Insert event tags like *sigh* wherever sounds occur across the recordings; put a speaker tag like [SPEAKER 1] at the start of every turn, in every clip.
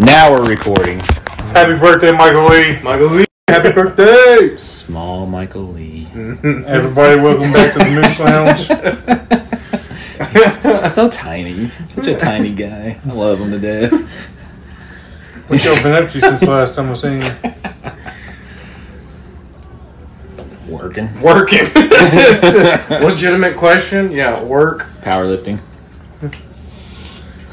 [SPEAKER 1] Now we're recording.
[SPEAKER 2] Happy birthday, Michael Lee.
[SPEAKER 3] Michael Lee.
[SPEAKER 2] Happy birthday.
[SPEAKER 1] Small Michael Lee.
[SPEAKER 2] Everybody, welcome back to the Moose Lounge.
[SPEAKER 1] *laughs* so tiny. Such a tiny guy. I love him to death.
[SPEAKER 2] What y'all been up to since the last time I seen you?
[SPEAKER 1] Working.
[SPEAKER 3] Working. *laughs* Legitimate question. Yeah, work.
[SPEAKER 1] Powerlifting.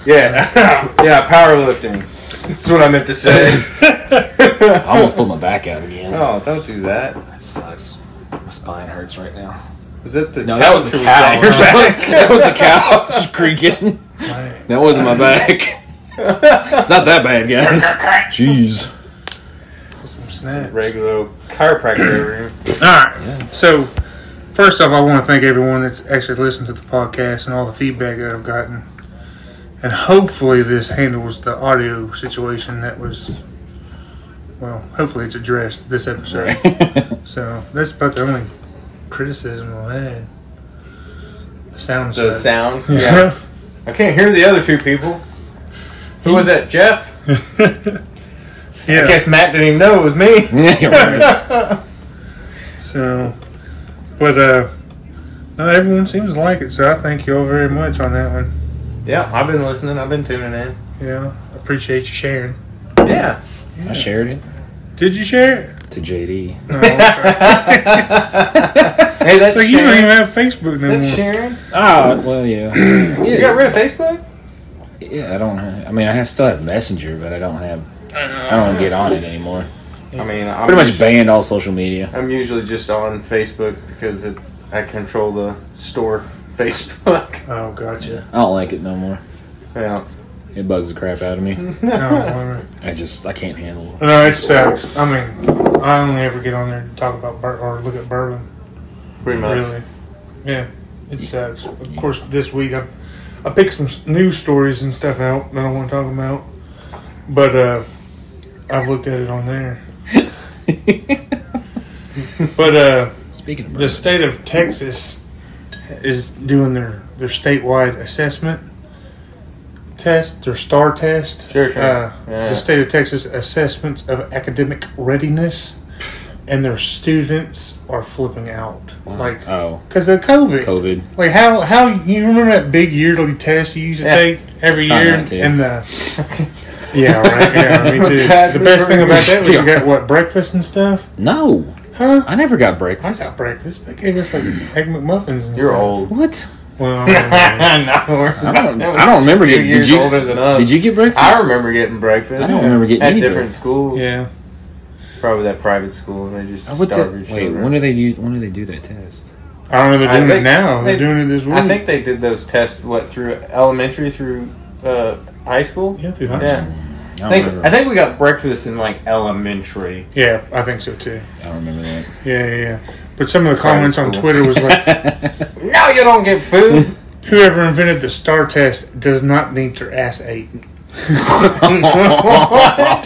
[SPEAKER 3] Yeah. *laughs* yeah, powerlifting. That's what I meant
[SPEAKER 2] *laughs*
[SPEAKER 3] to say.
[SPEAKER 1] I almost pulled my back out again.
[SPEAKER 3] oh, don't do that.
[SPEAKER 1] That sucks. My spine hurts right now.
[SPEAKER 3] Is that the
[SPEAKER 1] No, that was the couch. *laughs* That was, that was the *laughs* couch creaking. That wasn't my back. It's not that bad, guys. *laughs* Jeez.
[SPEAKER 2] Some snacks.
[SPEAKER 3] regular chiropractor room.
[SPEAKER 2] All right. So, first off, I want to thank everyone that's actually listened to the podcast and all the feedback that I've gotten. And hopefully, this handles the audio situation that was. Well, hopefully, it's addressed this episode.
[SPEAKER 1] *laughs*
[SPEAKER 2] So that's about the only criticism I had. *coughs* The sound. *laughs*
[SPEAKER 3] The
[SPEAKER 2] side.
[SPEAKER 3] sound. Yeah. I can't hear the other two people. Who was that? Jeff? I
[SPEAKER 2] yeah.
[SPEAKER 3] guess Matt didn't even know it
[SPEAKER 2] *laughs*
[SPEAKER 3] was me.
[SPEAKER 1] Yeah, right.
[SPEAKER 2] So, but uh, not everyone seems to like it. So I thank y'all very much on that one.
[SPEAKER 3] Yeah, I've been listening. I've been tuning in.
[SPEAKER 2] Yeah, appreciate you sharing.
[SPEAKER 3] Yeah.
[SPEAKER 1] I shared it
[SPEAKER 2] Did you share it?
[SPEAKER 1] to JD.
[SPEAKER 2] No. *laughs* okay.
[SPEAKER 3] *laughs* Hey, that's
[SPEAKER 2] so you don't even
[SPEAKER 3] Sharon.
[SPEAKER 2] have Facebook no
[SPEAKER 3] That's
[SPEAKER 2] more.
[SPEAKER 3] Sharon.
[SPEAKER 1] Ah, well, yeah.
[SPEAKER 3] You got rid of Facebook?
[SPEAKER 1] Yeah, I don't. Have, I mean, I still have Messenger, but I don't have. I don't get on it anymore.
[SPEAKER 3] I mean, I'm
[SPEAKER 1] Pretty much
[SPEAKER 3] just-
[SPEAKER 1] banned all social media.
[SPEAKER 3] I'm usually just on Facebook because it, I control the store Facebook. *laughs*
[SPEAKER 2] Oh, gotcha.
[SPEAKER 1] I don't like it no more.
[SPEAKER 3] Yeah.
[SPEAKER 1] It bugs the crap out of me.
[SPEAKER 2] No, all right.
[SPEAKER 1] I just I can't handle it.
[SPEAKER 2] no, it sucks. I mean, I only ever get on there to talk about bur- or look at bourbon.
[SPEAKER 3] Pretty much.
[SPEAKER 2] Really? Yeah, it sucks. Of course, this week I I picked some s- news stories and stuff out that I want to talk about, but uh, I've looked at it on there.
[SPEAKER 3] *laughs*
[SPEAKER 2] but uh,
[SPEAKER 1] Speaking of
[SPEAKER 2] the state of Texas is doing their their statewide assessment test, their STAR test.
[SPEAKER 3] Sure, sure.
[SPEAKER 2] Uh,
[SPEAKER 3] Yeah.
[SPEAKER 2] The state of Texas assessments of academic readiness, and their students are flipping out. Like,
[SPEAKER 1] oh
[SPEAKER 2] because of COVID.
[SPEAKER 1] COVID,
[SPEAKER 2] Like how how you remember that big yearly test you used to
[SPEAKER 3] Yeah.
[SPEAKER 2] take every
[SPEAKER 1] Try
[SPEAKER 2] year
[SPEAKER 1] not to.
[SPEAKER 2] and
[SPEAKER 3] *laughs*
[SPEAKER 2] the yeah right yeah me too.
[SPEAKER 3] Exactly.
[SPEAKER 2] The best thing about that was you got what breakfast and stuff.
[SPEAKER 1] no,
[SPEAKER 2] Huh?
[SPEAKER 1] I never got
[SPEAKER 2] I
[SPEAKER 1] breakfast.
[SPEAKER 2] got breakfast. They gave us like egg McMuffins and
[SPEAKER 3] You're
[SPEAKER 2] stuff.
[SPEAKER 3] old.
[SPEAKER 1] What?
[SPEAKER 2] Well,
[SPEAKER 3] *laughs* no, we're
[SPEAKER 1] I don't.
[SPEAKER 3] not.
[SPEAKER 1] I don't remember
[SPEAKER 3] Two
[SPEAKER 1] getting.
[SPEAKER 3] years
[SPEAKER 1] Did you?
[SPEAKER 3] older than us.
[SPEAKER 1] Did you get breakfast?
[SPEAKER 3] I remember getting breakfast.
[SPEAKER 1] I don't remember getting
[SPEAKER 3] at
[SPEAKER 1] any
[SPEAKER 3] different schools.
[SPEAKER 2] yeah.
[SPEAKER 3] Probably that private school, and they just
[SPEAKER 1] I went to-
[SPEAKER 3] starve your
[SPEAKER 1] wait,
[SPEAKER 3] children.
[SPEAKER 1] when do they use? When do they do that test?
[SPEAKER 2] I don't know. They're
[SPEAKER 3] I
[SPEAKER 2] doing
[SPEAKER 3] think-
[SPEAKER 2] it now.
[SPEAKER 3] they-
[SPEAKER 2] they're doing it this week.
[SPEAKER 3] I think they did those tests what through elementary through uh, high school.
[SPEAKER 2] yeah, through high
[SPEAKER 3] Yeah.
[SPEAKER 2] school.
[SPEAKER 1] I
[SPEAKER 3] I
[SPEAKER 1] don't
[SPEAKER 3] think
[SPEAKER 1] remember.
[SPEAKER 3] I think we got breakfast in like elementary.
[SPEAKER 2] Yeah, I think so too.
[SPEAKER 1] I don't remember that.
[SPEAKER 2] Yeah, yeah. yeah. But some of the comments on
[SPEAKER 3] school.
[SPEAKER 2] Twitter was like,
[SPEAKER 3] *laughs* No, you don't get food.
[SPEAKER 2] "Whoever invented the star test does not need their ass ate."
[SPEAKER 3] *laughs*
[SPEAKER 1] *laughs*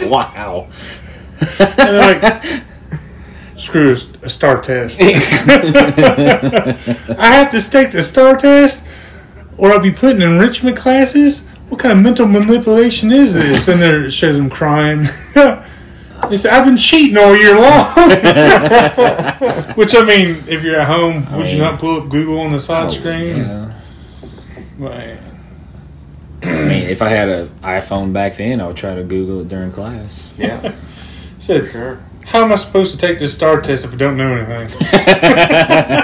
[SPEAKER 1] wow.
[SPEAKER 2] And they're like, screw a s- a star test. I have to take the star test, or I'll be put in enrichment classes. What kind of mental manipulation is this? And there it shows them crying. *laughs* they say, I've been cheating all year long. *laughs* Which, I mean, if you're at home, would you
[SPEAKER 1] mean-
[SPEAKER 2] not pull up Google on the side screen?
[SPEAKER 1] Oh, Yeah.
[SPEAKER 2] Like,
[SPEAKER 1] I mean, if I had an iPhone back then, I would try to Google it during class.
[SPEAKER 3] *laughs* yeah,
[SPEAKER 2] said,
[SPEAKER 3] sure.
[SPEAKER 2] How am I supposed to take this star test if I don't know anything?
[SPEAKER 1] *laughs*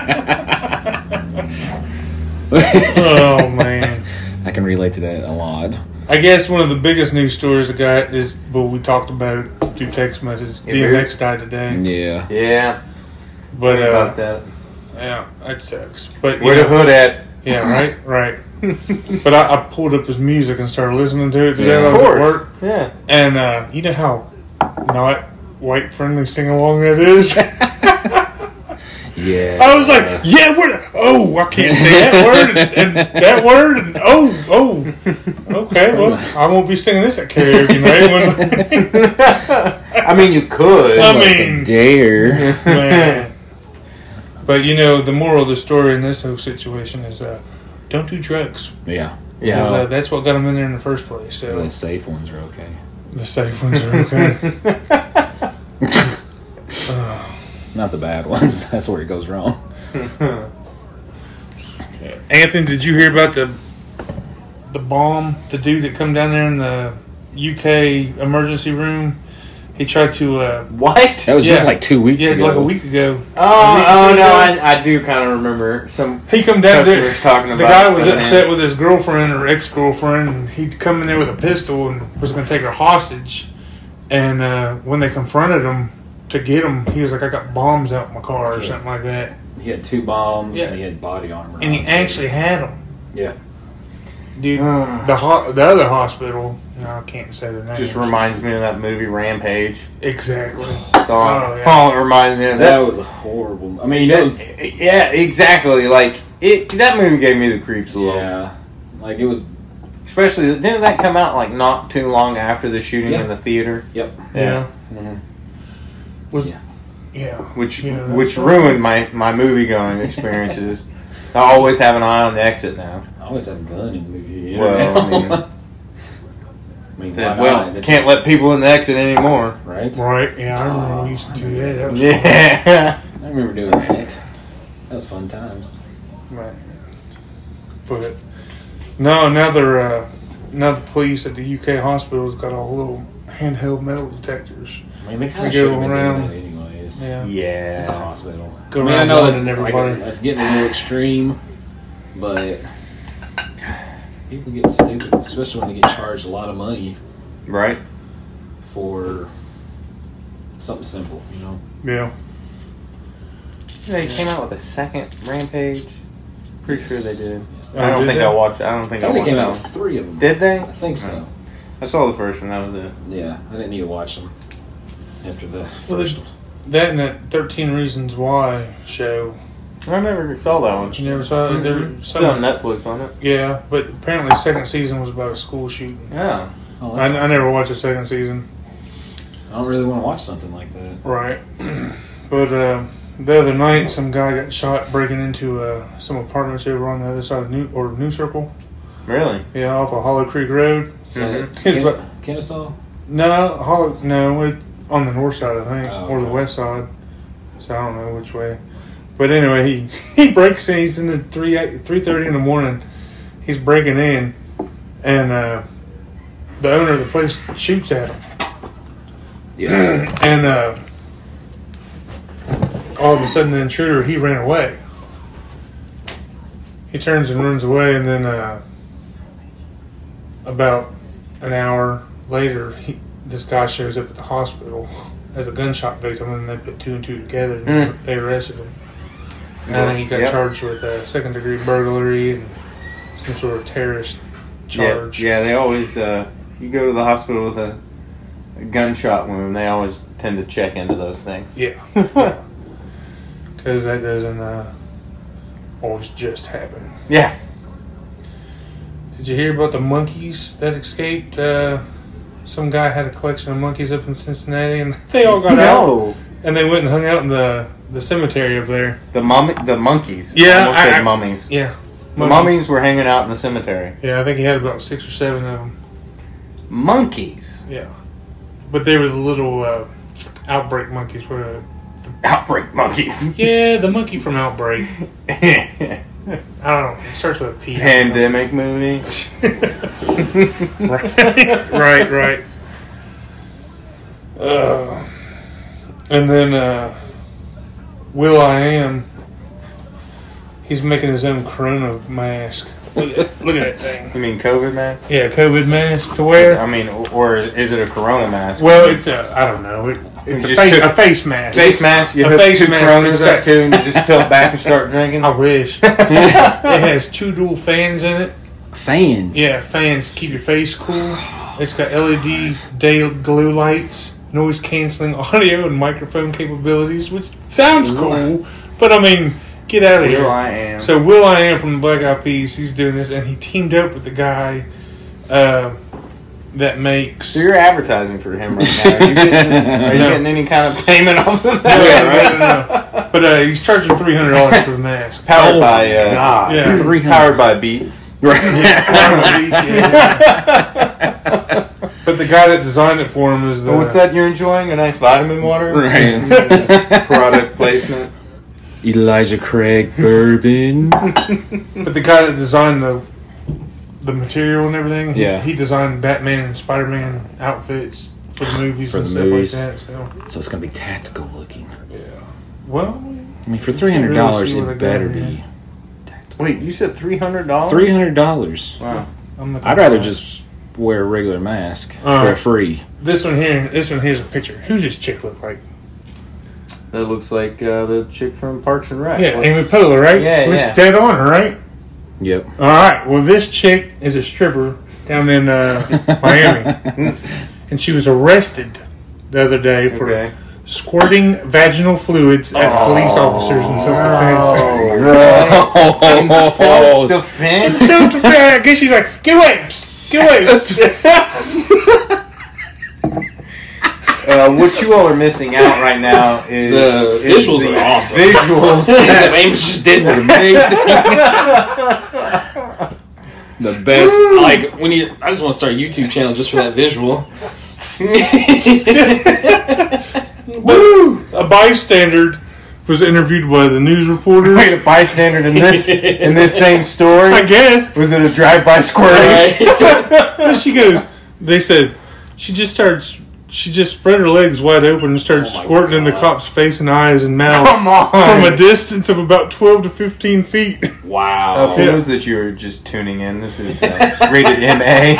[SPEAKER 2] oh, man.
[SPEAKER 1] I can relate to that a lot.
[SPEAKER 2] I guess one of the biggest news stories I got is what we talked about it through text message.
[SPEAKER 3] Yeah,
[SPEAKER 2] DMX died today,
[SPEAKER 1] Yeah.
[SPEAKER 3] Yeah,
[SPEAKER 2] but
[SPEAKER 3] about
[SPEAKER 2] uh,
[SPEAKER 3] that.
[SPEAKER 2] yeah, that sucks. But you
[SPEAKER 3] Where the
[SPEAKER 2] know-
[SPEAKER 3] hood at?
[SPEAKER 2] yeah,
[SPEAKER 3] *laughs*
[SPEAKER 2] right, right. but I, I pulled up his music and started listening to it today
[SPEAKER 1] Yeah.
[SPEAKER 2] while I
[SPEAKER 3] Of
[SPEAKER 2] was at
[SPEAKER 3] course.
[SPEAKER 2] work,
[SPEAKER 3] Yeah. *laughs*
[SPEAKER 2] and uh, you know how not white friendly sing along that
[SPEAKER 3] *laughs*
[SPEAKER 2] is.
[SPEAKER 1] Yeah.
[SPEAKER 2] I was like, yeah, we're oh, I can't say
[SPEAKER 3] *laughs*
[SPEAKER 2] that word and, and that word and oh, oh, okay, well, I won't be singing this at karaoke
[SPEAKER 3] *laughs*
[SPEAKER 2] night. When,
[SPEAKER 3] I mean, you could. *laughs*
[SPEAKER 2] I
[SPEAKER 1] Like
[SPEAKER 2] mean-
[SPEAKER 1] a
[SPEAKER 2] *laughs*
[SPEAKER 1] dare.
[SPEAKER 2] Man. but you know, the moral of the story in this whole situation is uh, don't do drugs.
[SPEAKER 1] Yeah.
[SPEAKER 2] 'Cause,
[SPEAKER 3] yeah.
[SPEAKER 2] uh, that's what got him in there in the first place. So
[SPEAKER 1] The safe ones are okay.
[SPEAKER 2] The safe ones are okay.
[SPEAKER 3] *laughs*
[SPEAKER 1] Not the bad *laughs* ones. That's where it goes wrong.
[SPEAKER 2] *laughs* Anthony, did you hear about the the bomb? The dude that come down there in the UK emergency room. He tried to. Uh,
[SPEAKER 3] What?
[SPEAKER 1] That was just
[SPEAKER 2] Yeah.
[SPEAKER 1] like two weeks
[SPEAKER 2] yeah,
[SPEAKER 1] ago.
[SPEAKER 2] like a week ago.
[SPEAKER 3] Oh, oh no, I, I do kind of remember some
[SPEAKER 2] He come down there.
[SPEAKER 3] customers talking about.
[SPEAKER 2] The guy was
[SPEAKER 3] it, but
[SPEAKER 2] upset
[SPEAKER 3] man,
[SPEAKER 2] with his girlfriend or ex girlfriend, and he'd come in there with a pistol and was going to take her hostage. And uh, when they confronted him to get him, he was like, "I got bombs out in my car" or
[SPEAKER 1] Yeah.
[SPEAKER 2] something like that.
[SPEAKER 1] He had two bombs
[SPEAKER 2] Yeah.
[SPEAKER 1] and he had body armor.
[SPEAKER 2] And he
[SPEAKER 1] on.
[SPEAKER 2] actually had them,
[SPEAKER 1] Oh, Yeah.
[SPEAKER 2] dude.
[SPEAKER 3] Ah.
[SPEAKER 2] the ho- the other hospital, no, I can't say the name.
[SPEAKER 3] Just reminds me of that movie Rampage.
[SPEAKER 1] *sighs*
[SPEAKER 2] exactly.
[SPEAKER 3] That's all.
[SPEAKER 2] Oh, yeah.
[SPEAKER 3] all it reminds me of that.
[SPEAKER 1] That was a horrible. I mean, it was.
[SPEAKER 3] yeah, exactly. Like it. That movie gave me the creeps a little.
[SPEAKER 1] Yeah. Like it was.
[SPEAKER 3] Especially didn't that come out like not too long after the shooting
[SPEAKER 1] Yeah.
[SPEAKER 3] in the theater?
[SPEAKER 1] Yep.
[SPEAKER 2] Yeah.
[SPEAKER 3] Mhm.
[SPEAKER 2] Was
[SPEAKER 1] Yeah.
[SPEAKER 2] yeah.
[SPEAKER 3] which
[SPEAKER 2] Yeah, that's
[SPEAKER 3] which
[SPEAKER 2] right.
[SPEAKER 3] ruined my my movie
[SPEAKER 1] *laughs*
[SPEAKER 3] going experiences. I always have an eye on the exit now.
[SPEAKER 1] I always have a gun in the movie. theater
[SPEAKER 3] Well, I mean-
[SPEAKER 1] now. *laughs* I mean,
[SPEAKER 3] Said,
[SPEAKER 1] why
[SPEAKER 3] well,
[SPEAKER 1] not?
[SPEAKER 3] can't
[SPEAKER 1] That's
[SPEAKER 3] let people in the exit anymore.
[SPEAKER 1] just- Right?
[SPEAKER 2] Right. Yeah, I remember we used to do that. That was
[SPEAKER 3] *laughs* Yeah,
[SPEAKER 1] I remember doing that. That was fun times.
[SPEAKER 2] Right. But no, another uh, another police at the UK hospital's got all little handheld metal detectors.
[SPEAKER 1] I mean, they kind
[SPEAKER 2] We
[SPEAKER 1] of
[SPEAKER 2] go
[SPEAKER 1] should have been
[SPEAKER 2] around-
[SPEAKER 1] doing that anyways.
[SPEAKER 3] yeah.
[SPEAKER 1] It's a hospital.
[SPEAKER 2] Go
[SPEAKER 1] I mean, I
[SPEAKER 2] around
[SPEAKER 1] know that's,
[SPEAKER 2] blinding
[SPEAKER 1] like,
[SPEAKER 2] everybody.
[SPEAKER 1] that's getting a little extreme, but people get stupid, especially when they get charged a lot of money
[SPEAKER 3] Right.
[SPEAKER 1] for something simple, you know?
[SPEAKER 2] Yeah.
[SPEAKER 3] They came out with a second rampage. Pretty sure they did.
[SPEAKER 1] Yes,
[SPEAKER 2] Oh,
[SPEAKER 3] I don't
[SPEAKER 2] did
[SPEAKER 3] think
[SPEAKER 2] they?
[SPEAKER 3] I watched. I don't think I,
[SPEAKER 1] I think they
[SPEAKER 3] watched.
[SPEAKER 1] came
[SPEAKER 3] that
[SPEAKER 1] out with three of them.
[SPEAKER 3] one. Did they?
[SPEAKER 1] I think so.
[SPEAKER 3] I saw the first one. That was it.
[SPEAKER 1] Yeah, I didn't need to watch them after the
[SPEAKER 2] Well, there's-
[SPEAKER 1] first one.
[SPEAKER 2] That and that Thirteen Reasons Why show.
[SPEAKER 3] I never saw that one.
[SPEAKER 2] You never saw it? There,
[SPEAKER 3] Mhm. Still on
[SPEAKER 2] Uh, some,
[SPEAKER 3] Netflix, on it?
[SPEAKER 2] yeah, but apparently the second season was about a school shooting.
[SPEAKER 3] Yeah.
[SPEAKER 1] Oh,
[SPEAKER 2] I,
[SPEAKER 1] that's
[SPEAKER 2] I
[SPEAKER 1] awesome.
[SPEAKER 2] never watched the second season.
[SPEAKER 1] I don't really want to watch something like that.
[SPEAKER 2] Right. *clears throat* But uh, the other night, some guy got shot breaking into uh, some apartments over on the other side of New or New Circle.
[SPEAKER 3] Really?
[SPEAKER 2] Yeah, off of Hollow Creek Road.
[SPEAKER 1] So,
[SPEAKER 3] Mhm.
[SPEAKER 2] Yes,
[SPEAKER 1] Ken-
[SPEAKER 2] but-
[SPEAKER 1] Kennesaw?
[SPEAKER 2] No, Hollow. No, it, on the north side, I think,
[SPEAKER 1] Oh,
[SPEAKER 2] or the
[SPEAKER 1] okay.
[SPEAKER 2] west side. So I don't know which way. But anyway, he, *laughs* he breaks in. He's in the three three thirty in the morning. He's breaking in, and uh, the owner of the place shoots at him.
[SPEAKER 1] Yeah.
[SPEAKER 2] And uh, all of a sudden, the intruder he ran away. He turns and runs away, and then uh, about an hour later, he, this guy shows up at the hospital as a gunshot victim, and they put two and two together, and
[SPEAKER 3] Mm.
[SPEAKER 2] they arrested him. And I think he got
[SPEAKER 3] Yep.
[SPEAKER 2] charged with uh, second degree burglary and some sort of terrorist charge.
[SPEAKER 3] Yeah, yeah they always uh, you go to the hospital with a, a gunshot wound. They always tend to check into those things.
[SPEAKER 2] Yeah, because that doesn't uh, always just happen.
[SPEAKER 3] *laughs*
[SPEAKER 2] *laughs*
[SPEAKER 3] yeah.
[SPEAKER 2] Did you hear about the monkeys that escaped? Uh, some guy had a collection of monkeys up in Cincinnati, and *laughs* they all got out, and they went and hung out in the the cemetery up there.
[SPEAKER 3] The mummy, the monkeys.
[SPEAKER 2] Yeah,
[SPEAKER 3] I almost
[SPEAKER 2] I-
[SPEAKER 3] said
[SPEAKER 2] I-
[SPEAKER 3] mummies.
[SPEAKER 2] Yeah,
[SPEAKER 3] The mummies were hanging out in the cemetery.
[SPEAKER 2] Yeah, I think he had about six or seven of them.
[SPEAKER 3] Monkeys.
[SPEAKER 2] Yeah, but they were the little uh, outbreak monkeys. Were
[SPEAKER 3] Outbreak monkeys.
[SPEAKER 2] yeah, the monkey from Outbreak.
[SPEAKER 3] *laughs*
[SPEAKER 2] I don't know. It starts with a P.
[SPEAKER 3] Pandemic movie.
[SPEAKER 2] right, *laughs* right, right. Uh, and then uh, Will I Am, he's making his own Corona mask. Look at, look at that thing.
[SPEAKER 3] You mean COVID mask?
[SPEAKER 2] Yeah, COVID mask to wear.
[SPEAKER 3] I mean, or is it a Corona mask?
[SPEAKER 2] Well, it's a I don't know. It, it's a
[SPEAKER 3] just
[SPEAKER 2] face,
[SPEAKER 3] took-
[SPEAKER 2] a face mask.
[SPEAKER 3] face mask. You
[SPEAKER 2] a
[SPEAKER 3] hook
[SPEAKER 2] face
[SPEAKER 3] two
[SPEAKER 2] mask.
[SPEAKER 3] Coronas
[SPEAKER 2] It's got-
[SPEAKER 3] up to, and you just tilt back and start
[SPEAKER 2] *laughs*
[SPEAKER 3] drinking.
[SPEAKER 2] I wish it has two dual fans in it.
[SPEAKER 1] *clears throat* Fans.
[SPEAKER 2] Yeah, fans keep your face cool. It's got LEDs, day glue lights, noise canceling *laughs* audio, and microphone capabilities, which sounds cool. But I mean, get out of
[SPEAKER 3] Will
[SPEAKER 2] here.
[SPEAKER 3] I am.
[SPEAKER 2] So Will I Am from the Black Eyed Peas, he's doing this, and he teamed up with the guy uh, that makes. *laughs*
[SPEAKER 3] So you're advertising for him right now. Are you getting, are you
[SPEAKER 2] No.
[SPEAKER 3] getting any kind of payment off of
[SPEAKER 2] No,
[SPEAKER 3] that? *laughs*
[SPEAKER 2] no, no, no. But uh, he's charging three hundred dollars for the mask.
[SPEAKER 3] Powered by uh,
[SPEAKER 1] God.
[SPEAKER 2] Yeah.
[SPEAKER 1] 300.
[SPEAKER 2] *laughs*
[SPEAKER 3] powered by Beats.
[SPEAKER 1] Right.
[SPEAKER 2] Yeah, Black Eyed Peas, yeah, yeah. But the guy that designed it for him is the.
[SPEAKER 3] Well, what's that you're enjoying? A nice vitamin water?
[SPEAKER 1] Right.
[SPEAKER 3] Product placement.
[SPEAKER 1] Elijah Craig bourbon.
[SPEAKER 2] But the guy that designed the the material and everything, he-
[SPEAKER 1] Yeah.
[SPEAKER 2] he, designed Batman and Spider Man outfits for the movies
[SPEAKER 1] For
[SPEAKER 2] and
[SPEAKER 1] the
[SPEAKER 2] stuff
[SPEAKER 1] movies.
[SPEAKER 2] like that. So,
[SPEAKER 1] So it's gonna be tactical looking.
[SPEAKER 2] well,
[SPEAKER 1] I mean, for three
[SPEAKER 2] Can't
[SPEAKER 1] hundred
[SPEAKER 2] really
[SPEAKER 1] dollars,
[SPEAKER 2] see what I
[SPEAKER 1] it
[SPEAKER 2] got
[SPEAKER 1] better
[SPEAKER 2] here.
[SPEAKER 1] be
[SPEAKER 3] Wait, you said three hundred dollars?
[SPEAKER 1] three hundred dollars.
[SPEAKER 3] Wow.
[SPEAKER 2] I'm looking
[SPEAKER 1] I'd rather
[SPEAKER 2] for-
[SPEAKER 1] just wear a regular mask
[SPEAKER 2] Uh.
[SPEAKER 1] for free.
[SPEAKER 2] this one here. This one here's a picture. Who's this chick look like?
[SPEAKER 3] That looks like uh, the chick from Parks and Rec.
[SPEAKER 2] Yeah,
[SPEAKER 3] Looks-
[SPEAKER 2] Amy Poehler, right?
[SPEAKER 3] Yeah,
[SPEAKER 2] looks
[SPEAKER 3] yeah.
[SPEAKER 2] dead on her, right?
[SPEAKER 1] *laughs* Yep.
[SPEAKER 2] All right. Well, this chick is a stripper down
[SPEAKER 1] *laughs*
[SPEAKER 2] in uh, Miami, and she was arrested the other day for
[SPEAKER 3] Okay.
[SPEAKER 2] squirting vaginal fluids at police officers in
[SPEAKER 3] *laughs*
[SPEAKER 2] self-defense. *laughs*
[SPEAKER 1] *laughs* Gross.
[SPEAKER 3] Oh, Self-defense.
[SPEAKER 2] self-defense. I guess she's like, get away, psst, get away. psst." *laughs*
[SPEAKER 3] Uh, what you all are missing out
[SPEAKER 1] *laughs*
[SPEAKER 3] right now is
[SPEAKER 1] The
[SPEAKER 3] is
[SPEAKER 1] visuals
[SPEAKER 3] the
[SPEAKER 1] are awesome. *laughs*
[SPEAKER 3] Visuals.
[SPEAKER 1] That Amos just did was amazing. *laughs* the best. Like when you, I just want to start a YouTube channel just for that visual. *laughs*
[SPEAKER 2] Woo! A bystander was interviewed by the news reporter.
[SPEAKER 3] Wait, a bystander in
[SPEAKER 1] *laughs*
[SPEAKER 3] this in this same story
[SPEAKER 2] I guess.
[SPEAKER 3] was it a drive-by squirting?
[SPEAKER 1] Right?
[SPEAKER 2] But she goes. They said she just starts. She just spread her legs wide open and started squirting in the cop's face and eyes and mouth.
[SPEAKER 3] *laughs* Come on.
[SPEAKER 2] From a distance of about 12 to 15
[SPEAKER 1] *laughs*
[SPEAKER 2] feet.
[SPEAKER 1] wow.
[SPEAKER 3] For Oh, those that you're just tuning in, this is uh, rated MA.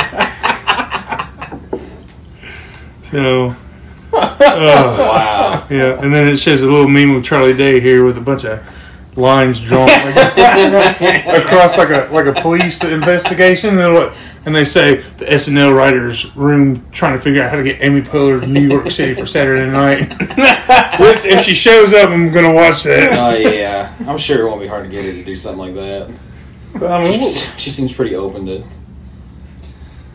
[SPEAKER 2] So, uh,
[SPEAKER 1] Wow.
[SPEAKER 2] yeah. And then it shows a little meme of Charlie Day here with a bunch of lines drawn like, *laughs* across like a like a police investigation. And, they're like, and they say the SNL writers' room trying to figure out how to get Amy Poehler to New York City for Saturday night. *laughs* Which, if she shows up, I'm gonna watch that.
[SPEAKER 1] Oh yeah. I'm sure it won't be hard to get her to do something like that.
[SPEAKER 2] I mean, what,
[SPEAKER 1] She seems pretty open to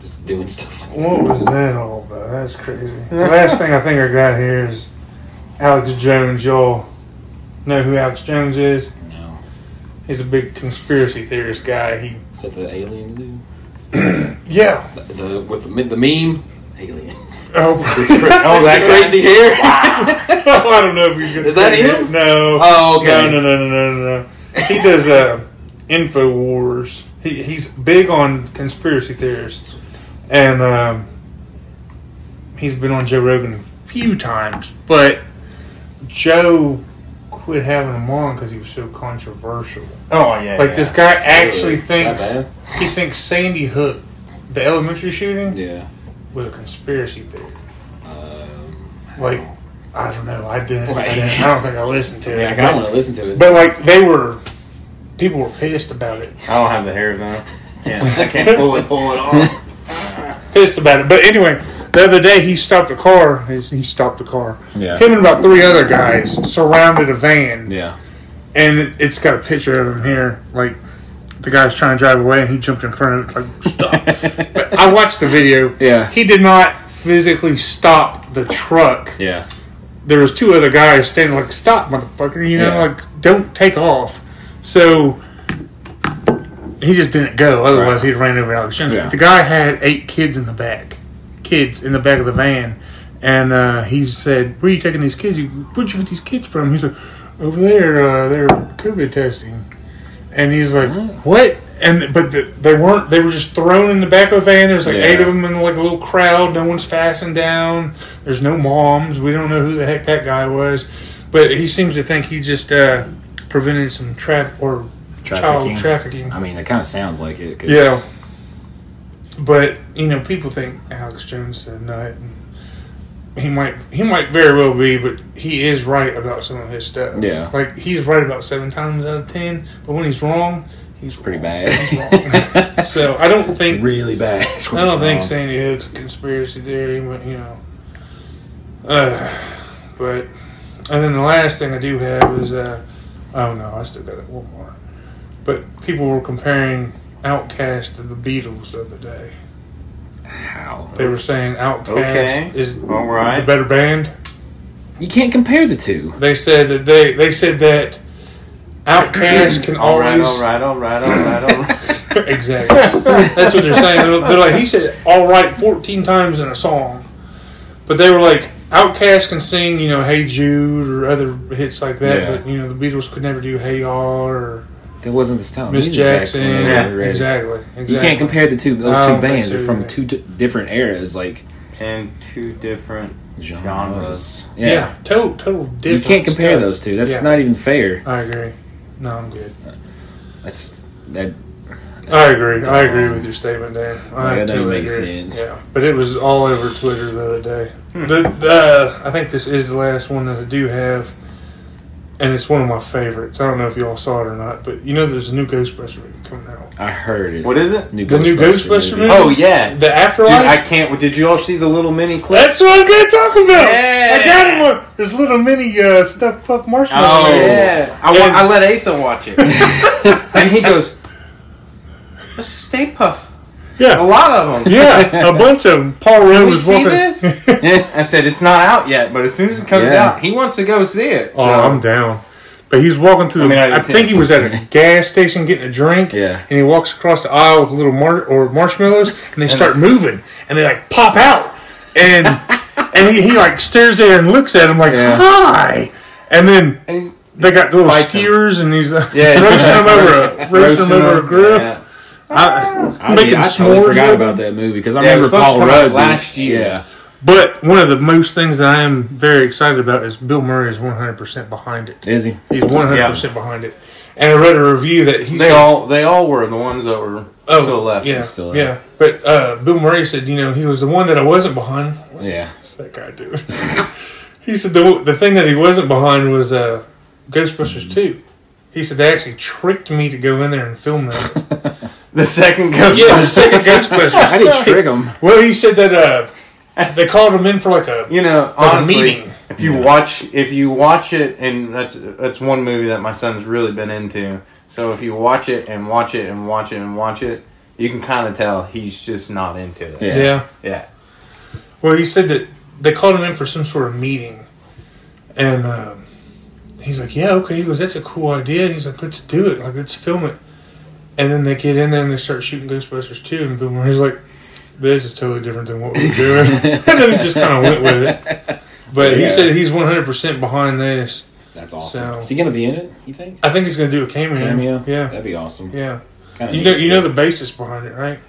[SPEAKER 1] just doing stuff like that.
[SPEAKER 2] what was that all about? That's crazy. The last thing I think I got here is Alex Jones. Y'all know who Alex Jones is?
[SPEAKER 1] No.
[SPEAKER 2] He's a big conspiracy theorist guy. He
[SPEAKER 1] Is that the alien dude?
[SPEAKER 2] yeah. *laughs*
[SPEAKER 1] The, the with the, me- the meme aliens.
[SPEAKER 2] Oh,
[SPEAKER 3] *laughs* Oh, that guy.
[SPEAKER 1] *laughs* Crazy hair. *laughs*
[SPEAKER 2] *laughs* I don't know if he's gonna.
[SPEAKER 1] Is that
[SPEAKER 2] say
[SPEAKER 1] him?
[SPEAKER 2] it. No.
[SPEAKER 1] Oh, okay.
[SPEAKER 2] No, no, no, no, no, no, no. He does uh, *laughs* info wars. He he's big on conspiracy theorists, and um, he's been on Joe Rogan a few times. But Joe quit having him on because he was so controversial.
[SPEAKER 3] *laughs* Oh yeah.
[SPEAKER 2] Like this guy actually
[SPEAKER 1] Really?
[SPEAKER 2] thinks
[SPEAKER 1] That
[SPEAKER 2] he thinks Sandy Hook, the elementary shooting,
[SPEAKER 1] bad? Yeah.
[SPEAKER 2] was a conspiracy theory.
[SPEAKER 1] Um,
[SPEAKER 2] Like I don't know. I didn't. I,
[SPEAKER 1] Right.
[SPEAKER 2] didn't- I don't think I listened to
[SPEAKER 1] *laughs*
[SPEAKER 2] it.
[SPEAKER 1] yeah, I kind of want to listen to it.
[SPEAKER 2] But like they were, people were pissed about it.
[SPEAKER 3] I don't have the hair *laughs* though. Yeah, I can't pull it, pull it off.
[SPEAKER 2] Pissed about it. But anyway, the other day he stopped a car. He he stopped a car.
[SPEAKER 1] Yeah.
[SPEAKER 2] Him and about three other guys surrounded a van,
[SPEAKER 1] yeah.
[SPEAKER 2] and it, it's got a picture of him here. Like the guy's trying to drive away, and he jumped in front of it.
[SPEAKER 1] *laughs*
[SPEAKER 2] Like stop. but I watched the video.
[SPEAKER 1] Yeah.
[SPEAKER 2] He did not physically stop the truck.
[SPEAKER 1] Yeah.
[SPEAKER 2] there was two other guys standing like, "Stop, motherfucker!" You know,
[SPEAKER 1] Yeah.
[SPEAKER 2] like, don't take off. So he just didn't go. Otherwise, he'd ran over Alex Jones.
[SPEAKER 1] Yeah.
[SPEAKER 2] But the guy had eight kids in the back, kids in the back of the van, and uh, he said, "Where are you taking these kids? You- Where'd you get these kids from?" He's like, "Over there, uh, they're COVID testing," and he's like, "What?" And but the, they weren't. They were just thrown in the back of the van. There's like
[SPEAKER 1] Yeah.
[SPEAKER 2] eight of them in like a little crowd. No one's fastened down. There's no moms. We don't know who the heck that guy was, but he seems to think he just uh, prevented some traffic or
[SPEAKER 1] Trafficking.
[SPEAKER 2] child trafficking.
[SPEAKER 1] I mean, it kind of sounds like it. 'cause-
[SPEAKER 2] Yeah. But you know, people think Alex Jones is a nut. And he might, he might very well be, but he is right about some of his stuff.
[SPEAKER 1] Yeah.
[SPEAKER 2] like he's right about seven times out of ten. But when he's wrong, he's
[SPEAKER 1] Pretty
[SPEAKER 2] wrong.
[SPEAKER 1] bad. *laughs*
[SPEAKER 2] He's wrong. so I don't think
[SPEAKER 1] really bad. *laughs*
[SPEAKER 2] I don't think Sandy Hook's a conspiracy theory, but you know. Uh, but and then the last thing I do have is uh, oh no, I still got it one more. But people were comparing Outcast to the Beatles the other day.
[SPEAKER 1] How?
[SPEAKER 2] They were saying Outcast
[SPEAKER 3] Okay.
[SPEAKER 2] is
[SPEAKER 3] All
[SPEAKER 2] the
[SPEAKER 3] right.
[SPEAKER 2] better band.
[SPEAKER 1] You can't compare the two.
[SPEAKER 2] They said that they they said that Outcast can
[SPEAKER 3] All right.
[SPEAKER 2] always *laughs*
[SPEAKER 1] *laughs*
[SPEAKER 3] All right. All right. All right. All right.
[SPEAKER 2] exactly. That's what they're saying. They're, they're like, he said all right 14 times in a song. But they were like, Outcast can sing, you know, Hey Jude or other hits like that.
[SPEAKER 1] Yeah.
[SPEAKER 2] But, you know, the Beatles could never do Hey Ya or
[SPEAKER 1] There wasn't this town.
[SPEAKER 2] Miss
[SPEAKER 1] Oh, music back
[SPEAKER 2] Jackson.
[SPEAKER 1] when they were ready.
[SPEAKER 2] Exactly. Exactly.
[SPEAKER 1] You can't compare the two. Those
[SPEAKER 2] I
[SPEAKER 1] two
[SPEAKER 2] don't think
[SPEAKER 1] bands
[SPEAKER 2] so
[SPEAKER 1] are from
[SPEAKER 2] either.
[SPEAKER 1] two d- different eras, like
[SPEAKER 3] And two different genres.
[SPEAKER 1] genres.
[SPEAKER 2] Yeah. Total, total
[SPEAKER 1] you
[SPEAKER 2] difference.
[SPEAKER 1] can't compare
[SPEAKER 2] too.
[SPEAKER 1] those two. That's
[SPEAKER 2] Yeah.
[SPEAKER 1] not even fair.
[SPEAKER 2] I agree. No, I'm good.
[SPEAKER 1] That's that.
[SPEAKER 2] I agree. I agree with your statement, Dan. I
[SPEAKER 1] Yeah, that
[SPEAKER 2] totally
[SPEAKER 1] makes
[SPEAKER 2] agree.
[SPEAKER 1] sense.
[SPEAKER 2] Yeah, but it was all over Twitter the other day.
[SPEAKER 3] Hmm.
[SPEAKER 2] The, the I think this is the last one that I do have, and it's one of my favorites. I don't know if y'all saw it or not, but you know, there's a new Ghostbuster movie coming out.
[SPEAKER 1] I heard it.
[SPEAKER 3] What is it?
[SPEAKER 1] New
[SPEAKER 2] The new Ghostbuster movie?
[SPEAKER 3] Oh yeah, dude!
[SPEAKER 2] The Afterlife.
[SPEAKER 3] I can't. Did you all see the little mini clip?
[SPEAKER 2] that's what I'm gonna talk about.
[SPEAKER 3] Yeah.
[SPEAKER 2] I got him one. This little mini uh, stuffed puff marshmallow.
[SPEAKER 3] Oh,
[SPEAKER 2] man.
[SPEAKER 3] yeah. I, wa- I let Asa watch
[SPEAKER 2] *laughs*
[SPEAKER 3] it. and he goes, "This is Stay Puff. A
[SPEAKER 2] yeah,
[SPEAKER 3] lot of them.
[SPEAKER 2] yeah, a bunch of them. Paul Rudd
[SPEAKER 3] Can we
[SPEAKER 2] was
[SPEAKER 3] see
[SPEAKER 2] walking. *laughs*
[SPEAKER 3] this? *laughs* I said, It's not out yet, but as soon as it comes
[SPEAKER 1] Yeah.
[SPEAKER 3] out, he wants to go see it. So.
[SPEAKER 2] Oh, I'm down. But he's walking through.
[SPEAKER 3] I
[SPEAKER 2] the
[SPEAKER 3] mean, I-
[SPEAKER 2] I, think he was at a gas station getting a drink.
[SPEAKER 1] Yeah.
[SPEAKER 2] And he walks across the aisle with little mar- or marshmallows, and they start
[SPEAKER 3] it's-
[SPEAKER 2] moving, and they like pop out, and and he, he like stares there and looks at him like
[SPEAKER 1] Yeah.
[SPEAKER 2] hi, and then
[SPEAKER 3] And he's-
[SPEAKER 2] they got little
[SPEAKER 3] Bites him.
[SPEAKER 2] skewers, and he's uh,
[SPEAKER 3] Yeah,
[SPEAKER 2] roasting
[SPEAKER 3] yeah.
[SPEAKER 2] them over a roasting them over a grill.
[SPEAKER 3] Yeah.
[SPEAKER 2] I,
[SPEAKER 1] I,
[SPEAKER 2] making
[SPEAKER 1] mean, I
[SPEAKER 2] s'mores.
[SPEAKER 1] totally forgot
[SPEAKER 2] with it.
[SPEAKER 1] about that movie because I
[SPEAKER 3] Yeah, it was
[SPEAKER 1] remember
[SPEAKER 3] supposed
[SPEAKER 1] Paul
[SPEAKER 3] to come out
[SPEAKER 1] Rudd
[SPEAKER 3] last
[SPEAKER 1] being-
[SPEAKER 3] year.
[SPEAKER 1] Yeah,
[SPEAKER 2] But one of the most things that I am very excited about is Bill Murray is 100 percent behind it.
[SPEAKER 1] is he?
[SPEAKER 2] He's 100 percent behind it. And I read a review that he's
[SPEAKER 3] They all they all were the ones that were
[SPEAKER 2] Oh,
[SPEAKER 3] still left.
[SPEAKER 2] Yeah,
[SPEAKER 1] Still left.
[SPEAKER 2] yeah. But uh, Bill Murray said, you know, he was the one that I wasn't behind.
[SPEAKER 1] Yeah,
[SPEAKER 2] What's that guy doing? *laughs* he said the the thing that he wasn't behind was uh, Ghostbusters two. He said they actually tricked me to go in there and film that.
[SPEAKER 1] *laughs*
[SPEAKER 3] The second goes.
[SPEAKER 2] yeah, the second Ghostbusters.
[SPEAKER 1] I
[SPEAKER 2] *laughs*
[SPEAKER 1] didn't trick him.
[SPEAKER 2] Well, he said that uh, they called him in for like a
[SPEAKER 3] You know,
[SPEAKER 2] Like a
[SPEAKER 3] honestly,
[SPEAKER 2] meeting.
[SPEAKER 3] if you watch if you watch it, and that's that's one movie that my son's really been into. So if you watch it and watch it and watch it and watch it, you can kind of tell he's just not into it.
[SPEAKER 1] Yeah.
[SPEAKER 2] yeah.
[SPEAKER 3] Yeah.
[SPEAKER 2] Well, he said that they called him in for some sort of meeting, and um, he's like, "Yeah, okay." He goes, "That's a cool idea." He's like, "Let's do it. Like, let's film it." And then they get in there and they start shooting Ghostbusters too, and Bill Murray's like, "This is totally different than what we're
[SPEAKER 1] *laughs*
[SPEAKER 2] doing." *laughs* and then he just kind of went with it. But he
[SPEAKER 1] Yeah.
[SPEAKER 2] said he's 100 percent behind this.
[SPEAKER 1] That's awesome.
[SPEAKER 2] So-
[SPEAKER 1] Is he gonna be in it? You think?
[SPEAKER 2] I think he's going to do a cameo.
[SPEAKER 1] Cameo?
[SPEAKER 2] Yeah,
[SPEAKER 1] That'd be awesome.
[SPEAKER 2] yeah.
[SPEAKER 1] Kinda
[SPEAKER 2] You know,
[SPEAKER 1] needs
[SPEAKER 2] you know
[SPEAKER 1] to-
[SPEAKER 2] the basis behind it, right?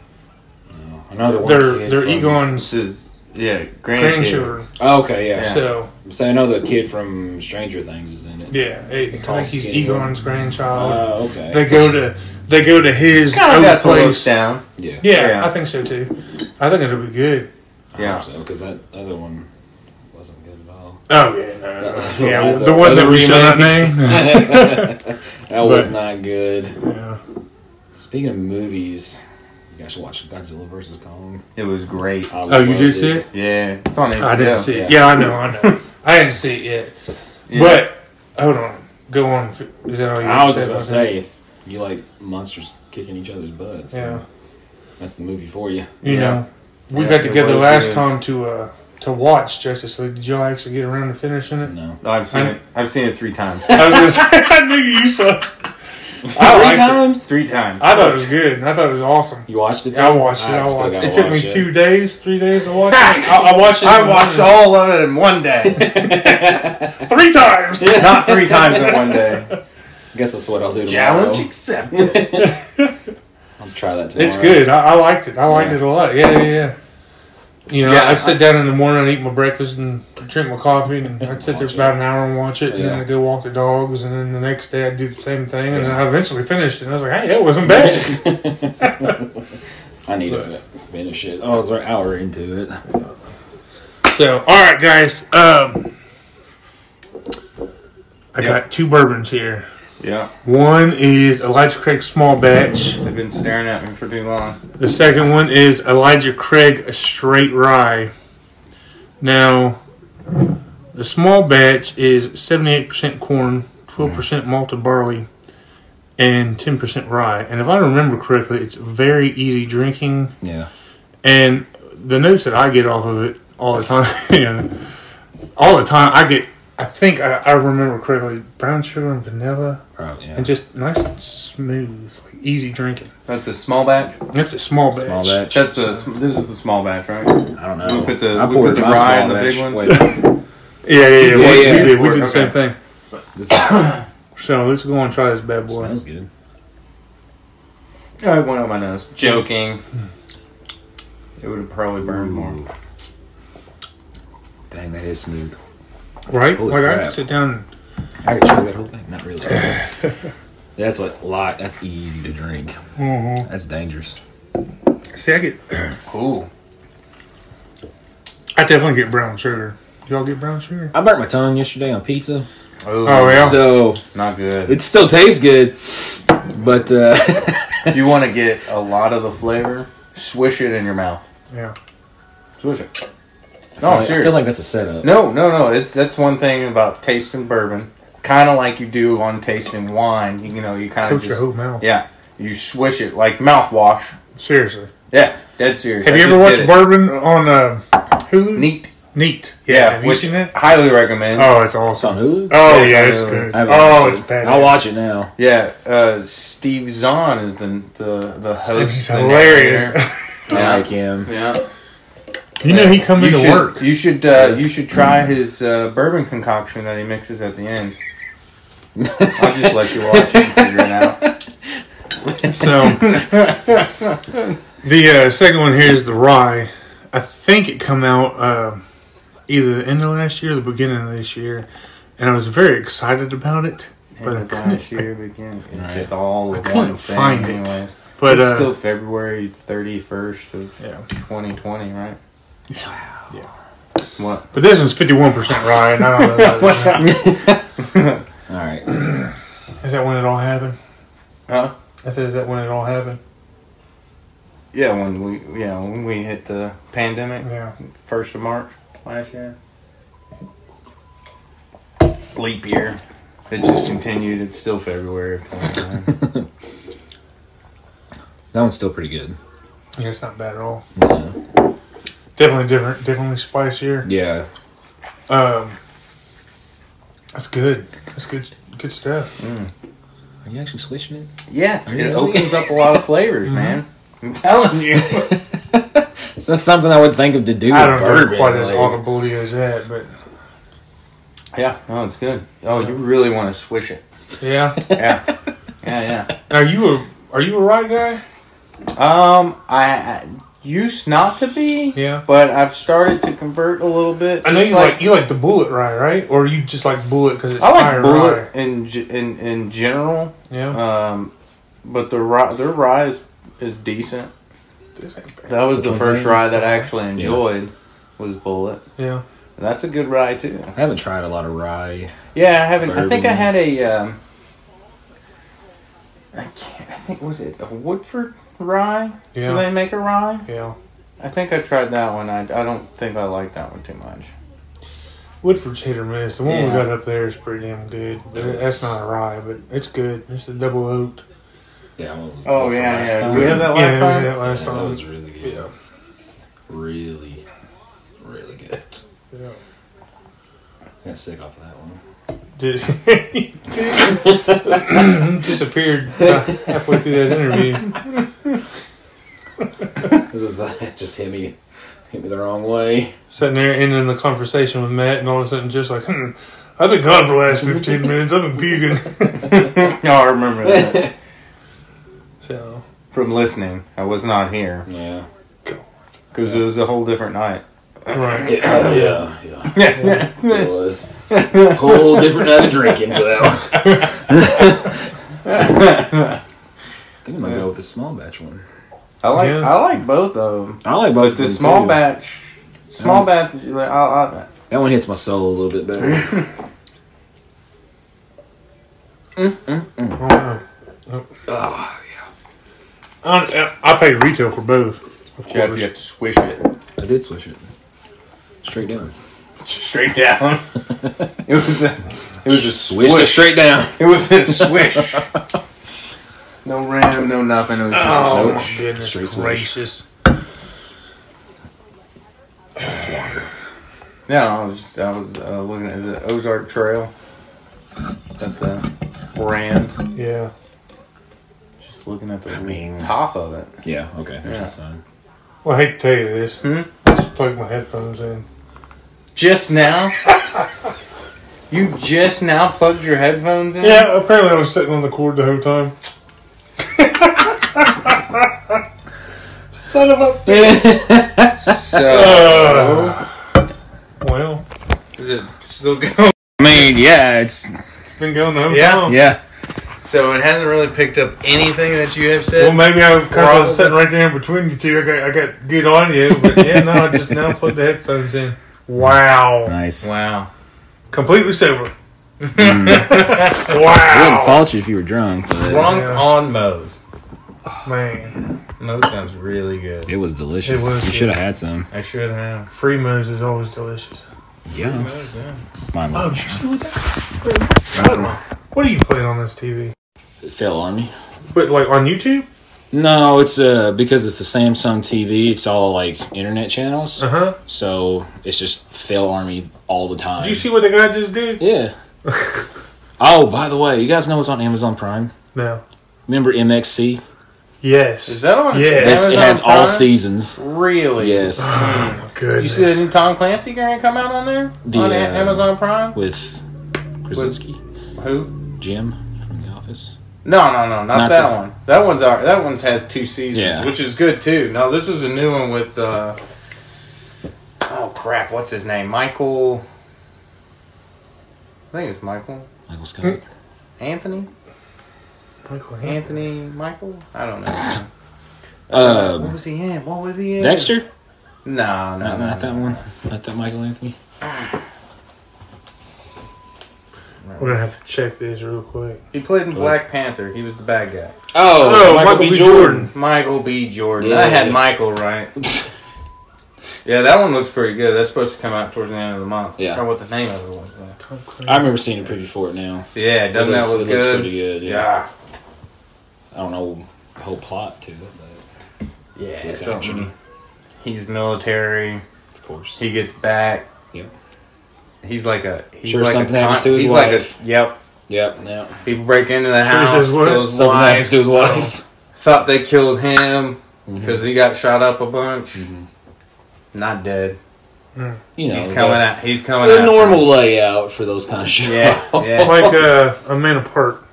[SPEAKER 1] another one.
[SPEAKER 2] They're
[SPEAKER 1] kid
[SPEAKER 2] they're
[SPEAKER 1] from-
[SPEAKER 2] Egon's
[SPEAKER 3] This is yeah,
[SPEAKER 2] grandchildren,
[SPEAKER 3] grandchildren.
[SPEAKER 1] Oh, okay, yeah.
[SPEAKER 2] so.
[SPEAKER 1] So I know the kid from Stranger Things is in it.
[SPEAKER 2] Yeah, I I
[SPEAKER 1] Tall
[SPEAKER 2] think he's
[SPEAKER 1] skinny
[SPEAKER 2] Egon's grandchild.
[SPEAKER 1] Oh, okay.
[SPEAKER 2] They go to they go to his
[SPEAKER 3] Kind of
[SPEAKER 2] old
[SPEAKER 3] got the looks
[SPEAKER 2] place. Yeah,
[SPEAKER 3] down.
[SPEAKER 1] yeah.
[SPEAKER 3] Yeah.
[SPEAKER 2] I think so too. I think it'll be good.
[SPEAKER 3] Yeah.
[SPEAKER 1] Because that other one wasn't good at
[SPEAKER 3] *laughs*
[SPEAKER 1] all. *laughs*
[SPEAKER 2] Oh yeah, no, no, no. yeah,
[SPEAKER 1] The-
[SPEAKER 2] the one that
[SPEAKER 1] the
[SPEAKER 2] we shall not
[SPEAKER 1] remake.
[SPEAKER 2] name.
[SPEAKER 1] *laughs* That was not good.
[SPEAKER 2] yeah.
[SPEAKER 1] Speaking of movies, you guys should watch Godzilla vs. Kong.
[SPEAKER 3] It was great.
[SPEAKER 1] I
[SPEAKER 2] Oh, you
[SPEAKER 1] loved
[SPEAKER 2] did see it?
[SPEAKER 3] Yeah, it's on HBO.
[SPEAKER 2] I didn't see it. Yeah, I know, I know. I didn't see it yet.
[SPEAKER 3] Yeah.
[SPEAKER 2] But hold on, go on. Is that all you?
[SPEAKER 1] I was
[SPEAKER 2] said
[SPEAKER 1] just going
[SPEAKER 2] about
[SPEAKER 1] to say, if you like monsters kicking each other's butts,
[SPEAKER 2] that? Yeah,
[SPEAKER 1] that's the movie for
[SPEAKER 2] *laughs*
[SPEAKER 1] you.
[SPEAKER 2] you
[SPEAKER 3] Yeah.
[SPEAKER 2] know, we
[SPEAKER 3] Yeah,
[SPEAKER 2] got
[SPEAKER 3] it
[SPEAKER 2] together
[SPEAKER 3] was
[SPEAKER 2] last
[SPEAKER 3] good.
[SPEAKER 2] time to uh to watch Justice League. Did y'all actually get around to
[SPEAKER 1] *laughs*
[SPEAKER 2] finishing it?
[SPEAKER 1] No.
[SPEAKER 3] I've seen
[SPEAKER 2] I'm-
[SPEAKER 3] it. I've seen it three times. *laughs*
[SPEAKER 2] I was gonna say *laughs* I knew you saw. it.
[SPEAKER 1] Three
[SPEAKER 2] I liked it.
[SPEAKER 1] times?
[SPEAKER 3] Three times.
[SPEAKER 2] I thought it was good. I thought it was awesome.
[SPEAKER 1] You watched it?
[SPEAKER 2] Yeah, I
[SPEAKER 1] too?
[SPEAKER 2] watched it. I
[SPEAKER 1] still
[SPEAKER 2] watched it.
[SPEAKER 1] gotta
[SPEAKER 2] It took
[SPEAKER 1] watch
[SPEAKER 2] me two days, three days to watch it. *laughs* I, I watched it. in
[SPEAKER 3] I
[SPEAKER 2] the
[SPEAKER 3] watched
[SPEAKER 2] morning.
[SPEAKER 3] all of it in one day,
[SPEAKER 2] *laughs* three times.
[SPEAKER 3] not three times in one day.
[SPEAKER 1] I guess that's what I'll do tomorrow.
[SPEAKER 3] accepted.
[SPEAKER 1] I'll try that tomorrow.
[SPEAKER 2] It's good. I, I liked it. I liked
[SPEAKER 1] Yeah.
[SPEAKER 2] it a lot. Yeah, yeah, yeah. You know,
[SPEAKER 3] Yeah,
[SPEAKER 2] I sit down in the morning, I'd eat my breakfast and drink my coffee, *laughs* and I'd sit there
[SPEAKER 1] Watch it.
[SPEAKER 2] for about an hour and watch it, and then
[SPEAKER 1] Yeah.
[SPEAKER 2] I'd go walk the dogs, and then the next day I'd do the same thing, and I eventually finished it. And I was like, hey, that wasn't bad. *laughs*
[SPEAKER 1] *laughs* I need to fin- finish it. Oh, I was an hour into it.
[SPEAKER 2] so, all right, guys. Um, I got two bourbons here.
[SPEAKER 3] Yeah,
[SPEAKER 2] One is Elijah Craig Small Batch.
[SPEAKER 3] they've been staring at me for too long.
[SPEAKER 2] The second one is Elijah Craig a Straight Rye. Now, the small batch is 78% corn, 12% malted barley, and 10% rye. And if I remember correctly, it's very easy drinking.
[SPEAKER 1] Yeah.
[SPEAKER 2] And *laughs* the notes that I get off of it all the time, you know, all the time, I get I think I, I remember correctly. Brown sugar and vanilla,
[SPEAKER 1] Probably, yeah.
[SPEAKER 2] and just nice and smooth, like easy drinking.
[SPEAKER 3] That's the small batch.
[SPEAKER 2] And it's a small batch.
[SPEAKER 1] small batch.
[SPEAKER 3] That's the. This is the small batch, right?
[SPEAKER 1] I don't know.
[SPEAKER 3] we put the-
[SPEAKER 1] I
[SPEAKER 3] we
[SPEAKER 1] poured
[SPEAKER 3] put the
[SPEAKER 1] my
[SPEAKER 3] rye
[SPEAKER 1] small
[SPEAKER 3] in the
[SPEAKER 1] batch.
[SPEAKER 3] big one.
[SPEAKER 1] Wait,
[SPEAKER 2] Yeah, yeah, yeah.
[SPEAKER 1] Yeah,
[SPEAKER 2] we,
[SPEAKER 1] yeah.
[SPEAKER 2] we did. We did the
[SPEAKER 3] Okay.
[SPEAKER 2] same thing.
[SPEAKER 1] this
[SPEAKER 2] *coughs* So let's go and try this bad boy.
[SPEAKER 1] smells good.
[SPEAKER 3] I had one on my nose. Joking. It would have probably burned more.
[SPEAKER 1] Dang, that is smooth.
[SPEAKER 2] Right?
[SPEAKER 1] Holy
[SPEAKER 2] like I
[SPEAKER 1] crap.
[SPEAKER 2] could sit down.
[SPEAKER 1] I could chug that whole thing. Not really. That's a lot. That's easy to drink.
[SPEAKER 2] And,
[SPEAKER 3] Mm-hmm.
[SPEAKER 1] That's dangerous.
[SPEAKER 2] See, I get.
[SPEAKER 3] Ooh.
[SPEAKER 2] I definitely get brown sugar. Y'all get brown sugar?
[SPEAKER 1] I burnt my tongue yesterday on pizza,
[SPEAKER 2] Oh yeah.
[SPEAKER 1] so
[SPEAKER 3] Not good.
[SPEAKER 1] it still tastes good, but uh, *laughs*
[SPEAKER 3] you want to get a lot of the flavor. Swish it in your mouth.
[SPEAKER 2] yeah.
[SPEAKER 3] Swish it.
[SPEAKER 1] I
[SPEAKER 3] No,
[SPEAKER 1] feel like- I
[SPEAKER 3] Oh, cheers.
[SPEAKER 1] feel like that's a setup.
[SPEAKER 3] No, no, no. It's that's one thing about tasting bourbon, kind of like you do on tasting wine. You, know, you kind of
[SPEAKER 2] Coat your
[SPEAKER 3] just
[SPEAKER 2] whole mouth.
[SPEAKER 3] yeah, you swish it like mouthwash.
[SPEAKER 2] Seriously.
[SPEAKER 3] Yeah, dead serious.
[SPEAKER 2] Have
[SPEAKER 3] I
[SPEAKER 2] you ever
[SPEAKER 3] just
[SPEAKER 2] watched
[SPEAKER 3] did it.
[SPEAKER 2] bourbon on uh, Hulu?
[SPEAKER 3] Neat?
[SPEAKER 2] Neat. Yeah.
[SPEAKER 3] Yeah,
[SPEAKER 2] Have you
[SPEAKER 3] which
[SPEAKER 2] seen it?
[SPEAKER 3] highly recommend.
[SPEAKER 2] Oh,
[SPEAKER 1] It's
[SPEAKER 2] it's
[SPEAKER 1] on
[SPEAKER 2] awesome.
[SPEAKER 1] Hulu.
[SPEAKER 2] Oh
[SPEAKER 3] Yeah,
[SPEAKER 2] yeah, it's
[SPEAKER 3] it's on Hulu.
[SPEAKER 2] good.
[SPEAKER 1] I haven't
[SPEAKER 2] Oh,
[SPEAKER 1] watched
[SPEAKER 2] it's
[SPEAKER 1] it.
[SPEAKER 2] bad.
[SPEAKER 1] I'll watch it now.
[SPEAKER 3] Yeah, uh, Steve Zahn is the the the host.
[SPEAKER 2] It's
[SPEAKER 3] the
[SPEAKER 2] hilarious.
[SPEAKER 3] narrator.
[SPEAKER 1] I like him.
[SPEAKER 3] Yeah,
[SPEAKER 2] *laughs* you know he come
[SPEAKER 3] you
[SPEAKER 2] into
[SPEAKER 3] should,
[SPEAKER 2] work.
[SPEAKER 3] You should uh, you should try his uh, bourbon concoction that he mixes at the end. *laughs* I'll just let you watch it and figure it *laughs* out.
[SPEAKER 2] So the uh, second one here is the rye. I think it come out uh, either the end of last year or the beginning of this year, and I was very excited about it, but I
[SPEAKER 3] End of
[SPEAKER 2] couldn't.
[SPEAKER 3] last year begin. It's, it's all
[SPEAKER 2] I
[SPEAKER 3] one
[SPEAKER 2] couldn't
[SPEAKER 3] thing
[SPEAKER 2] find it.
[SPEAKER 3] anyways.
[SPEAKER 2] But
[SPEAKER 3] it's
[SPEAKER 2] uh,
[SPEAKER 3] still February thirty first of
[SPEAKER 2] Yeah.
[SPEAKER 3] twenty twenty, right?
[SPEAKER 2] Yeah.
[SPEAKER 3] What?
[SPEAKER 2] but this one's fifty one percent rye, and I don't know.
[SPEAKER 3] *laughs*
[SPEAKER 2] About that.
[SPEAKER 1] All right.
[SPEAKER 2] Is that when it all happened?
[SPEAKER 3] Huh?
[SPEAKER 2] I said, is that when it all happened?
[SPEAKER 3] Yeah, when we yeah when we hit the pandemic
[SPEAKER 2] Yeah.
[SPEAKER 3] first of March last year. Leap year. It just continued. It's still February of twenty twenty.
[SPEAKER 1] That one's still pretty good.
[SPEAKER 2] Yeah, it's not bad at all.
[SPEAKER 1] Yeah.
[SPEAKER 2] Definitely different. Definitely spicier.
[SPEAKER 1] yeah.
[SPEAKER 2] Um, that's good. That's good. Good stuff.
[SPEAKER 1] Are you actually switching it?
[SPEAKER 3] yes,
[SPEAKER 1] Really?
[SPEAKER 3] it opens up a lot of flavors, man. I'm telling you.
[SPEAKER 1] It's not something I would think of to do.
[SPEAKER 2] I
[SPEAKER 1] with
[SPEAKER 2] don't know
[SPEAKER 1] bourbon.
[SPEAKER 2] quite as
[SPEAKER 1] like-
[SPEAKER 2] audibly as that, but
[SPEAKER 3] yeah. No, it's good. Oh, you really want to swish it?
[SPEAKER 2] yeah.
[SPEAKER 3] Yeah. Yeah. Yeah.
[SPEAKER 2] Are you a Are you a right guy?
[SPEAKER 3] Um, I, I used not to be.
[SPEAKER 2] Yeah.
[SPEAKER 3] But I've started to convert a little bit.
[SPEAKER 2] I know
[SPEAKER 3] Just
[SPEAKER 2] you like, you like the bullet rye, right? Or you just like bullet because it's
[SPEAKER 3] I like
[SPEAKER 2] fire
[SPEAKER 3] bullet
[SPEAKER 2] rye.
[SPEAKER 3] in ge- in in general.
[SPEAKER 2] Yeah.
[SPEAKER 3] Um, but the rye, their rye is, is decent.
[SPEAKER 2] This ain't bad.
[SPEAKER 3] That was the
[SPEAKER 1] Which one's
[SPEAKER 3] first
[SPEAKER 1] that?
[SPEAKER 3] rye that I actually enjoyed. Was bullet.
[SPEAKER 2] yeah.
[SPEAKER 3] And That's a good rye too.
[SPEAKER 1] I haven't tried a lot of rye.
[SPEAKER 3] Yeah, I haven't. I think I had
[SPEAKER 1] Bourbons.
[SPEAKER 3] a. Um, I can't. I think was it a Woodford rye?
[SPEAKER 2] Yeah.
[SPEAKER 3] Do they make a rye?
[SPEAKER 2] Yeah.
[SPEAKER 3] I think I tried that one. I, I don't think I like that one too *laughs* much.
[SPEAKER 2] Woodford's hit or miss. The one we
[SPEAKER 3] Yeah.
[SPEAKER 2] got up there is pretty damn good. But
[SPEAKER 1] It was-
[SPEAKER 2] that's not a rye, but it's good. It's the double oat.
[SPEAKER 1] Yeah. what was-
[SPEAKER 3] Oh,
[SPEAKER 1] what
[SPEAKER 3] yeah,
[SPEAKER 1] last
[SPEAKER 3] yeah.
[SPEAKER 1] time?
[SPEAKER 3] We have that
[SPEAKER 2] yeah,
[SPEAKER 3] last
[SPEAKER 2] we
[SPEAKER 3] time?
[SPEAKER 2] did that last
[SPEAKER 1] Yeah,
[SPEAKER 2] time.
[SPEAKER 1] that was really good.
[SPEAKER 2] Yeah.
[SPEAKER 1] Really, really good.
[SPEAKER 2] Yeah.
[SPEAKER 1] got sick off of that one.
[SPEAKER 2] Did *laughs* disappeared about halfway through that interview.
[SPEAKER 1] This is the, *laughs* it just hit me, hit me the wrong way.
[SPEAKER 2] Sitting there ending the conversation with Matt, and all of a sudden, just like, hmm, I've been gone for the last 15 minutes. I've been puking.
[SPEAKER 3] No, I remember *laughs* that
[SPEAKER 2] So,
[SPEAKER 3] from listening. I was not here
[SPEAKER 1] Yeah.
[SPEAKER 3] because it was a whole different night.
[SPEAKER 2] right.
[SPEAKER 1] Yeah, yeah, yeah.
[SPEAKER 3] *laughs*
[SPEAKER 1] it was whole different night of drinking for that one. I think I'm gonna go with the small batch one.
[SPEAKER 3] I like
[SPEAKER 2] Yeah.
[SPEAKER 3] I like both of them, Mm.
[SPEAKER 1] I like both.
[SPEAKER 3] but
[SPEAKER 1] of
[SPEAKER 3] the
[SPEAKER 1] them,
[SPEAKER 3] small
[SPEAKER 1] too.
[SPEAKER 3] batch, small batch. Like, I,
[SPEAKER 1] That one hits my soul a little bit
[SPEAKER 3] *laughs*
[SPEAKER 1] better.
[SPEAKER 2] Oh, no. I, uh, I pay retail for both. Of
[SPEAKER 3] I Jeff, you have
[SPEAKER 2] course.
[SPEAKER 3] to swish it
[SPEAKER 1] I did switch it straight down.
[SPEAKER 3] straight down. *laughs* it was a, it was a
[SPEAKER 1] Switched it
[SPEAKER 3] swish.
[SPEAKER 1] straight down.
[SPEAKER 3] It was a swish. *laughs* no ram, no nothing. It was just
[SPEAKER 2] Oh,
[SPEAKER 3] a
[SPEAKER 2] my
[SPEAKER 3] swish.
[SPEAKER 2] goodness
[SPEAKER 1] Straight switch.
[SPEAKER 2] gracious.
[SPEAKER 1] It's water.
[SPEAKER 3] Yeah, I was just I was uh, looking at the Ozark Trail at the Rand.
[SPEAKER 2] Yeah.
[SPEAKER 3] Just looking at the
[SPEAKER 1] mean-
[SPEAKER 3] top of it.
[SPEAKER 1] Yeah, okay, there's
[SPEAKER 3] Yeah.
[SPEAKER 1] a
[SPEAKER 2] *laughs*
[SPEAKER 1] sign.
[SPEAKER 2] Well, I hate to tell you this.
[SPEAKER 3] Hmm?
[SPEAKER 2] I just plugged my headphones in.
[SPEAKER 3] Just now? *laughs* you just now plugged your headphones in?
[SPEAKER 2] Yeah, apparently I was sitting on the cord the whole time. Son of a *laughs* bitch.
[SPEAKER 3] *laughs* So
[SPEAKER 2] well,
[SPEAKER 3] is it still going?
[SPEAKER 1] I mean, yeah, it's
[SPEAKER 2] it's been going the whole
[SPEAKER 3] Yeah,
[SPEAKER 2] time.
[SPEAKER 1] yeah.
[SPEAKER 3] So it hasn't really picked up anything that you have
[SPEAKER 2] Well,
[SPEAKER 3] said.
[SPEAKER 2] maybe I because I
[SPEAKER 3] Probably.
[SPEAKER 2] was sitting right there in between you two. I got I got good audio, but yeah, no, I just now plugged the headphones in. Wow,
[SPEAKER 1] Nice.
[SPEAKER 3] Wow.
[SPEAKER 2] completely sober.
[SPEAKER 1] I wouldn't
[SPEAKER 2] *laughs* wow,
[SPEAKER 1] fault you if you were drunk, but
[SPEAKER 3] Drunk
[SPEAKER 2] Yeah.
[SPEAKER 3] on Moe's.
[SPEAKER 2] man,
[SPEAKER 3] Moe's sounds really good.
[SPEAKER 1] it was delicious.
[SPEAKER 2] It was
[SPEAKER 1] you
[SPEAKER 2] good.
[SPEAKER 1] should have had some.
[SPEAKER 3] I should have.
[SPEAKER 2] free moose is always delicious.
[SPEAKER 1] Yeah.
[SPEAKER 3] Moe's, yeah.
[SPEAKER 1] Mine
[SPEAKER 2] Oh,
[SPEAKER 1] was.
[SPEAKER 2] you see what that? What are you playing on this TV?
[SPEAKER 1] It fell on me.
[SPEAKER 2] But like on YouTube?
[SPEAKER 1] No, it's uh because it's the Samsung TV. It's all like internet channels,
[SPEAKER 2] Uh huh.
[SPEAKER 1] so it's just fail army all the time.
[SPEAKER 2] Did you see what the guy just did? *laughs*
[SPEAKER 1] Yeah. oh, by the way, you guys know it's on Amazon Prime.
[SPEAKER 2] No.
[SPEAKER 1] Remember MXC?
[SPEAKER 2] Yes.
[SPEAKER 3] Is that on?
[SPEAKER 2] Yeah.
[SPEAKER 1] It's, it has all
[SPEAKER 3] Prime?
[SPEAKER 1] seasons.
[SPEAKER 3] Really?
[SPEAKER 1] Yes,
[SPEAKER 2] Oh my
[SPEAKER 3] You
[SPEAKER 2] goodness.
[SPEAKER 3] see the new Tom Clancy going to come out on there
[SPEAKER 1] The,
[SPEAKER 3] on A-
[SPEAKER 1] uh,
[SPEAKER 3] Amazon Prime?
[SPEAKER 1] with Krasinski,
[SPEAKER 3] Who?
[SPEAKER 1] Jim from The Office.
[SPEAKER 3] No, no, no, not,
[SPEAKER 1] Not
[SPEAKER 3] that
[SPEAKER 1] the-
[SPEAKER 3] one. That one's our, that one's has two seasons,
[SPEAKER 1] Yeah.
[SPEAKER 3] which is good too. No, this is a new one with. Uh, oh crap! What's his name? Michael. I think it's Michael
[SPEAKER 1] Michael
[SPEAKER 2] Hmm.
[SPEAKER 1] Scott.
[SPEAKER 3] Anthony.
[SPEAKER 2] Michael Hanson.
[SPEAKER 3] Anthony Michael. I don't
[SPEAKER 1] *laughs*
[SPEAKER 3] know. what
[SPEAKER 1] Um,
[SPEAKER 3] was he in? What was he in?
[SPEAKER 1] Dexter?
[SPEAKER 3] No, no,
[SPEAKER 1] Not,
[SPEAKER 3] no,
[SPEAKER 1] not that
[SPEAKER 3] no.
[SPEAKER 1] one. Not that Michael Anthony.
[SPEAKER 2] We're gonna have to check this real quick.
[SPEAKER 3] He played in Black Panther. He was the bad guy.
[SPEAKER 1] Oh,
[SPEAKER 3] Michael B. Jordan.
[SPEAKER 1] Yeah.
[SPEAKER 3] I had Michael right.
[SPEAKER 1] *laughs*
[SPEAKER 3] yeah, that one looks pretty good. That's supposed to come out towards the end of the month.
[SPEAKER 1] Yeah.
[SPEAKER 3] I forgot what the name of it was. though.
[SPEAKER 2] Tom Cruise.
[SPEAKER 1] I
[SPEAKER 2] *laughs*
[SPEAKER 1] remember seeing a preview for it now.
[SPEAKER 3] Yeah, doesn't
[SPEAKER 1] it looks,
[SPEAKER 3] that look
[SPEAKER 1] it looks
[SPEAKER 3] good?
[SPEAKER 1] pretty good. Yeah.
[SPEAKER 3] Yeah.
[SPEAKER 1] I don't know the whole plot to it, but
[SPEAKER 3] Yeah,
[SPEAKER 1] it's
[SPEAKER 3] something.
[SPEAKER 1] action.
[SPEAKER 3] He's military.
[SPEAKER 1] Of course.
[SPEAKER 3] He gets back.
[SPEAKER 1] Yep.
[SPEAKER 3] He's like a. He's
[SPEAKER 1] Sure,
[SPEAKER 3] like
[SPEAKER 1] something
[SPEAKER 3] a
[SPEAKER 1] happens to his
[SPEAKER 3] he's
[SPEAKER 1] wife.
[SPEAKER 3] Like a, yep.
[SPEAKER 1] Yep. Yep.
[SPEAKER 3] People break into *laughs* the
[SPEAKER 2] Sure,
[SPEAKER 3] house.
[SPEAKER 2] his wife-
[SPEAKER 3] Kill his
[SPEAKER 1] Something happens
[SPEAKER 3] wife.
[SPEAKER 1] to his *laughs* Mm-hmm. wife.
[SPEAKER 3] Thought they killed him because he got shot up a bunch.
[SPEAKER 1] Mhm.
[SPEAKER 3] Not dead.
[SPEAKER 1] You know,
[SPEAKER 3] he's coming
[SPEAKER 1] the,
[SPEAKER 3] out. He's coming
[SPEAKER 1] the
[SPEAKER 3] out.
[SPEAKER 1] normal layout for those kind of shows.
[SPEAKER 2] *laughs*
[SPEAKER 3] Yeah, yeah.
[SPEAKER 2] Like uh, a man apart.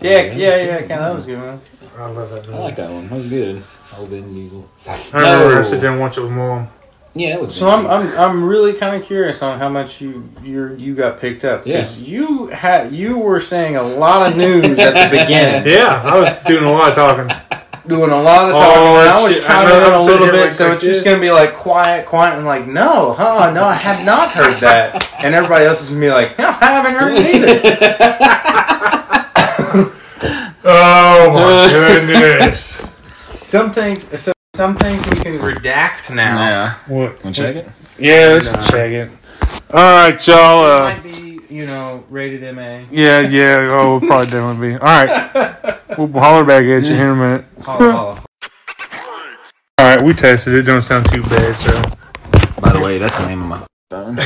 [SPEAKER 3] Yeah, yeah, yeah. yeah that was a good one.
[SPEAKER 2] I love
[SPEAKER 1] *laughs*
[SPEAKER 2] that
[SPEAKER 1] I
[SPEAKER 2] movie.
[SPEAKER 1] like that one. That was good. Old Ben Diesel.
[SPEAKER 2] I remember
[SPEAKER 1] No.
[SPEAKER 2] I sit down and watch it with mom.
[SPEAKER 1] Yeah, it was.
[SPEAKER 3] So
[SPEAKER 1] Ben
[SPEAKER 3] I'm,
[SPEAKER 1] Diesel.
[SPEAKER 3] I'm I'm really kind of curious on how much you you you got picked up because you had you were saying a lot of news at *laughs* the beginning,
[SPEAKER 2] Yeah, I was doing a lot of talking.
[SPEAKER 3] doing a lot of
[SPEAKER 2] Oh,
[SPEAKER 3] talking. and I was
[SPEAKER 2] shit.
[SPEAKER 3] chiming
[SPEAKER 2] I'm
[SPEAKER 3] in a
[SPEAKER 2] upset
[SPEAKER 3] little
[SPEAKER 2] here
[SPEAKER 3] bit,
[SPEAKER 2] like
[SPEAKER 3] so it's
[SPEAKER 2] this.
[SPEAKER 3] just gonna be like quiet, quiet, and like no, huh? No, I have not heard that, and everybody else is gonna be like, no, I haven't heard
[SPEAKER 2] *laughs*
[SPEAKER 3] it either.
[SPEAKER 2] Oh *laughs* my *laughs* goodness.
[SPEAKER 3] some things, so, some things we can redact now.
[SPEAKER 1] Yeah.
[SPEAKER 2] What?
[SPEAKER 1] Want to check it?
[SPEAKER 2] Yeah, let's
[SPEAKER 3] Nah.
[SPEAKER 2] check it. All right, y'all. Uh,
[SPEAKER 3] Might be, you know, rated MA.
[SPEAKER 2] yeah, yeah. Oh, we'll probably definitely be. All right. *laughs* We'll holler back at you here in a minute.
[SPEAKER 3] Holla, holla.
[SPEAKER 2] All right, we tested it. Don't sound too bad, so.
[SPEAKER 1] By the way, that's the name of my *laughs* phone.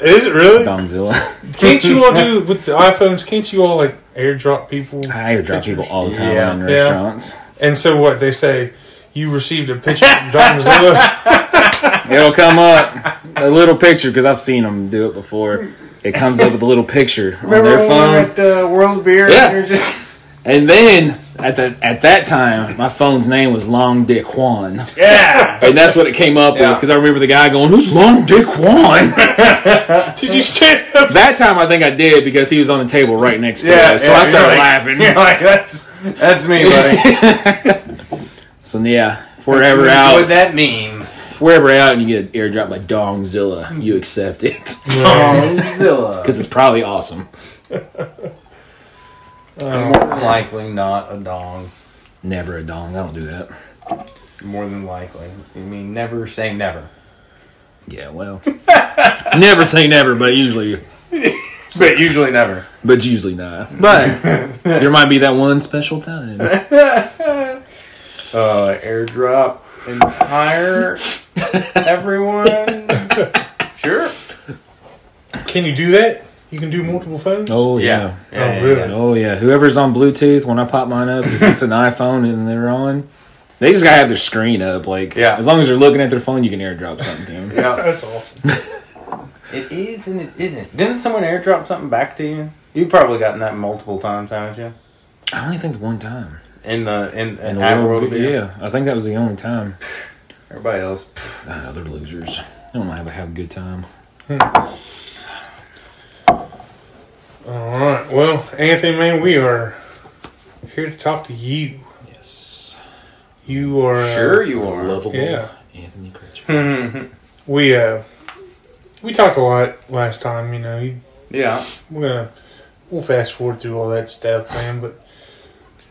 [SPEAKER 2] Is it really?
[SPEAKER 1] Domzilla.
[SPEAKER 2] Can't you all *laughs* do with the iPhones? Can't you all like airdrop people?
[SPEAKER 1] *laughs* I airdrop people all the time
[SPEAKER 3] Yeah.
[SPEAKER 1] in
[SPEAKER 2] Yeah.
[SPEAKER 1] restaurants.
[SPEAKER 2] And so what they say, you received a picture *laughs* from Donzilla.
[SPEAKER 1] It'll come up a little picture because I've seen them do it before. It comes up with a little picture on
[SPEAKER 3] Remember
[SPEAKER 1] their
[SPEAKER 3] when we were
[SPEAKER 1] phone,
[SPEAKER 3] at the World Beer?
[SPEAKER 1] Yeah.
[SPEAKER 3] And you're just.
[SPEAKER 1] and then at the at that time, my phone's name was Long Dick Juan,
[SPEAKER 2] yeah.
[SPEAKER 1] and that's what it came up with
[SPEAKER 3] Yeah.
[SPEAKER 1] because I remember the guy going, "Who's Long Dick Juan?" *laughs*
[SPEAKER 2] Did you stand up?
[SPEAKER 1] that time, I think I did because he was on the table right next to
[SPEAKER 3] Yeah,
[SPEAKER 1] us, *laughs* so
[SPEAKER 3] yeah,
[SPEAKER 1] I started
[SPEAKER 3] *laughs* you're like-
[SPEAKER 1] laughing.
[SPEAKER 3] Yeah, like that's that's me, buddy.
[SPEAKER 1] So yeah, *laughs* forever out,
[SPEAKER 3] What that mean?
[SPEAKER 1] forever out, and you get an airdrop by Dongzilla, you accept it *laughs* because it's probably awesome.
[SPEAKER 3] More than likely not a dong.
[SPEAKER 1] Never a dong. I don't do that.
[SPEAKER 3] More than likely. I mean, never say never.
[SPEAKER 1] Yeah, well, *laughs* never say never, but usually,
[SPEAKER 3] But usually never.
[SPEAKER 1] but usually not. But *laughs* there might be that one special time.
[SPEAKER 3] Uh, airdrop entire everyone. Sure.
[SPEAKER 2] Can you do that? You can do multiple phones?
[SPEAKER 1] Oh
[SPEAKER 3] Yeah.
[SPEAKER 1] yeah.
[SPEAKER 3] yeah,
[SPEAKER 2] Oh, really?
[SPEAKER 3] yeah.
[SPEAKER 1] Oh yeah. Whoever's on Bluetooth, when I pop mine up, if it's an iPhone and they're on, they just gotta have their screen up. Like
[SPEAKER 3] Yeah.
[SPEAKER 1] as long as they're looking at their phone, you can airdrop something to them.
[SPEAKER 3] *laughs* Yeah.
[SPEAKER 2] That's awesome.
[SPEAKER 3] It is and it isn't. Didn't someone airdrop something back to you? You've probably gotten that multiple times, haven't you?
[SPEAKER 1] I only think one time.
[SPEAKER 3] In the in, in
[SPEAKER 1] And
[SPEAKER 3] Apple
[SPEAKER 1] World,
[SPEAKER 3] World,
[SPEAKER 1] Be- yeah, I think that was the only time.
[SPEAKER 3] Everybody else.
[SPEAKER 1] Ah, they're losers. They don't know how to have a good time.
[SPEAKER 2] All right. Well, Anthony, man, we are here to talk to you.
[SPEAKER 1] Yes.
[SPEAKER 2] You are. uh,
[SPEAKER 3] Sure you are.
[SPEAKER 1] Lovable.
[SPEAKER 2] Yeah.
[SPEAKER 1] Anthony Critchfield.
[SPEAKER 3] Mhm.
[SPEAKER 2] We, uh, we talked a lot last time, you know. You,
[SPEAKER 3] *laughs* yeah.
[SPEAKER 2] we're gonna, we'll fast forward through all that stuff, man, but.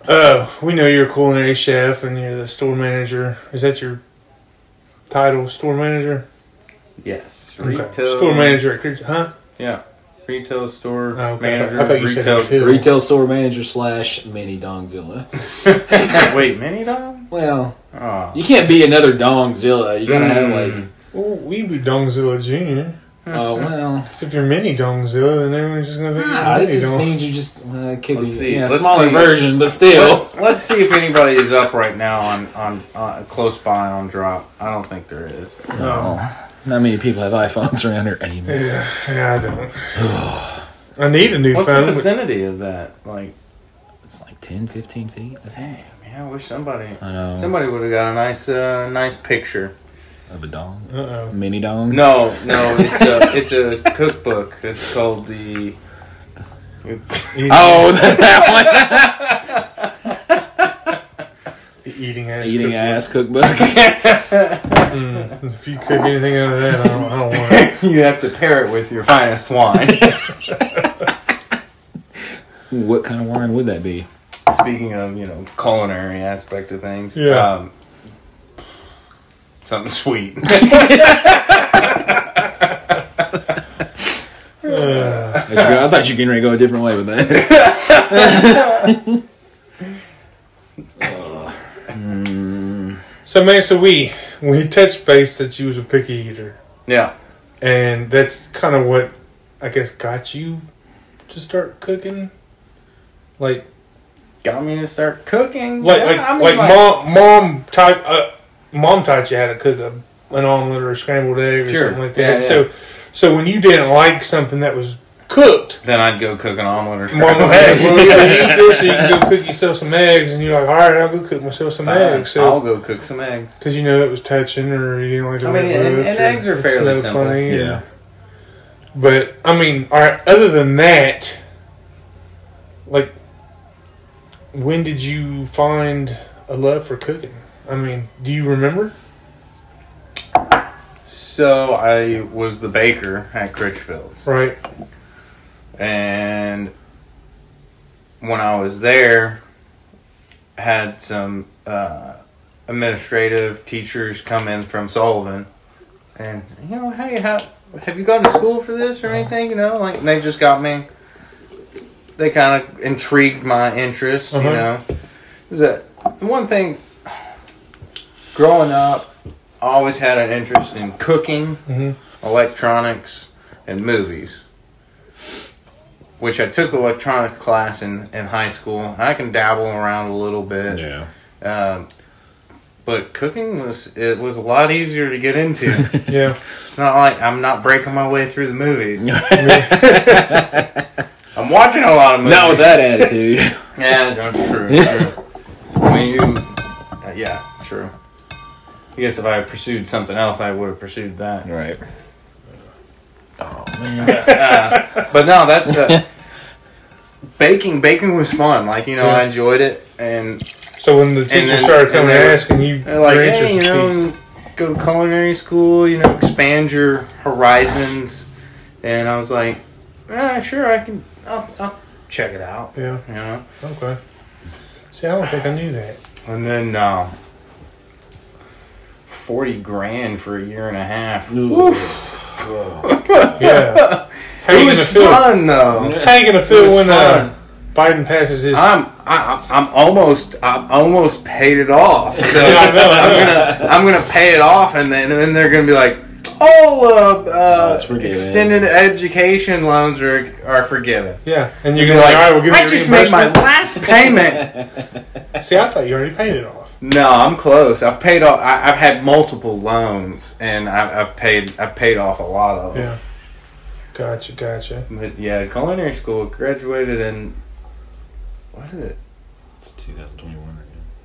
[SPEAKER 2] Uh, we know you're a culinary chef and you're the store manager. Is that your title, store manager?
[SPEAKER 3] Yes.
[SPEAKER 2] Okay.
[SPEAKER 3] Retail.
[SPEAKER 2] Store manager at Creature, huh?
[SPEAKER 3] Yeah. Retail store
[SPEAKER 2] Oh, okay.
[SPEAKER 3] manager.
[SPEAKER 2] I thought you said
[SPEAKER 3] retail.
[SPEAKER 2] retail.
[SPEAKER 1] Retail store manager slash mini Dongzilla.
[SPEAKER 3] *laughs* Wait, mini dog?
[SPEAKER 1] Well,
[SPEAKER 3] Oh. Hmm.
[SPEAKER 1] you can't be another Dongzilla. You gotta have like,
[SPEAKER 2] Ooh, we be Dongzilla Junior.
[SPEAKER 1] oh well.
[SPEAKER 2] Because if you're mini Dongzilla, then everyone's just gonna think
[SPEAKER 1] Ah, it
[SPEAKER 2] you're mini
[SPEAKER 1] just
[SPEAKER 2] Dong.
[SPEAKER 1] means you just well, it could
[SPEAKER 3] Let's
[SPEAKER 1] be
[SPEAKER 3] see.
[SPEAKER 1] yeah,
[SPEAKER 3] Let's
[SPEAKER 1] smaller
[SPEAKER 3] see.
[SPEAKER 1] version, but still.
[SPEAKER 3] Let- Let's see if anybody is up right now on on uh, close by on drop. I don't think there is.
[SPEAKER 1] Oh, not many people have iPhones around their anus.
[SPEAKER 2] Yeah, yeah, I don't. *sighs* I need a new
[SPEAKER 3] What's the
[SPEAKER 2] phone. but-
[SPEAKER 3] vicinity of that? Like,
[SPEAKER 1] It's like 10, 15 feet, I think.
[SPEAKER 3] man, I wish somebody
[SPEAKER 1] I know.
[SPEAKER 3] somebody would have got a nice uh, nice picture.
[SPEAKER 1] Of a dong,
[SPEAKER 2] Uh-oh.
[SPEAKER 1] mini dong.
[SPEAKER 3] No, no, it's a it's a cookbook. It's called the. It's *laughs*
[SPEAKER 2] Eating,
[SPEAKER 1] Oh, *laughs* that
[SPEAKER 2] the eating ass.
[SPEAKER 1] one. Eating
[SPEAKER 2] cookie.
[SPEAKER 1] ass cookbook. *laughs*
[SPEAKER 2] Mm, if you cook anything out of that, I don't, I don't want it.
[SPEAKER 3] *laughs* you have to pair it with your finest wine. *laughs*
[SPEAKER 1] what kind of wine would that be?
[SPEAKER 3] Speaking of you know culinary aspect of things,
[SPEAKER 2] Yeah.
[SPEAKER 3] Um, something sweet. *laughs*
[SPEAKER 2] Uh,
[SPEAKER 1] I thought you- I thought you were getting ready to go a different way with that.
[SPEAKER 2] so, man, so we we touched base that you was a picky eater,
[SPEAKER 3] yeah.
[SPEAKER 2] and that's kind of what I guess got you to start cooking. Like,
[SPEAKER 3] Got me to start cooking.
[SPEAKER 2] like,
[SPEAKER 3] Yeah,
[SPEAKER 2] like,
[SPEAKER 3] I
[SPEAKER 2] like,
[SPEAKER 3] mean,
[SPEAKER 2] mom, mom taught, uh, mom taught you how to cook a, an omelet or a scrambled egg or
[SPEAKER 3] Sure.
[SPEAKER 2] something like that.
[SPEAKER 3] Yeah, yeah.
[SPEAKER 2] So, so when you didn't like something that was cooked,
[SPEAKER 3] Then I'd go cook an omelet or
[SPEAKER 2] mom
[SPEAKER 3] something.
[SPEAKER 2] would hey,
[SPEAKER 3] *laughs*
[SPEAKER 2] well, you can eat this, or you can go cook yourself some eggs, and you're like, all right, I'll go cook myself some eggs.
[SPEAKER 3] Uh,
[SPEAKER 2] So,
[SPEAKER 3] I'll go cook some eggs.
[SPEAKER 2] because you know it was touching, or you know, like
[SPEAKER 3] I mean, and- and eggs are fairly simple.
[SPEAKER 1] *laughs* yeah.
[SPEAKER 2] But I mean, all right. Other than that, like, when did you find a love for cooking? I mean, do you remember?
[SPEAKER 3] So I was the baker at Critchfield's,
[SPEAKER 2] Right.
[SPEAKER 3] and when I was there, had some uh, administrative teachers come in from Sullivan, and you know, hey, how have you gone to school for this or anything? You know, like and they just got me. They kind of intrigued my interest.
[SPEAKER 2] Uh-huh.
[SPEAKER 3] You know, is that the one thing? Growing up, I always had an interest in cooking
[SPEAKER 2] Mm-hmm.
[SPEAKER 3] electronics, and movies. Which I took electronics class in, in high school. I can dabble around a little bit,
[SPEAKER 1] Yeah.
[SPEAKER 3] um, but cooking was it was a lot easier to get into.
[SPEAKER 2] Yeah.
[SPEAKER 3] it's not like I'm not breaking my way through
[SPEAKER 1] *laughs*
[SPEAKER 3] the movies. I'm watching a lot of movies.
[SPEAKER 1] Not with that attitude.
[SPEAKER 3] Yeah, that's true. true. I mean, you. uh, yeah, true. I guess if I had pursued something else, I would have pursued that.
[SPEAKER 1] right. Oh man.
[SPEAKER 3] Uh, but no, that's uh, baking. Baking was fun. Like you know, I
[SPEAKER 2] Yeah.
[SPEAKER 3] enjoyed it, and
[SPEAKER 2] So when the teacher
[SPEAKER 3] then-
[SPEAKER 2] started
[SPEAKER 3] and
[SPEAKER 2] coming
[SPEAKER 3] they
[SPEAKER 2] and
[SPEAKER 3] were-
[SPEAKER 2] asking you,
[SPEAKER 3] uh, like
[SPEAKER 2] your
[SPEAKER 3] hey,
[SPEAKER 2] interest
[SPEAKER 3] you
[SPEAKER 2] in cooking.
[SPEAKER 3] know, go to culinary school. You know, expand your horizons. And I was like, ah, sure, I can. I'll, I'll check it out.
[SPEAKER 2] yeah.
[SPEAKER 3] You know,
[SPEAKER 2] Okay. See, I don't think I knew that.
[SPEAKER 3] and then uh, forty grand for a year and a half.
[SPEAKER 1] Ooh.
[SPEAKER 3] *laughs*
[SPEAKER 2] Yeah. How you
[SPEAKER 3] It
[SPEAKER 2] gonna
[SPEAKER 3] was
[SPEAKER 2] feel?
[SPEAKER 3] fun though.
[SPEAKER 2] How you gonna
[SPEAKER 3] It
[SPEAKER 2] feel
[SPEAKER 3] was
[SPEAKER 2] when
[SPEAKER 3] fun.
[SPEAKER 2] uh, Biden passes his?
[SPEAKER 3] I'm I, I'm almost I'm almost paid it off.
[SPEAKER 2] *laughs*
[SPEAKER 3] So
[SPEAKER 2] Yeah, I know, I know.
[SPEAKER 3] I'm gonna I'm gonna pay it off, and then and then they're gonna be like, all of uh,
[SPEAKER 4] it's forgiven.
[SPEAKER 3] extended education loans are are forgiven.
[SPEAKER 2] Yeah, and you're
[SPEAKER 3] You're
[SPEAKER 2] gonna be like,
[SPEAKER 3] like,
[SPEAKER 2] all right, we'll give you
[SPEAKER 3] I
[SPEAKER 2] your
[SPEAKER 3] just made my
[SPEAKER 2] reimbursement."
[SPEAKER 3] last payment. *laughs*
[SPEAKER 2] See, I thought you already paid it off.
[SPEAKER 3] no, I'm close. I've paid off. I, I've had multiple loans, and I've, I've paid. I've paid off a lot of them.
[SPEAKER 2] Yeah. Gotcha,
[SPEAKER 3] *laughs*
[SPEAKER 2] gotcha.
[SPEAKER 3] But yeah, culinary school graduated in what is it?
[SPEAKER 1] It's 2021.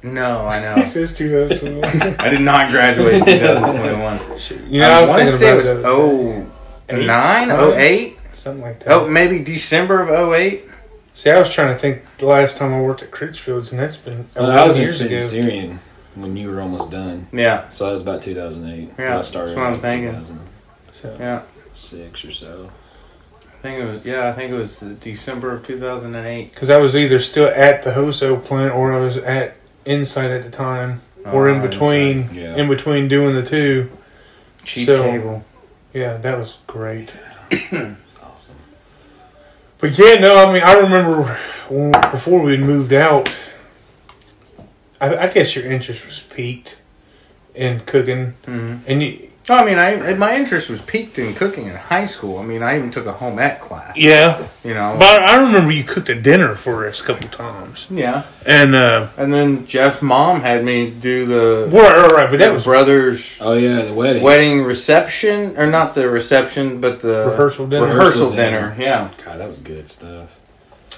[SPEAKER 3] No, I know.
[SPEAKER 2] *laughs* He says 2021.
[SPEAKER 3] I did not graduate in 2021.
[SPEAKER 2] you know, I, was
[SPEAKER 3] wanna
[SPEAKER 2] thinking
[SPEAKER 3] say
[SPEAKER 2] about
[SPEAKER 3] it was
[SPEAKER 2] the other
[SPEAKER 3] oh
[SPEAKER 2] Eight?
[SPEAKER 3] nine,
[SPEAKER 2] Nine?
[SPEAKER 3] oh eight,
[SPEAKER 2] day. something like that.
[SPEAKER 3] oh maybe December of 08.
[SPEAKER 2] See, I was trying to think the last time I worked at Critchfield's, and that's been 11
[SPEAKER 1] I was in
[SPEAKER 2] years ago.
[SPEAKER 1] Spitting Syrian when you were almost done.
[SPEAKER 3] Yeah,
[SPEAKER 1] So that was about 2008.
[SPEAKER 3] Yeah,
[SPEAKER 1] I started
[SPEAKER 3] that's what I'm
[SPEAKER 1] in
[SPEAKER 3] thinking.
[SPEAKER 2] So,
[SPEAKER 3] yeah.
[SPEAKER 1] Six or so.
[SPEAKER 3] I think it was yeah. I think it was December of 2008.
[SPEAKER 2] Because I was either still at the Hoso plant or I was at Insight at the time, or in
[SPEAKER 3] Oh,
[SPEAKER 2] between,
[SPEAKER 1] Yeah.
[SPEAKER 2] in between doing the two.
[SPEAKER 3] it's a cheap
[SPEAKER 2] So-
[SPEAKER 3] cable.
[SPEAKER 2] Yeah, that was great.
[SPEAKER 1] It's awesome.
[SPEAKER 2] But yeah, no, I mean, I remember when, before we moved out. I, I guess your interest was peaked in cooking,
[SPEAKER 3] Mm-hmm.
[SPEAKER 2] and you,
[SPEAKER 3] No, I mean, I my interest was peaked in cooking in high school. I mean, I even took a home ec class.
[SPEAKER 2] yeah.
[SPEAKER 3] You know.
[SPEAKER 2] But I remember you cooked a dinner for us a couple times,
[SPEAKER 3] yeah,
[SPEAKER 2] and uh,
[SPEAKER 3] and then Jeff's mom had me do the
[SPEAKER 2] well, all right, but that was
[SPEAKER 3] brothers
[SPEAKER 1] Oh, yeah, the wedding.
[SPEAKER 3] wedding reception or not the reception, but the
[SPEAKER 2] Rehearsal dinner.
[SPEAKER 1] Rehearsal
[SPEAKER 3] Rehearsal dinner.
[SPEAKER 1] dinner.
[SPEAKER 3] Yeah,
[SPEAKER 1] God, that was good stuff.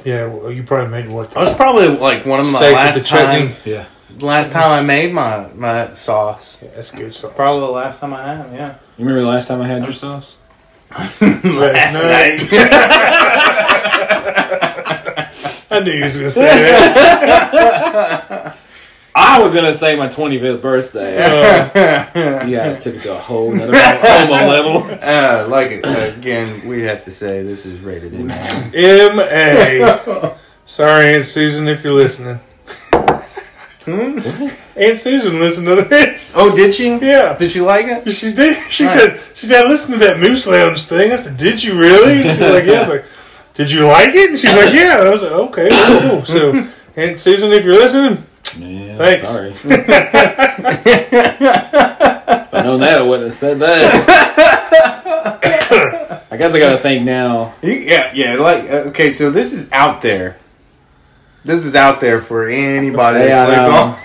[SPEAKER 2] yeah. Well, you probably made what?
[SPEAKER 3] I was probably like one of my
[SPEAKER 2] steak with
[SPEAKER 3] last time.
[SPEAKER 1] Yeah.
[SPEAKER 3] Last time I made my my sauce.
[SPEAKER 2] Yeah, that's good stuff.
[SPEAKER 3] Probably the last time I had. *laughs* Yeah.
[SPEAKER 1] You remember the last time I had your sauce?
[SPEAKER 2] Last
[SPEAKER 3] night.
[SPEAKER 2] *laughs* I knew you was gonna say that.
[SPEAKER 1] I was gonna say my 25th birthday.
[SPEAKER 2] Uh,
[SPEAKER 3] *laughs*
[SPEAKER 1] you guys took it to a whole nother homo level.
[SPEAKER 3] Uh, like again, we have to say this is rated M.
[SPEAKER 2] M A. Sorry, Aunt Susan, if you're listening.
[SPEAKER 3] Hmm?
[SPEAKER 2] Aunt Susan, listen to this.
[SPEAKER 3] *laughs* oh, did she?
[SPEAKER 2] Yeah.
[SPEAKER 3] Did you like it?
[SPEAKER 2] She's did. She
[SPEAKER 3] Right.
[SPEAKER 2] said. She said. Listen to that Moose Lounge thing. I said, Did you really? And she's like, Yeah. I was like, Did you like it? And she's like, Yeah. I was like, Okay, well, cool. So, Aunt Susan, if you're listening,
[SPEAKER 1] Yeah,
[SPEAKER 2] Thanks.
[SPEAKER 1] sorry. if I known that, I wouldn't have said that. I guess I gotta think now.
[SPEAKER 3] You, yeah, yeah. Like uh, okay, so this is out there. This is out there for anybody. to
[SPEAKER 1] Yeah, I
[SPEAKER 3] click
[SPEAKER 1] know.
[SPEAKER 3] on.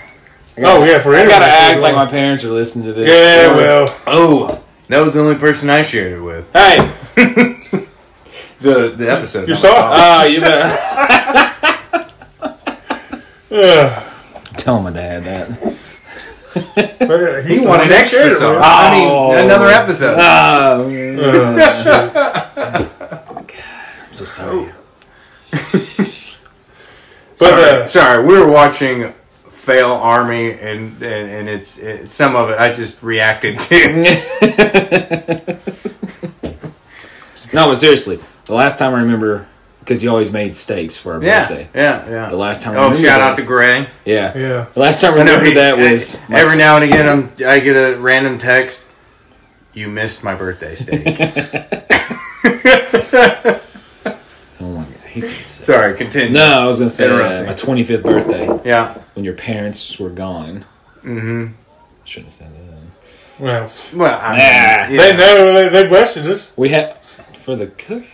[SPEAKER 2] oh yeah, for
[SPEAKER 1] I gotta
[SPEAKER 2] internet,
[SPEAKER 1] act
[SPEAKER 2] we're
[SPEAKER 1] like
[SPEAKER 2] going-
[SPEAKER 1] my parents are listening to this.
[SPEAKER 2] Yeah, well,
[SPEAKER 3] Oh, that was the only person I shared it with.
[SPEAKER 1] Hey,
[SPEAKER 3] The the episode.
[SPEAKER 2] you saw.
[SPEAKER 1] oh, you better
[SPEAKER 2] Yeah.
[SPEAKER 1] tell my dad that.
[SPEAKER 2] But uh,
[SPEAKER 3] He
[SPEAKER 2] he's the one
[SPEAKER 3] wanted
[SPEAKER 2] that shared
[SPEAKER 3] extra
[SPEAKER 2] it
[SPEAKER 3] sauce.
[SPEAKER 2] with.
[SPEAKER 3] I
[SPEAKER 1] Oh.
[SPEAKER 3] mean, another episode. Ah,
[SPEAKER 1] Oh, man,
[SPEAKER 2] Uh,
[SPEAKER 1] I'm so sorry.
[SPEAKER 2] but
[SPEAKER 3] sorry,
[SPEAKER 2] uh,
[SPEAKER 3] sorry, we were watching Fail Army, and and, and it's it, some of it I just reacted to.
[SPEAKER 1] No, but seriously, the last time I remember, because you always made steaks for our
[SPEAKER 3] yeah, yeah,
[SPEAKER 1] birthday.
[SPEAKER 3] yeah.
[SPEAKER 1] The last time I
[SPEAKER 3] oh,
[SPEAKER 1] remember
[SPEAKER 3] shout
[SPEAKER 1] that-
[SPEAKER 3] out to Gray.
[SPEAKER 1] Yeah.
[SPEAKER 2] yeah,
[SPEAKER 1] The last time I
[SPEAKER 3] I know
[SPEAKER 1] remember
[SPEAKER 3] he,
[SPEAKER 1] that was
[SPEAKER 3] I- every now and again I'm, I get a random text. You missed my
[SPEAKER 1] *laughs*
[SPEAKER 3] birthday steak.
[SPEAKER 1] Oh my god, he's obsessed.
[SPEAKER 3] Sorry, continue.
[SPEAKER 1] No, I was gonna say uh,
[SPEAKER 3] Interrupting.
[SPEAKER 1] my 25th birthday
[SPEAKER 3] Yeah.
[SPEAKER 1] when your parents were gone.
[SPEAKER 3] Mm-hmm.
[SPEAKER 1] Shouldn't have said that.
[SPEAKER 2] well,
[SPEAKER 3] Well, I
[SPEAKER 1] Nah.
[SPEAKER 3] mean, yeah.
[SPEAKER 2] they know they, they blessed us.
[SPEAKER 1] We had for the cook.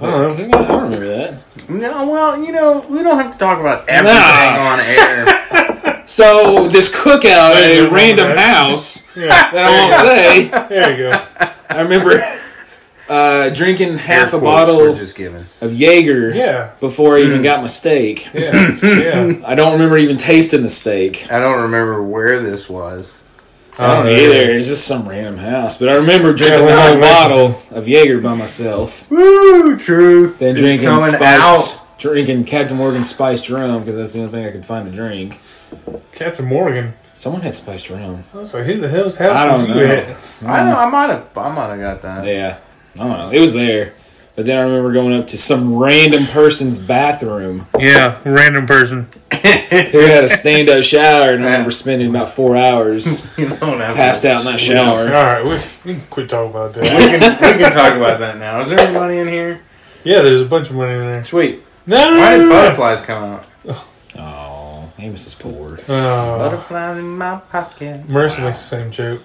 [SPEAKER 2] I don't know.
[SPEAKER 1] cooking? I don't remember that.
[SPEAKER 3] No, well, you know, we don't have to talk about everything
[SPEAKER 1] Nah.
[SPEAKER 3] on air.
[SPEAKER 1] So this cookout at
[SPEAKER 2] I
[SPEAKER 1] a
[SPEAKER 2] remember
[SPEAKER 1] random
[SPEAKER 2] that.
[SPEAKER 1] house
[SPEAKER 2] Yeah,
[SPEAKER 1] that I won't say.
[SPEAKER 2] there you go.
[SPEAKER 1] I remember uh, drinking *laughs*
[SPEAKER 3] Air
[SPEAKER 1] half a
[SPEAKER 3] quotes
[SPEAKER 1] bottle
[SPEAKER 3] We're just giving.
[SPEAKER 1] of Jaeger
[SPEAKER 2] Yeah,
[SPEAKER 1] before I even got my steak.
[SPEAKER 2] yeah, yeah.
[SPEAKER 1] I don't remember even tasting the steak.
[SPEAKER 3] I don't remember where this was.
[SPEAKER 1] *laughs* I don't
[SPEAKER 2] Oh, yeah.
[SPEAKER 1] either. It's just some random house. But I remember drinking
[SPEAKER 2] Yeah,
[SPEAKER 1] the whole
[SPEAKER 2] right, right.
[SPEAKER 1] bottle of Jaeger by myself.
[SPEAKER 3] Woo, truth.
[SPEAKER 1] Then
[SPEAKER 3] is
[SPEAKER 1] drinking
[SPEAKER 3] coming
[SPEAKER 1] spiced, drinking Captain Morgan spiced rum because that's the only thing I could find to drink.
[SPEAKER 2] Captain Morgan.
[SPEAKER 1] Someone had spiced rum.
[SPEAKER 2] I was like, who the hell's house
[SPEAKER 1] I don't
[SPEAKER 2] was you
[SPEAKER 1] know.
[SPEAKER 2] at?
[SPEAKER 3] I know. I might have. I might have got that.
[SPEAKER 1] Yeah, I don't know. It was there, but then I remember going up to some random person's bathroom
[SPEAKER 2] Yeah, random person.
[SPEAKER 1] who had a stand-up shower, and I remember spending about four hours
[SPEAKER 3] You don't have
[SPEAKER 1] passed out in that
[SPEAKER 2] All
[SPEAKER 1] shower.
[SPEAKER 2] right, we, we can quit talking about
[SPEAKER 3] We
[SPEAKER 2] that.
[SPEAKER 3] can, we can talk about that now. Is there any money in here?
[SPEAKER 2] yeah, there's a bunch of money in there.
[SPEAKER 3] Sweet.
[SPEAKER 2] No,
[SPEAKER 3] Why
[SPEAKER 2] no,
[SPEAKER 3] did
[SPEAKER 2] no, no,
[SPEAKER 3] butterflies come out?
[SPEAKER 1] Oh, Amos is poor.
[SPEAKER 2] no. Oh,
[SPEAKER 3] Butterflies in my pocket.
[SPEAKER 2] Marissa makes the same joke.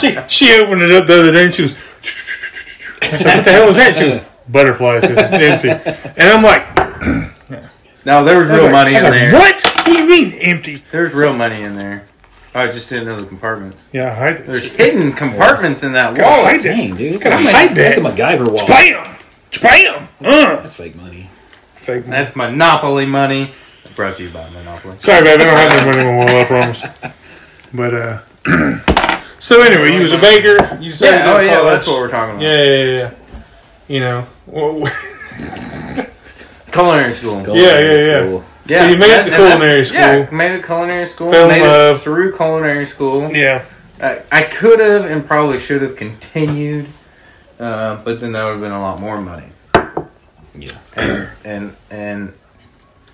[SPEAKER 2] she she opened it up the other day and she was. I said, "What the hell is that?" She was butterflies. It's empty, and I'm like,
[SPEAKER 3] No, there was
[SPEAKER 2] I was
[SPEAKER 3] real
[SPEAKER 2] like-
[SPEAKER 3] money
[SPEAKER 2] I was
[SPEAKER 3] in
[SPEAKER 2] like,
[SPEAKER 3] there.
[SPEAKER 2] What? What do you mean empty?
[SPEAKER 3] There's real money in there. I just didn't know the compartments.
[SPEAKER 2] Yeah, I hide
[SPEAKER 3] There's
[SPEAKER 2] it.
[SPEAKER 3] hidden compartments in that
[SPEAKER 2] Oh,
[SPEAKER 3] wall.
[SPEAKER 2] hide it.
[SPEAKER 5] Dang, dude. That's,
[SPEAKER 2] Can
[SPEAKER 5] like,
[SPEAKER 2] I hide
[SPEAKER 5] that's a
[SPEAKER 2] that?
[SPEAKER 5] MacGyver wall.
[SPEAKER 2] Bam! Bam! Uh.
[SPEAKER 5] That's fake money.
[SPEAKER 2] Fake.
[SPEAKER 3] That's Monopoly money. Brought to you by Monopoly.
[SPEAKER 2] Sorry, babe. I don't have no money anymore. I promise. But uh, *clears throat* so anyway, you was a baker. You said
[SPEAKER 3] Yeah, oh yeah, that's what we're talking about.
[SPEAKER 2] Yeah, yeah, yeah. You know. Well,
[SPEAKER 3] Culinary school.
[SPEAKER 5] Go
[SPEAKER 2] Yeah,
[SPEAKER 5] to
[SPEAKER 2] yeah, yeah.
[SPEAKER 5] school.
[SPEAKER 3] Yeah,
[SPEAKER 2] you made it to
[SPEAKER 3] and that's-
[SPEAKER 2] culinary
[SPEAKER 3] Yeah,
[SPEAKER 2] school.
[SPEAKER 3] made it culinary school.
[SPEAKER 2] Fell in
[SPEAKER 3] made it
[SPEAKER 2] love.
[SPEAKER 3] through culinary school.
[SPEAKER 2] *laughs* yeah.
[SPEAKER 3] I, I could have and probably should have continued, uh, but then that would have been a lot more money.
[SPEAKER 5] Yeah.
[SPEAKER 3] And, and and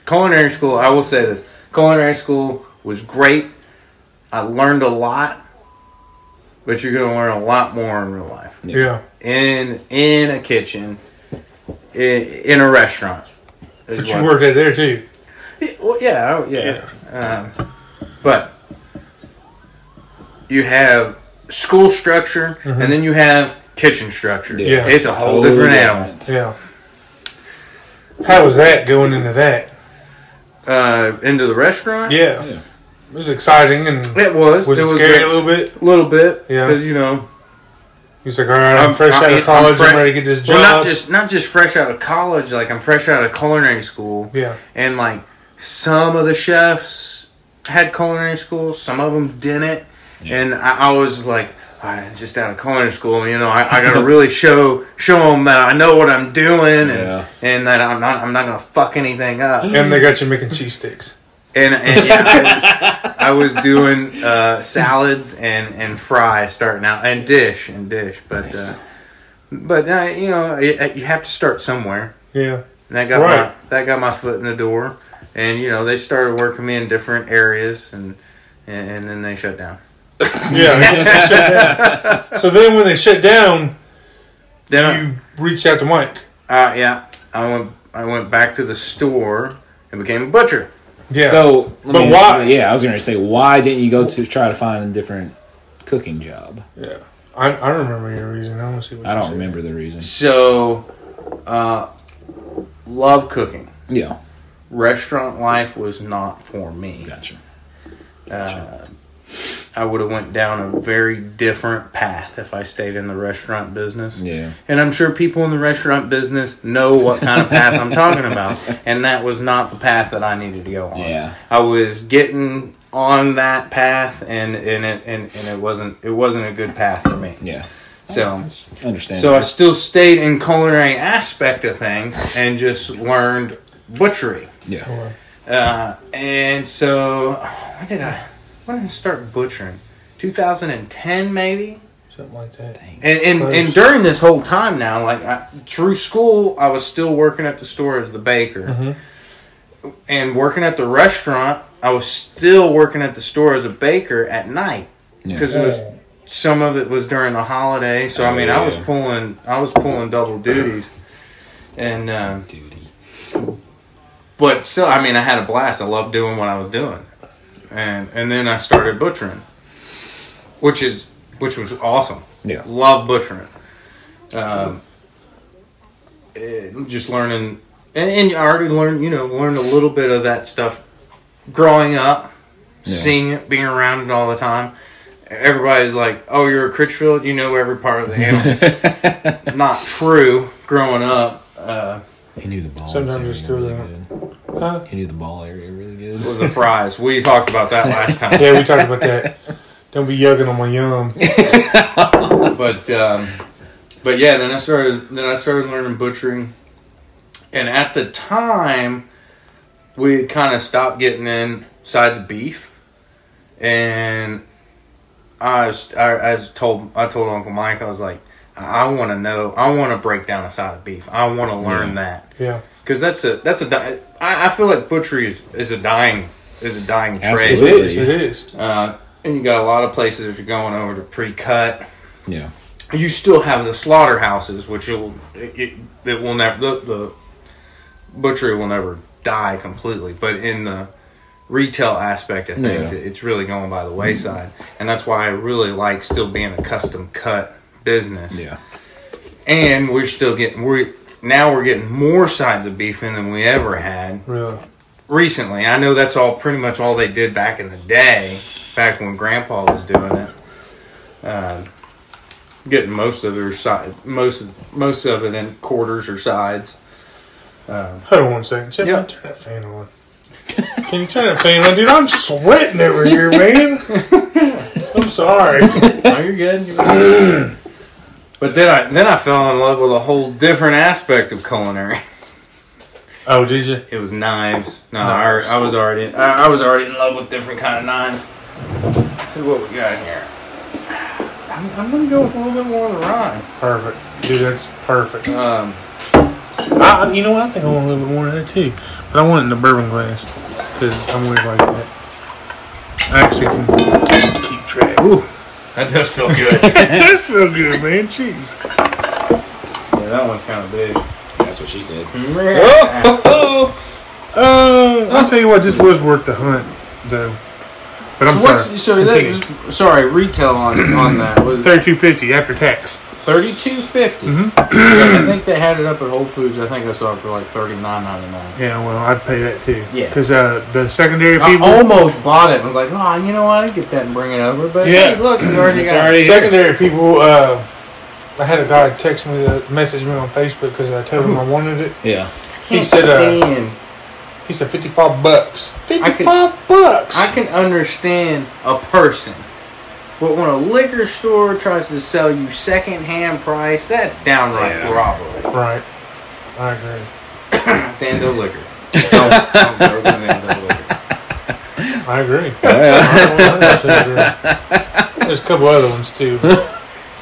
[SPEAKER 3] culinary school, I will say this: culinary school was great. I learned a lot, but you're going to learn a lot more in real life
[SPEAKER 2] Yeah.
[SPEAKER 3] in in a kitchen, in, in a restaurant.
[SPEAKER 2] But
[SPEAKER 3] is what-
[SPEAKER 2] you worked out there too.
[SPEAKER 3] yeah, Well, yeah, I- yeah. Um, but you have school structure,
[SPEAKER 2] Mm-hmm.
[SPEAKER 3] and then you have kitchen structure.
[SPEAKER 5] Yeah.
[SPEAKER 3] it's a whole
[SPEAKER 5] Totally
[SPEAKER 3] different animal.
[SPEAKER 2] Yeah. How was that going into that?
[SPEAKER 3] Uh, into the restaurant,
[SPEAKER 2] Yeah.
[SPEAKER 5] Yeah.
[SPEAKER 2] It was exciting and
[SPEAKER 3] it was.
[SPEAKER 2] was it,
[SPEAKER 3] was
[SPEAKER 2] scary a little bit?
[SPEAKER 3] little bit,
[SPEAKER 2] Yeah.
[SPEAKER 3] because you know,
[SPEAKER 2] He was like, all right, I'm,
[SPEAKER 3] I'm-
[SPEAKER 2] fresh
[SPEAKER 3] I-
[SPEAKER 2] out
[SPEAKER 3] I'm
[SPEAKER 2] of college. I'm,
[SPEAKER 3] fresh-
[SPEAKER 2] ready to get this job.
[SPEAKER 3] well, not just not just fresh out of college. Like I'm fresh out of culinary school,
[SPEAKER 2] yeah.
[SPEAKER 3] and like some of the chefs had culinary school, some of them didn't, and I, I was just like, I just out of culinary school, you
[SPEAKER 5] *laughs*
[SPEAKER 3] know, I, I gotta really show show them that I know what I'm doing, and
[SPEAKER 5] Yeah.
[SPEAKER 3] and that I'm not I'm not gonna fuck anything up,
[SPEAKER 5] *laughs*
[SPEAKER 3] and
[SPEAKER 2] And they got you making cheese sticks.
[SPEAKER 3] and yeah, I, was, I was doing uh, salads and and fry starting out, and dish and dish, but
[SPEAKER 5] Nice.
[SPEAKER 3] uh, but uh, you know, it, you have to start somewhere.
[SPEAKER 2] Yeah.
[SPEAKER 3] And that got
[SPEAKER 2] Right.
[SPEAKER 3] my that got my foot in the door, and you know they started working me in different areas, and and, and then they shut down.
[SPEAKER 2] Yeah.
[SPEAKER 5] *laughs*
[SPEAKER 2] shut down. So then when they shut down,
[SPEAKER 3] Then
[SPEAKER 2] you reached out to Mike.
[SPEAKER 3] I, uh, yeah, I went I went back to the store and became a butcher.
[SPEAKER 2] Yeah.
[SPEAKER 5] So, let
[SPEAKER 2] But
[SPEAKER 5] me-
[SPEAKER 2] why-
[SPEAKER 5] Yeah, I was going to say, why didn't you go to try to find a different cooking job?
[SPEAKER 2] yeah. I, I remember your reason. I want to see what
[SPEAKER 5] I
[SPEAKER 2] you
[SPEAKER 5] don't
[SPEAKER 2] said.
[SPEAKER 5] remember the reason.
[SPEAKER 3] So, uh, love cooking.
[SPEAKER 5] Yeah,
[SPEAKER 3] Restaurant life was not for me.
[SPEAKER 5] gotcha.
[SPEAKER 3] Uh, I would have went down a very different path if I stayed in the restaurant business.
[SPEAKER 5] Yeah,
[SPEAKER 3] And I'm sure people in the restaurant business know what kind of path I'm
[SPEAKER 5] *laughs*
[SPEAKER 3] talking about. And that was not the path that I needed to go on.
[SPEAKER 5] yeah,
[SPEAKER 3] I was getting on that path and, and it and, and it wasn't it wasn't a good path for me.
[SPEAKER 5] yeah.
[SPEAKER 3] So
[SPEAKER 5] Understand.
[SPEAKER 3] so I still stayed in culinary aspect of things and just learned butchery.
[SPEAKER 5] yeah,
[SPEAKER 2] Or-
[SPEAKER 3] Uh, and so when did I when did I start butchering? 2010 maybe?
[SPEAKER 2] Something like that.
[SPEAKER 3] And and, and
[SPEAKER 2] Close.
[SPEAKER 3] during this whole time now, like I, through school, I was still working at the store as the baker,
[SPEAKER 2] Mhm.
[SPEAKER 3] and working at the restaurant. I was still working at the store as a baker at night
[SPEAKER 5] Yeah.
[SPEAKER 3] because it was some of it was during the holiday. So I
[SPEAKER 5] Oh,
[SPEAKER 3] mean, I was
[SPEAKER 5] yeah.
[SPEAKER 3] pulling I was pulling double duties, and uh,
[SPEAKER 5] duty.
[SPEAKER 3] but still, I mean, I had a blast. I loved doing what I was doing, and and then I started butchering, which is which was awesome.
[SPEAKER 5] Yeah,
[SPEAKER 3] Love butchering. Um, eh, just learning, and, and I already learned, you know, learned a little bit of that stuff growing up,
[SPEAKER 5] Yeah.
[SPEAKER 3] seeing it, being around it all the time. Everybody's like, "Oh, you're a Critchfield, you know every part of the animal." Not true. Growing up, uh,
[SPEAKER 5] he knew the ball.
[SPEAKER 2] Sometimes
[SPEAKER 5] area
[SPEAKER 2] it's still
[SPEAKER 5] really
[SPEAKER 2] there.
[SPEAKER 5] good.
[SPEAKER 2] Huh?
[SPEAKER 5] He knew the ball area really good.
[SPEAKER 3] was the fries. We talked about that last time.
[SPEAKER 2] Yeah, we talked about that. Don't be yugging on my yum.
[SPEAKER 5] *laughs*
[SPEAKER 3] but um, but yeah, then I started then I started learning butchering, and at the time, we had kind of stopped getting in sides of beef, and I was I, I was told I told Uncle Mike I was like I want to know I want to break down a side of beef I want to learn that
[SPEAKER 2] Yeah.
[SPEAKER 3] because that's a that's a di- I, I feel like butchery is, is a dying is a dying
[SPEAKER 2] It
[SPEAKER 3] trade.
[SPEAKER 5] Absolutely.
[SPEAKER 2] is. It is.
[SPEAKER 3] Uh, and you got a lot of places if you're going over to pre-cut
[SPEAKER 5] Yeah,
[SPEAKER 3] you still have the slaughterhouses, which you'll it, it, it will never the, the butchery will never die completely, but in the retail aspect of things,
[SPEAKER 1] Yeah.
[SPEAKER 3] it's really going by the wayside, and that's why I really like still being a custom cut business.
[SPEAKER 1] Yeah.
[SPEAKER 3] and we're still getting we're now we're getting more sides of beef in than we ever had
[SPEAKER 2] Really?
[SPEAKER 3] recently. I know that's all pretty much all they did back in the day, back when Grandpa was doing it. Um, getting most of their side, most of, most of it in quarters or sides. Um,
[SPEAKER 2] Hold on one second. Chip,
[SPEAKER 3] Yep.
[SPEAKER 2] turn that fan on. Can you turn that fan on, dude? I'm sweating over here, man. I'm sorry.
[SPEAKER 3] oh, you're good. You're *clears throat* good. but then I then I fell in love with a whole different aspect of culinary. *laughs*
[SPEAKER 2] Oh, did you?
[SPEAKER 3] It was knives. No, I, alre- I was already I, I was already in love with different kind of knives. See what we got here. I'm, I'm gonna go with a little bit more of the rye.
[SPEAKER 2] Perfect. Dude, that's perfect.
[SPEAKER 3] Um,
[SPEAKER 2] I, I- you know what? I think I want a little bit more in there too, but I want it in a bourbon glass because I'm weird like that. I actually can keep track. Ooh,
[SPEAKER 3] that does feel *laughs* good.
[SPEAKER 2] *laughs* it does feel good, man.
[SPEAKER 3] *laughs*
[SPEAKER 2] Jeez.
[SPEAKER 3] yeah, that one's kind of *laughs* big.
[SPEAKER 5] That's what she said.
[SPEAKER 1] Oh,
[SPEAKER 2] Uh, I'll tell you what, this was worth the hunt, though. But I'm
[SPEAKER 3] So what's
[SPEAKER 2] sorry.
[SPEAKER 3] so that? Sorry, retail on
[SPEAKER 2] *clears throat*
[SPEAKER 3] on that was
[SPEAKER 2] Thirty-two fifty after tax.
[SPEAKER 3] thirty two fifty.
[SPEAKER 2] Mm-hmm.
[SPEAKER 3] I think they had it up at Whole Foods. I think I saw it for like thirty nine ninety nine.
[SPEAKER 2] Yeah, well, I'd pay that too.
[SPEAKER 3] Yeah. oh
[SPEAKER 2] Because uh, the secondary
[SPEAKER 3] I
[SPEAKER 2] people,
[SPEAKER 3] almost bought it. and was like, oh, you know what? I get that and bring it over. But
[SPEAKER 2] Yeah.
[SPEAKER 3] hey, look, we already
[SPEAKER 5] It's
[SPEAKER 3] got.
[SPEAKER 5] already-
[SPEAKER 2] secondary people. Uh, I had a guy text me, the, message me on Facebook because I told him I wanted it.
[SPEAKER 5] Yeah.
[SPEAKER 2] He
[SPEAKER 3] Can't
[SPEAKER 2] said, uh,
[SPEAKER 3] stand.
[SPEAKER 2] He said fifty-five bucks.
[SPEAKER 3] can-
[SPEAKER 2] Fifty-five bucks.
[SPEAKER 3] I can understand a person, but when a liquor store tries to sell you secondhand price, that's downright
[SPEAKER 5] Yeah.
[SPEAKER 3] robbery.
[SPEAKER 2] Right. I agree. *laughs*
[SPEAKER 3] Sando liquor. don't, don't go to Sando liquor.
[SPEAKER 2] I agree. *laughs*
[SPEAKER 1] yeah.
[SPEAKER 2] There's a couple other ones *laughs* too.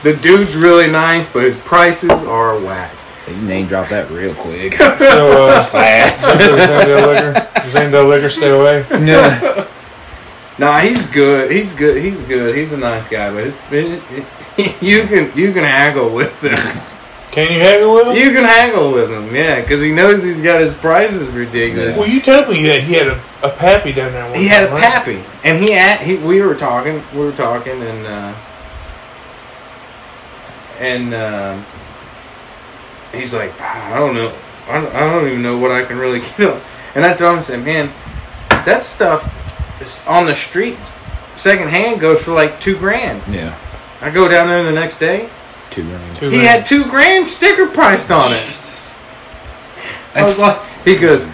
[SPEAKER 3] The dude's really nice, but his prices are whack.
[SPEAKER 1] *laughs* So you name drop that real quick.
[SPEAKER 2] So, uh,
[SPEAKER 1] Fast.
[SPEAKER 2] Zando liquor, Zando liquor, stay away.
[SPEAKER 1] Yeah.
[SPEAKER 3] Nah, he's good. He's good. He's good. He's a nice guy, but it, it, *laughs* you can you can haggle with him.
[SPEAKER 2] Can you haggle with him?
[SPEAKER 3] You can haggle with him, yeah, because he knows he's got his prices ridiculous.
[SPEAKER 2] Well, you told me that he had a, a pappy down there. One
[SPEAKER 3] He had a
[SPEAKER 2] time, right?
[SPEAKER 3] pappy, and he at he. We were talking, we were talking, and uh, and um he's like, "Ah, I don't know, I don't, I don't even know what I can really *laughs* kill. And I told him, I said, man, that stuff is on the street, secondhand goes for like two grand.
[SPEAKER 1] Yeah.
[SPEAKER 3] I go down there the next day,
[SPEAKER 1] Two grand.
[SPEAKER 2] Two
[SPEAKER 3] he
[SPEAKER 2] men.
[SPEAKER 3] had two grand sticker priced on it.
[SPEAKER 1] Jesus.
[SPEAKER 3] I was
[SPEAKER 1] That's-
[SPEAKER 3] like, he goes,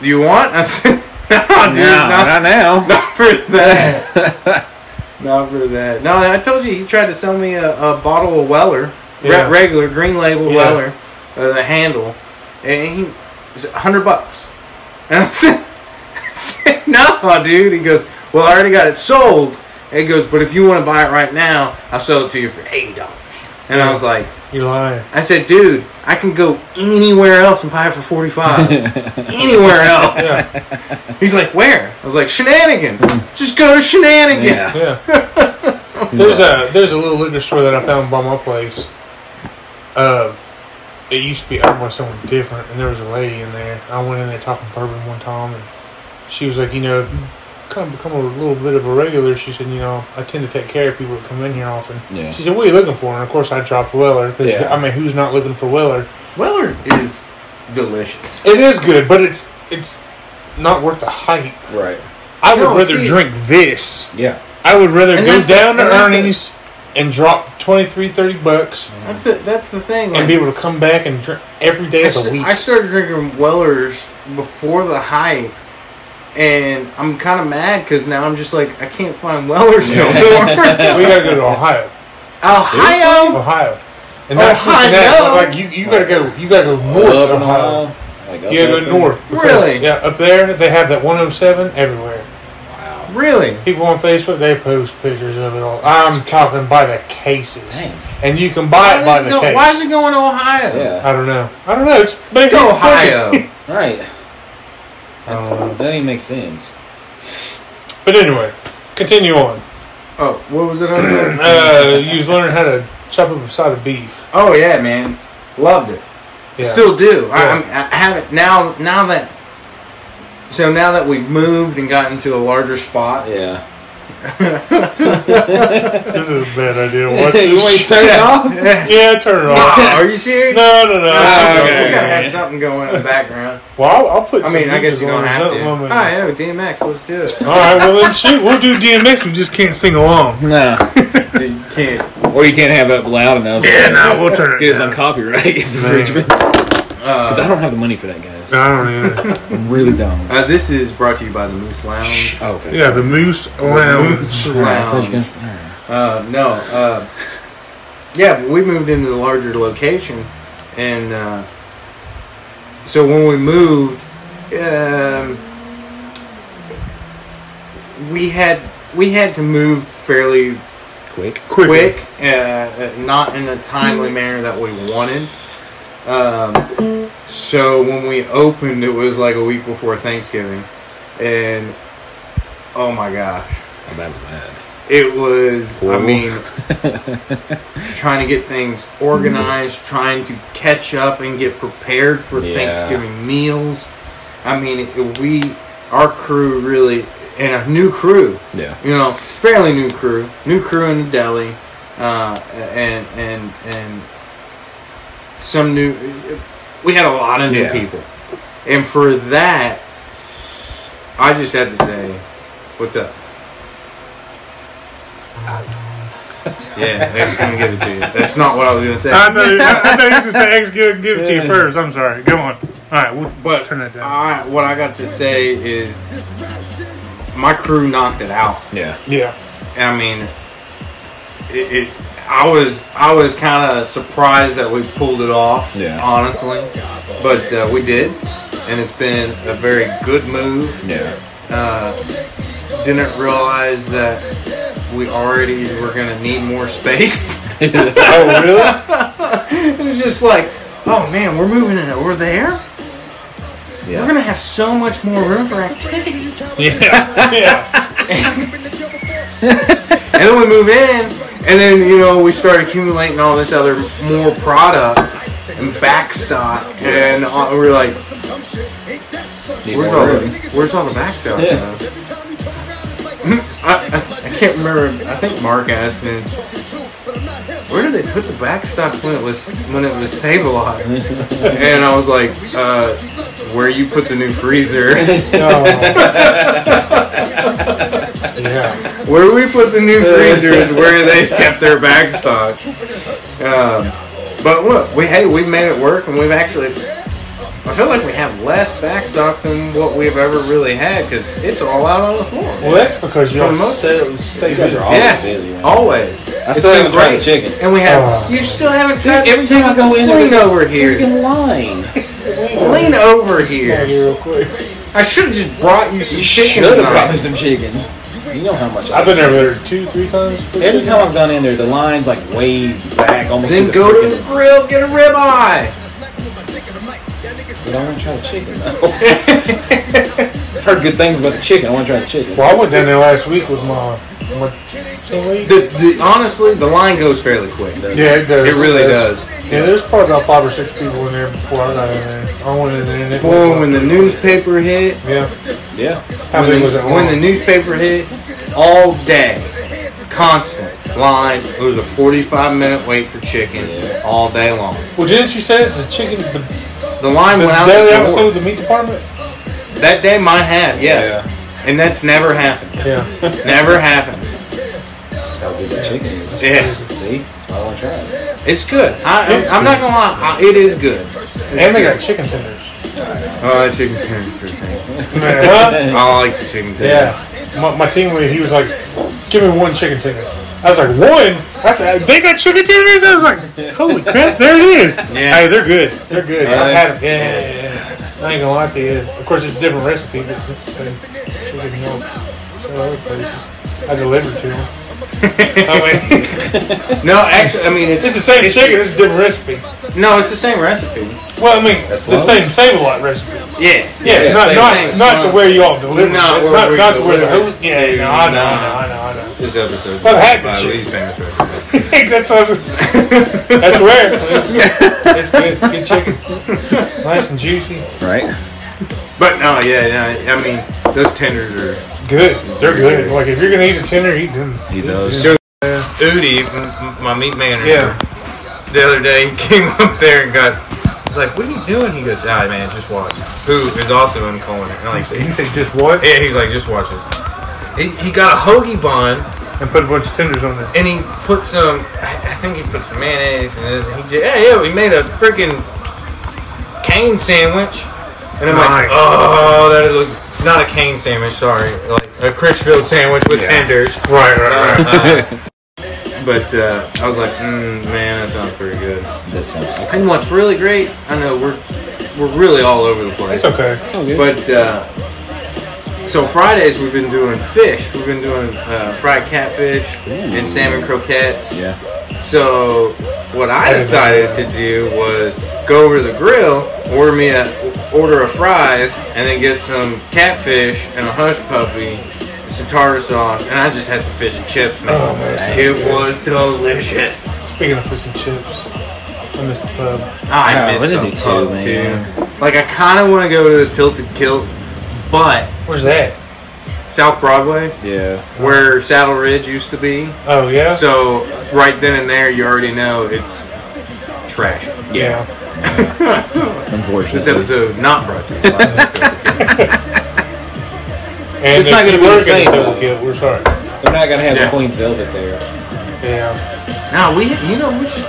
[SPEAKER 3] do you want? *laughs* I said, no, dude,
[SPEAKER 1] no, *laughs*
[SPEAKER 3] not
[SPEAKER 1] not now.
[SPEAKER 3] Not for that. *laughs* Not for that. No, I told you he tried to sell me a, a bottle of Weller, re-
[SPEAKER 2] Yeah.
[SPEAKER 3] regular green label
[SPEAKER 2] Yeah.
[SPEAKER 3] Weller, uh, the handle, and he it's a hundred bucks. *laughs* And I said, I said, "No, dude." He goes, "Well, I already got it sold." And he goes, "But if you want to buy it right now, I'll sell it to you for eighty dollars." And I was like,
[SPEAKER 2] You're lying.
[SPEAKER 3] "I said, dude, I can go anywhere else and buy it for forty-five. anywhere else."
[SPEAKER 2] Yeah,
[SPEAKER 3] He's like, where? I was like, shenanigans. Just go to shenanigans.
[SPEAKER 1] Yeah.
[SPEAKER 2] yeah. There's a there's a little liquor store that I found by my place. Uh, it used to be owned by someone different, and there was a lady in there. I went in there talking bourbon one time, and she was like, you know, if you come become a little bit of a regular, she said, you know, I tend to take care of people that come in here often.
[SPEAKER 1] Yeah.
[SPEAKER 2] She said, what are you looking for? And of course, I dropped Weller because
[SPEAKER 5] Yeah.
[SPEAKER 2] I mean, who's not looking for Weller?
[SPEAKER 3] Weller is delicious.
[SPEAKER 2] It is good, but it's it's not worth the hype.
[SPEAKER 5] Right.
[SPEAKER 2] I would
[SPEAKER 3] No,
[SPEAKER 2] rather
[SPEAKER 3] see-
[SPEAKER 2] drink this.
[SPEAKER 5] Yeah.
[SPEAKER 2] I would rather
[SPEAKER 3] And
[SPEAKER 2] go
[SPEAKER 3] that's it,
[SPEAKER 2] down to
[SPEAKER 3] and that's it.
[SPEAKER 2] Ernie's and drop 23, 30 bucks
[SPEAKER 3] That's it. That's the thing.
[SPEAKER 2] and be able to come back and drink every day
[SPEAKER 3] I,
[SPEAKER 2] of the
[SPEAKER 3] st-
[SPEAKER 2] week.
[SPEAKER 3] I started drinking Wellers before the hype, and I'm kind of mad because now I'm just like, I can't find Wellers no more.
[SPEAKER 2] *laughs* we gotta go to Ohio,
[SPEAKER 3] Ohio.
[SPEAKER 2] Ohio, and not
[SPEAKER 3] Ohio!
[SPEAKER 2] Cincinnati. but, Like you, you gotta go, you gotta go north
[SPEAKER 5] Up
[SPEAKER 2] of
[SPEAKER 5] and
[SPEAKER 2] Ohio.
[SPEAKER 5] all. Like up
[SPEAKER 2] You gotta
[SPEAKER 5] and-
[SPEAKER 2] go north. because-
[SPEAKER 3] Really?
[SPEAKER 2] Yeah, up there they have that 107 everywhere.
[SPEAKER 5] Wow.
[SPEAKER 3] Really?
[SPEAKER 2] People on Facebook they post pictures of it all. I'm talking by the cases,
[SPEAKER 5] Dang.
[SPEAKER 2] and you can buy it by
[SPEAKER 3] Why,
[SPEAKER 2] the
[SPEAKER 3] is it go-
[SPEAKER 2] case.
[SPEAKER 3] why is it going to Ohio?
[SPEAKER 5] Yeah.
[SPEAKER 2] I don't know. I don't know. It's
[SPEAKER 3] Go
[SPEAKER 2] *laughs*
[SPEAKER 3] to Ohio.
[SPEAKER 5] Right. That's,
[SPEAKER 2] Oh.
[SPEAKER 5] that didn't make sense.
[SPEAKER 2] But anyway, continue on.
[SPEAKER 3] oh, what was it over there?
[SPEAKER 2] Uh, you was learning how to chop up a side of beef.
[SPEAKER 3] Oh, yeah, man. Loved it.
[SPEAKER 2] Yeah.
[SPEAKER 3] Still do. I,
[SPEAKER 2] Yeah.
[SPEAKER 3] I'm- I haven't now. Now that So now that we've moved and gotten to a larger *laughs* spot,
[SPEAKER 5] Yeah.
[SPEAKER 2] This is a bad
[SPEAKER 3] *laughs*
[SPEAKER 2] idea. *laughs* Watch
[SPEAKER 5] you
[SPEAKER 2] this.
[SPEAKER 5] ain't turn it off?
[SPEAKER 2] *laughs* yeah, turn it off.
[SPEAKER 3] Oh, are you serious?
[SPEAKER 2] No, no, no.
[SPEAKER 1] Ah,
[SPEAKER 3] We
[SPEAKER 1] okay.
[SPEAKER 3] gotta have something going in the background.
[SPEAKER 2] Well, I'll, I'll put.
[SPEAKER 3] I
[SPEAKER 2] some
[SPEAKER 3] mean, I guess
[SPEAKER 2] music
[SPEAKER 3] you don't
[SPEAKER 2] on it.
[SPEAKER 3] have
[SPEAKER 2] Don't
[SPEAKER 3] to.
[SPEAKER 2] want me
[SPEAKER 3] All
[SPEAKER 2] to-
[SPEAKER 3] right, oh, DMX, let's
[SPEAKER 2] *laughs*
[SPEAKER 3] do it.
[SPEAKER 2] All right, well then shoot, we'll do DMX. We just can't sing along.
[SPEAKER 1] No.
[SPEAKER 3] You can't.
[SPEAKER 1] Or you can't have it up loud enough.
[SPEAKER 2] Yeah, no, we'll turn
[SPEAKER 1] Get
[SPEAKER 2] it.
[SPEAKER 1] us on
[SPEAKER 2] Down.
[SPEAKER 1] copyright *laughs* infringement. Because
[SPEAKER 2] Uh,
[SPEAKER 1] I don't have the money for that, guys.
[SPEAKER 2] I don't either.
[SPEAKER 1] I really don't.
[SPEAKER 3] Uh, this is brought to you by the Moose Lounge.
[SPEAKER 1] Shh. Oh, okay.
[SPEAKER 2] Yeah, the
[SPEAKER 3] *laughs*
[SPEAKER 2] Moose Lounge.
[SPEAKER 1] All right, I thought you were gonna say- all right.
[SPEAKER 3] Uh, no. Uh, yeah, but we moved into the larger location, and uh, so when we moved, um, we had we had to move fairly
[SPEAKER 1] Quick.
[SPEAKER 2] Quick.
[SPEAKER 3] quick, uh, uh, not in a timely manner that we wanted. Um, so when we opened, it was like a week before Thanksgiving, and oh my gosh.
[SPEAKER 1] Oh, that was that.
[SPEAKER 3] It was, I
[SPEAKER 1] Horrible.
[SPEAKER 3] mean, trying to get things organized, trying to catch up and get prepared for
[SPEAKER 1] Yeah.
[SPEAKER 3] Thanksgiving meals. I mean, we, our crew really, and a new crew,
[SPEAKER 1] Yeah.
[SPEAKER 3] you know, fairly new crew, new crew in the deli, uh, and and and some new. We had a lot of new
[SPEAKER 1] Yeah.
[SPEAKER 3] people, and for that, I just had to say, "What's up?" yeah, that's gonna give it to you. That's not what I was gonna say.
[SPEAKER 2] I thought, I, I thought you was gonna say X give, give it to you first. I'm sorry. Go on. All right, we'll
[SPEAKER 3] But uh,
[SPEAKER 2] turn that down.
[SPEAKER 3] I, what I got to say is, my crew knocked it out.
[SPEAKER 1] Yeah.
[SPEAKER 2] yeah.
[SPEAKER 3] I mean, it, it, I was I was kind of surprised that we pulled it off.
[SPEAKER 1] Yeah.
[SPEAKER 3] Honestly, but uh, we did, and it's been a very good move.
[SPEAKER 1] Yeah.
[SPEAKER 3] Uh, didn't realize that we already were gonna need more space. *laughs*
[SPEAKER 2] Oh really?
[SPEAKER 3] it was just like, oh man, we're moving in over there. We're
[SPEAKER 1] Yeah.
[SPEAKER 3] gonna have so much more room for activity.
[SPEAKER 2] yeah. Yeah.
[SPEAKER 3] and then we move in, and then you know we start accumulating all this other more product and back stock, and all, we're like, where's all the where's all the back stock?
[SPEAKER 1] Yeah.
[SPEAKER 3] though? *laughs* I, I, I can't remember. I think Mark asked me, where did they put the back stock when it was when it was Save a Lot? and I was like, uh, where you put the new freezer?
[SPEAKER 2] yeah.
[SPEAKER 3] Where we put the new freezer is where they kept their bag stock. Um, but look, we hey, we made it work, and we've actually. I feel like we have less back stock than what we've ever really had because it's all out on the floor.
[SPEAKER 2] Well, that's because
[SPEAKER 3] For
[SPEAKER 2] y'all
[SPEAKER 3] most-
[SPEAKER 2] sell, stay
[SPEAKER 5] You guys are always
[SPEAKER 3] yeah,
[SPEAKER 5] busy, man.
[SPEAKER 3] always.
[SPEAKER 5] I still haven't tried the chicken.
[SPEAKER 3] And we have.
[SPEAKER 2] Oh.
[SPEAKER 3] you still haven't tried.
[SPEAKER 1] Every time I go in,
[SPEAKER 3] lean
[SPEAKER 1] there's a
[SPEAKER 3] over here.
[SPEAKER 1] freaking line.
[SPEAKER 3] Lean over here.
[SPEAKER 2] real quick.
[SPEAKER 3] *laughs* I should have just brought you some
[SPEAKER 1] You
[SPEAKER 3] chicken.
[SPEAKER 1] should have
[SPEAKER 3] tonight.
[SPEAKER 1] brought me some chicken. You know how much I
[SPEAKER 2] I've been there two, three times.
[SPEAKER 1] Every time I've gone in there, the line's like way back, almost.
[SPEAKER 3] Then
[SPEAKER 1] the
[SPEAKER 3] go to the
[SPEAKER 1] freaking-
[SPEAKER 3] grill, get a ribeye.
[SPEAKER 1] But I want to try the chicken. though. *laughs* Heard good things about the chicken. I want to try the chicken.
[SPEAKER 2] Well, I went down there last week with my my colleague.
[SPEAKER 3] The, the, honestly, the line goes fairly quick.
[SPEAKER 2] Yeah, it does.
[SPEAKER 3] It really
[SPEAKER 2] does.
[SPEAKER 3] does.
[SPEAKER 2] Yeah, there's probably about five or six people in there before I got in there. I went in there and it
[SPEAKER 3] Boy,
[SPEAKER 2] was
[SPEAKER 3] when the newspaper hit,
[SPEAKER 2] yeah.
[SPEAKER 1] Yeah.
[SPEAKER 2] How
[SPEAKER 3] when,
[SPEAKER 2] many
[SPEAKER 3] the-
[SPEAKER 2] was it? long?
[SPEAKER 3] when the newspaper hit, all day, constant line. It was a 45 minute wait for chicken all day long.
[SPEAKER 2] well, didn't you say that the chicken the,
[SPEAKER 3] The line
[SPEAKER 2] the
[SPEAKER 3] went out
[SPEAKER 2] daily
[SPEAKER 3] the
[SPEAKER 2] episode
[SPEAKER 3] door.
[SPEAKER 2] of the meat department?
[SPEAKER 3] That day might have, yeah. And that's never happened.
[SPEAKER 2] Yeah.
[SPEAKER 3] Never happened.
[SPEAKER 1] That's how good the chicken is.
[SPEAKER 3] Yeah.
[SPEAKER 1] See, that's why I want to try it.
[SPEAKER 3] It's good. I,
[SPEAKER 2] It's
[SPEAKER 3] I'm not gonna lie. I, it is good.
[SPEAKER 2] *laughs* and they got chicken
[SPEAKER 3] *laughs*
[SPEAKER 2] tenders.
[SPEAKER 3] Oh, that chicken tenders are thing.
[SPEAKER 2] Huh?
[SPEAKER 3] I like the chicken tenders. *laughs*
[SPEAKER 2] yeah. My, my team lead, he was like, "Give me one chicken tender." I was like, "One?" I said, "They got chicken tenders." I was like, "Holy crap, there it is!"
[SPEAKER 3] Yeah.
[SPEAKER 2] Hey, they're good. They're good. I
[SPEAKER 3] Yeah.
[SPEAKER 2] had them. Yeah, yeah, yeah. I ain't gonna lie to you. Of course, it's a different recipe, but it's the same chicken milk. So other places, I delivered to them. I mean,
[SPEAKER 3] No, actually, I mean it's,
[SPEAKER 2] Oh, it's the same chicken. It's a different recipe.
[SPEAKER 3] No, it's the same recipe.
[SPEAKER 2] Well, I mean,
[SPEAKER 1] That's
[SPEAKER 2] the
[SPEAKER 1] low.
[SPEAKER 2] same save a lot recipe.
[SPEAKER 3] Yeah.
[SPEAKER 2] Yeah,
[SPEAKER 1] Yeah,
[SPEAKER 2] not
[SPEAKER 3] same
[SPEAKER 2] not,
[SPEAKER 3] thing.
[SPEAKER 2] not to where you all deliver.
[SPEAKER 3] Not
[SPEAKER 2] Not,
[SPEAKER 3] where
[SPEAKER 2] not,
[SPEAKER 3] we
[SPEAKER 2] not to where the
[SPEAKER 3] deliver.
[SPEAKER 2] who- Yeah, no, I know, I know, I know, I know.
[SPEAKER 3] This episode.
[SPEAKER 2] What happened,
[SPEAKER 3] by
[SPEAKER 2] chicken?
[SPEAKER 3] Lee's famous recipe.
[SPEAKER 2] That's what I was gonna say. *laughs* That's rare. It's good. Good chicken. Nice and juicy.
[SPEAKER 1] Right.
[SPEAKER 3] But no, yeah, yeah, I mean, those tenders are.
[SPEAKER 2] Good. They're good. Like if you're gonna eat a tender, eat them.
[SPEAKER 6] He does.
[SPEAKER 3] Udi, m- m- my meat manager,
[SPEAKER 2] Yeah.
[SPEAKER 3] the other day, *laughs* he came up there and got. He's like, "What are you doing?" He goes, "Ah, man, just watch." Who is also in culinary? And I
[SPEAKER 2] He
[SPEAKER 3] said,
[SPEAKER 2] said just what?
[SPEAKER 3] yeah, he's like, "Just watch it." He, he got a hoagie bun
[SPEAKER 2] And put a bunch of tenders on it.
[SPEAKER 3] and he put some. I, I think he put some mayonnaise and he just, yeah, yeah. We made a freaking cane sandwich, and I'm like,
[SPEAKER 2] Nice.
[SPEAKER 3] "Oh, that look not a cane sandwich, sorry, like a Critchfield sandwich with
[SPEAKER 6] Yeah.
[SPEAKER 3] tenders."
[SPEAKER 2] Right, right, right.
[SPEAKER 3] Uh, but uh, I was like, mm, man, that sounds pretty good.
[SPEAKER 6] Listen.
[SPEAKER 3] And what's really great, I know we're we're really all over the
[SPEAKER 2] *laughs* It's
[SPEAKER 3] place,
[SPEAKER 2] okay.
[SPEAKER 3] but uh, so Fridays we've been doing fish. We've been doing uh, fried catfish and salmon croquettes.
[SPEAKER 6] Yeah.
[SPEAKER 3] So what I decided to do was go over to the grill, order me a order of fries, and then get some catfish and a hush puppy, and some tartar sauce, and I just had some fish and chips, man.
[SPEAKER 2] Oh, man, sounds
[SPEAKER 3] it
[SPEAKER 2] good.
[SPEAKER 3] was delicious.
[SPEAKER 2] Speaking of fish and chips, I missed the pub.
[SPEAKER 6] Yeah,
[SPEAKER 3] I miss
[SPEAKER 6] what did
[SPEAKER 3] the
[SPEAKER 6] you do,
[SPEAKER 3] pub,
[SPEAKER 6] man?
[SPEAKER 3] too. Like I kind of want to go to the Tilted Kilt, but
[SPEAKER 2] Where's that?
[SPEAKER 3] South Broadway,
[SPEAKER 6] Yeah.
[SPEAKER 3] where Saddle Ridge used to be.
[SPEAKER 2] Oh yeah.
[SPEAKER 3] So right then and there, you already know it's trash.
[SPEAKER 2] yeah.
[SPEAKER 6] Unfortunately.
[SPEAKER 3] This episode not brought to you by
[SPEAKER 2] And
[SPEAKER 1] It's not
[SPEAKER 2] if
[SPEAKER 1] gonna
[SPEAKER 2] you
[SPEAKER 1] be
[SPEAKER 2] were
[SPEAKER 1] the same,
[SPEAKER 2] gonna
[SPEAKER 1] though.
[SPEAKER 2] Double kill. We're sorry.
[SPEAKER 1] They're not gonna have
[SPEAKER 3] Yeah.
[SPEAKER 1] the Queen's Velvet there.
[SPEAKER 2] Yeah.
[SPEAKER 3] Now we, you know, we should.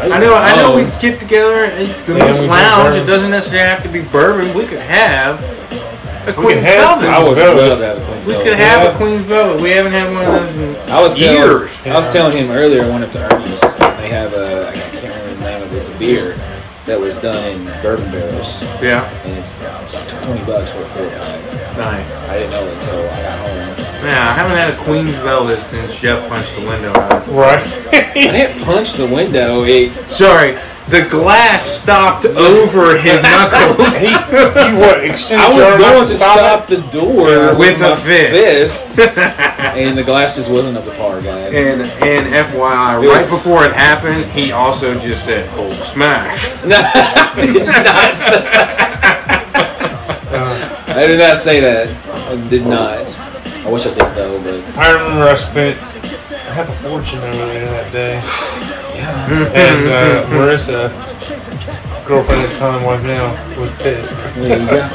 [SPEAKER 3] I know, I know. We get together. and It's the
[SPEAKER 2] Yeah,
[SPEAKER 3] most
[SPEAKER 2] we drink
[SPEAKER 3] lounge. It
[SPEAKER 2] bourbon.
[SPEAKER 3] doesn't necessarily have to be bourbon. We could have a Queen's
[SPEAKER 2] have-
[SPEAKER 3] Velvet.
[SPEAKER 1] I would
[SPEAKER 2] Velvet.
[SPEAKER 1] love to have a Queen's
[SPEAKER 3] we
[SPEAKER 1] Velvet.
[SPEAKER 3] could have
[SPEAKER 2] yeah.
[SPEAKER 3] a Queen's Velvet. We haven't had one of those in
[SPEAKER 1] I was telling,
[SPEAKER 3] years.
[SPEAKER 1] I was telling him earlier. I went up to Ernie's. And they have a I can't remember the name of it. It's a beer that was done in bourbon barrels,
[SPEAKER 3] Yeah,
[SPEAKER 1] and it's, it's like twenty bucks for a four pack.
[SPEAKER 3] nice.
[SPEAKER 1] I didn't know until I got
[SPEAKER 3] *laughs*
[SPEAKER 1] home.
[SPEAKER 3] Yeah, I haven't had a Queen's Velvet since Jeff punched the window out.
[SPEAKER 1] I didn't punch the window. It
[SPEAKER 3] Sorry, the glass stopped over his knuckles. *laughs*
[SPEAKER 2] Right. you what? Extended
[SPEAKER 1] I
[SPEAKER 2] your
[SPEAKER 1] was
[SPEAKER 2] arm
[SPEAKER 1] going
[SPEAKER 2] out
[SPEAKER 1] to
[SPEAKER 2] it?
[SPEAKER 1] stop the door
[SPEAKER 3] With
[SPEAKER 1] with,
[SPEAKER 3] a
[SPEAKER 1] my
[SPEAKER 3] fist.
[SPEAKER 1] fist.
[SPEAKER 3] *laughs*
[SPEAKER 1] and the glass just wasn't up to par, guys.
[SPEAKER 3] And and FYI,
[SPEAKER 1] It
[SPEAKER 3] right
[SPEAKER 1] was-
[SPEAKER 3] before it happened, he also just said, "Oh, smash!"
[SPEAKER 1] No, I did not say I did not say that. I did not. I wish I did though, but
[SPEAKER 2] I remember I spent half a fortune over there that day. And uh,
[SPEAKER 3] *laughs*
[SPEAKER 2] Marissa, girlfriend at the time, wife now, was pissed.
[SPEAKER 1] there you go.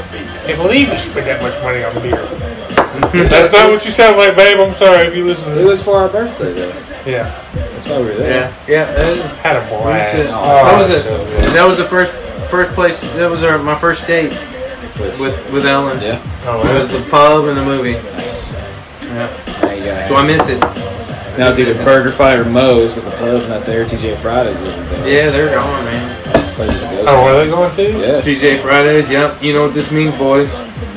[SPEAKER 2] Can't believe you spent that much money on beer. That's not what you sound like, babe. I'm sorry if you listen to
[SPEAKER 1] It was for our birthday though.
[SPEAKER 2] Yeah,
[SPEAKER 1] That's why we were there.
[SPEAKER 3] Yeah, yeah. uh,
[SPEAKER 2] had a blast.
[SPEAKER 3] That
[SPEAKER 2] Oh,
[SPEAKER 3] was
[SPEAKER 2] it's
[SPEAKER 3] it.
[SPEAKER 2] so good.
[SPEAKER 3] That was the first first place. That was our my first date
[SPEAKER 1] With,
[SPEAKER 3] with with Ellen.
[SPEAKER 1] yeah.
[SPEAKER 2] Oh,
[SPEAKER 3] It was the pub and the movie.
[SPEAKER 1] Nice.
[SPEAKER 3] Yeah.
[SPEAKER 1] Now you gotta
[SPEAKER 3] So I miss it.
[SPEAKER 1] have- now it's either Burger Fight or Moe's because the pub's not there. TJ Fridays isn't there.
[SPEAKER 3] Yeah, they're gone, man.
[SPEAKER 1] Places to go.
[SPEAKER 2] oh, were they going to?
[SPEAKER 1] yeah.
[SPEAKER 3] TJ Fridays. Yep. You know what this means, boys.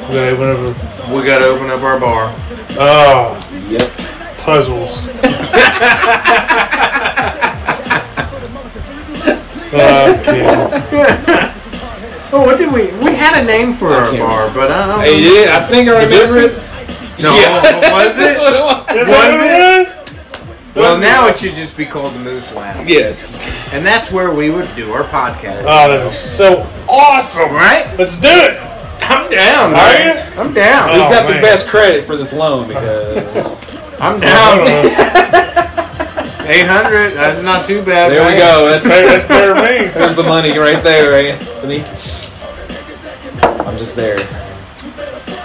[SPEAKER 2] They went over.
[SPEAKER 3] We gotta open up our bar.
[SPEAKER 2] Oh,
[SPEAKER 1] Yep.
[SPEAKER 3] *laughs*
[SPEAKER 2] puzzles. okay.
[SPEAKER 3] Oh, what did we? We had a name for our
[SPEAKER 1] can't
[SPEAKER 3] bar, but I don't.
[SPEAKER 1] Hey, yeah, I think I remember it.
[SPEAKER 3] No,
[SPEAKER 1] yeah. *laughs*
[SPEAKER 3] was
[SPEAKER 1] That's
[SPEAKER 3] it?
[SPEAKER 1] what it was.
[SPEAKER 2] Is that what it is?
[SPEAKER 3] Well, now it should just be called the Moose Lab,
[SPEAKER 1] Yes.
[SPEAKER 3] and that's where we would do our podcast.
[SPEAKER 1] Uh,
[SPEAKER 2] Oh, that was so awesome!
[SPEAKER 3] Right?
[SPEAKER 2] Let's do it.
[SPEAKER 3] I'm
[SPEAKER 2] Are
[SPEAKER 3] down. man. I'm down.
[SPEAKER 1] He's got the
[SPEAKER 2] man.
[SPEAKER 1] best credit for this loan because
[SPEAKER 3] I'm
[SPEAKER 2] *laughs* I don't
[SPEAKER 3] down.
[SPEAKER 2] know.
[SPEAKER 3] 800. That's not too bad.
[SPEAKER 1] there we
[SPEAKER 3] man.
[SPEAKER 1] go. That's
[SPEAKER 2] Maybe that's better than me.
[SPEAKER 1] There's the money right there, Anthony. I'm just there.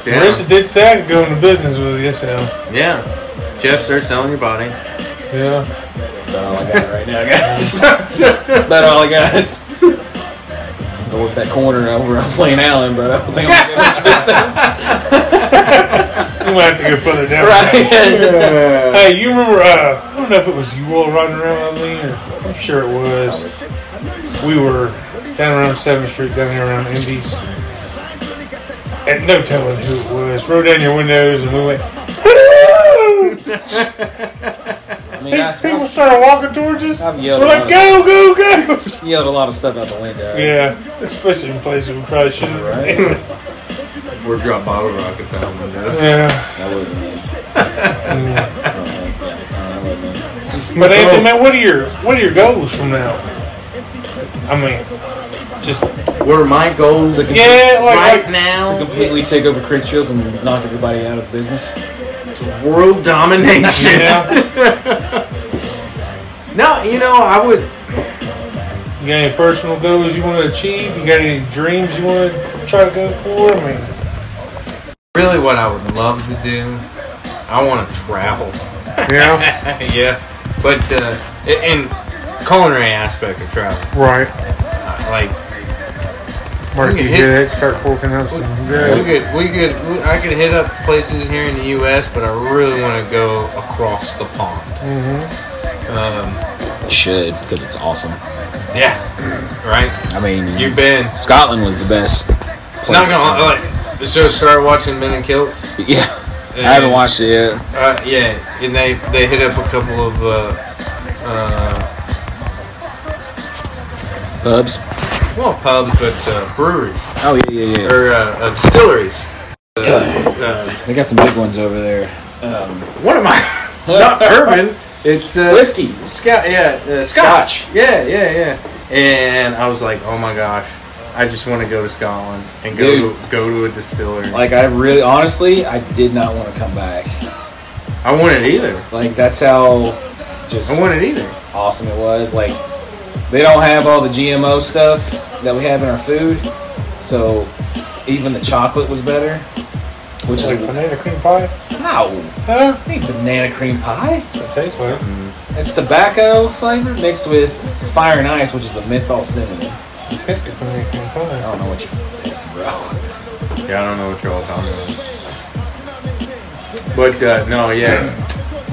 [SPEAKER 3] Damn.
[SPEAKER 2] Marissa did say I could go into business with you, so
[SPEAKER 3] Yeah. Jeff, start selling your body.
[SPEAKER 2] yeah.
[SPEAKER 1] That's about all I got right now, *laughs* guys. That's about all I got. I'm gonna work that corner over on Plain Allen, but I don't think I'm gonna get much business.
[SPEAKER 2] You might have to go further
[SPEAKER 1] *laughs*
[SPEAKER 2] down.
[SPEAKER 1] right?
[SPEAKER 2] Hey, you remember? Uh, I don't know if it was you all riding around with me, or I'm sure it was. We were down around Seventh Street, down there around Indies, and no telling who it was. Rolled down your windows, and we went. "Woo!"
[SPEAKER 1] I mean, I,
[SPEAKER 2] People started walking towards us.
[SPEAKER 1] I've yelled
[SPEAKER 2] We're
[SPEAKER 1] a
[SPEAKER 2] like,
[SPEAKER 1] lot.
[SPEAKER 2] go, go, go!
[SPEAKER 1] *laughs* I yelled a lot of stuff out the window.
[SPEAKER 2] Yeah, especially in places we probably shouldn't.
[SPEAKER 1] Right?
[SPEAKER 2] *laughs*
[SPEAKER 3] We're drop bottle rockets out the window.
[SPEAKER 2] Yeah.
[SPEAKER 1] That wasn't me. I don't think- yeah, no, that wasn't me.
[SPEAKER 2] But Anthony, man, what are your what are your goals from now? I mean, just
[SPEAKER 3] Where my goals
[SPEAKER 5] To com-
[SPEAKER 2] yeah, like,
[SPEAKER 3] right
[SPEAKER 2] like
[SPEAKER 5] To
[SPEAKER 3] now,
[SPEAKER 5] completely take over Creek Shields and knock everybody out of business.
[SPEAKER 3] world domination.
[SPEAKER 2] yeah.
[SPEAKER 3] *laughs* no, you know I would.
[SPEAKER 2] You got any personal goals you want to achieve? You got any dreams you want to try to go for? I mean,
[SPEAKER 3] Really, what I would love to do, I want to travel.
[SPEAKER 2] yeah,
[SPEAKER 3] *laughs* yeah, but uh, a- and culinary aspect of travel,
[SPEAKER 2] right.
[SPEAKER 3] like
[SPEAKER 2] Mark,
[SPEAKER 3] We
[SPEAKER 2] you
[SPEAKER 3] can
[SPEAKER 2] hear that? Start forking out some
[SPEAKER 3] we
[SPEAKER 2] good.
[SPEAKER 3] could we could we, I could hit up places here in the U.S., but I really want to go across the pond. Um,
[SPEAKER 1] It should because it's awesome.
[SPEAKER 3] yeah, right.
[SPEAKER 1] I mean,
[SPEAKER 3] You've been
[SPEAKER 1] Scotland was the best.
[SPEAKER 3] not
[SPEAKER 1] Place
[SPEAKER 3] gonna like. So started watching Men in Kilts.
[SPEAKER 1] yeah, I haven't watched it yet.
[SPEAKER 3] Uh, yeah, and they they hit up a couple of uh, uh,
[SPEAKER 1] Pubs.
[SPEAKER 3] well pubs, but uh, breweries
[SPEAKER 1] Oh yeah, yeah, yeah.
[SPEAKER 3] or uh, uh,
[SPEAKER 1] *coughs*
[SPEAKER 3] distilleries. Uh, uh,
[SPEAKER 1] They got some big ones over there. Um,
[SPEAKER 3] what am
[SPEAKER 1] *laughs*
[SPEAKER 3] I? Not bourbon. It's uh,
[SPEAKER 1] Whiskey.
[SPEAKER 3] Scott. Yeah. Uh,
[SPEAKER 1] Scotch.
[SPEAKER 3] Yeah. Yeah. Yeah. And I was like, oh my gosh, I just want to go to Scotland and go
[SPEAKER 1] Dude.
[SPEAKER 3] to, go to a distillery.
[SPEAKER 1] Like I really, honestly, I did not want to come back.
[SPEAKER 3] I want it either.
[SPEAKER 1] Like that's how just
[SPEAKER 3] I want it either.
[SPEAKER 1] awesome it was. Like they don't have all the GMO stuff that we have in our food, so even the chocolate was better. Which
[SPEAKER 2] Which
[SPEAKER 1] is
[SPEAKER 2] like banana cream pie.
[SPEAKER 1] no,
[SPEAKER 2] Huh?
[SPEAKER 1] ain't banana cream pie.
[SPEAKER 2] It tastes like.
[SPEAKER 1] It's tobacco flavor mixed with fire and ice, which is a menthol cinnamon.
[SPEAKER 2] It tastes like banana cream
[SPEAKER 1] I
[SPEAKER 2] pie.
[SPEAKER 1] don't know what you're tasting, bro. *laughs*
[SPEAKER 3] Yeah, I don't know what y'all talking about. But uh, no, yeah.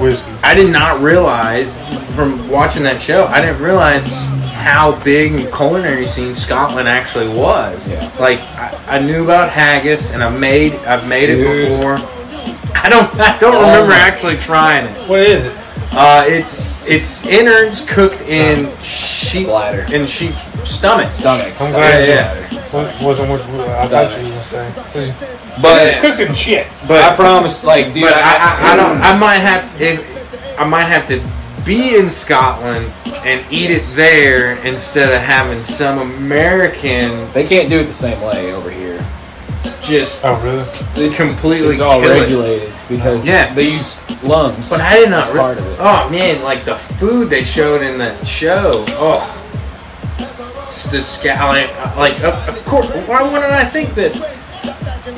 [SPEAKER 2] Whiskey.
[SPEAKER 3] I did not realize from watching that show, I didn't realize how big the culinary scene Scotland actually was.
[SPEAKER 1] Yeah.
[SPEAKER 3] Like I, I knew about haggis and I made I've made
[SPEAKER 1] Dude.
[SPEAKER 3] it before. I don't I don't
[SPEAKER 1] Oh
[SPEAKER 3] remember
[SPEAKER 1] my-
[SPEAKER 3] actually trying it.
[SPEAKER 2] What is it?
[SPEAKER 3] Uh, it's it's innards cooked in sheep
[SPEAKER 1] Bladder.
[SPEAKER 3] in sheep's stomach.
[SPEAKER 1] Stomach.
[SPEAKER 2] I'm
[SPEAKER 3] Yeah,
[SPEAKER 2] glad.
[SPEAKER 3] yeah.
[SPEAKER 2] What, wasn't what I thought you were gonna say.
[SPEAKER 1] But
[SPEAKER 2] Cooking shit.
[SPEAKER 3] But
[SPEAKER 1] I promise, like, dude,
[SPEAKER 3] but
[SPEAKER 1] I,
[SPEAKER 3] I, I, I don't I might have if I might have to be in Scotland and eat it there instead of having some American
[SPEAKER 1] they can't do it the same way over here.
[SPEAKER 3] just
[SPEAKER 2] Oh really?
[SPEAKER 1] It's
[SPEAKER 3] completely
[SPEAKER 1] It's all
[SPEAKER 3] kill it.
[SPEAKER 1] regulated because
[SPEAKER 3] Yeah.
[SPEAKER 1] they use lungs.
[SPEAKER 3] But I did not.
[SPEAKER 1] That's
[SPEAKER 3] re-
[SPEAKER 1] part of it.
[SPEAKER 3] Oh man, like the food they showed in that show. Oh, it's the scowl. Like, of, of course. Why wouldn't I think this?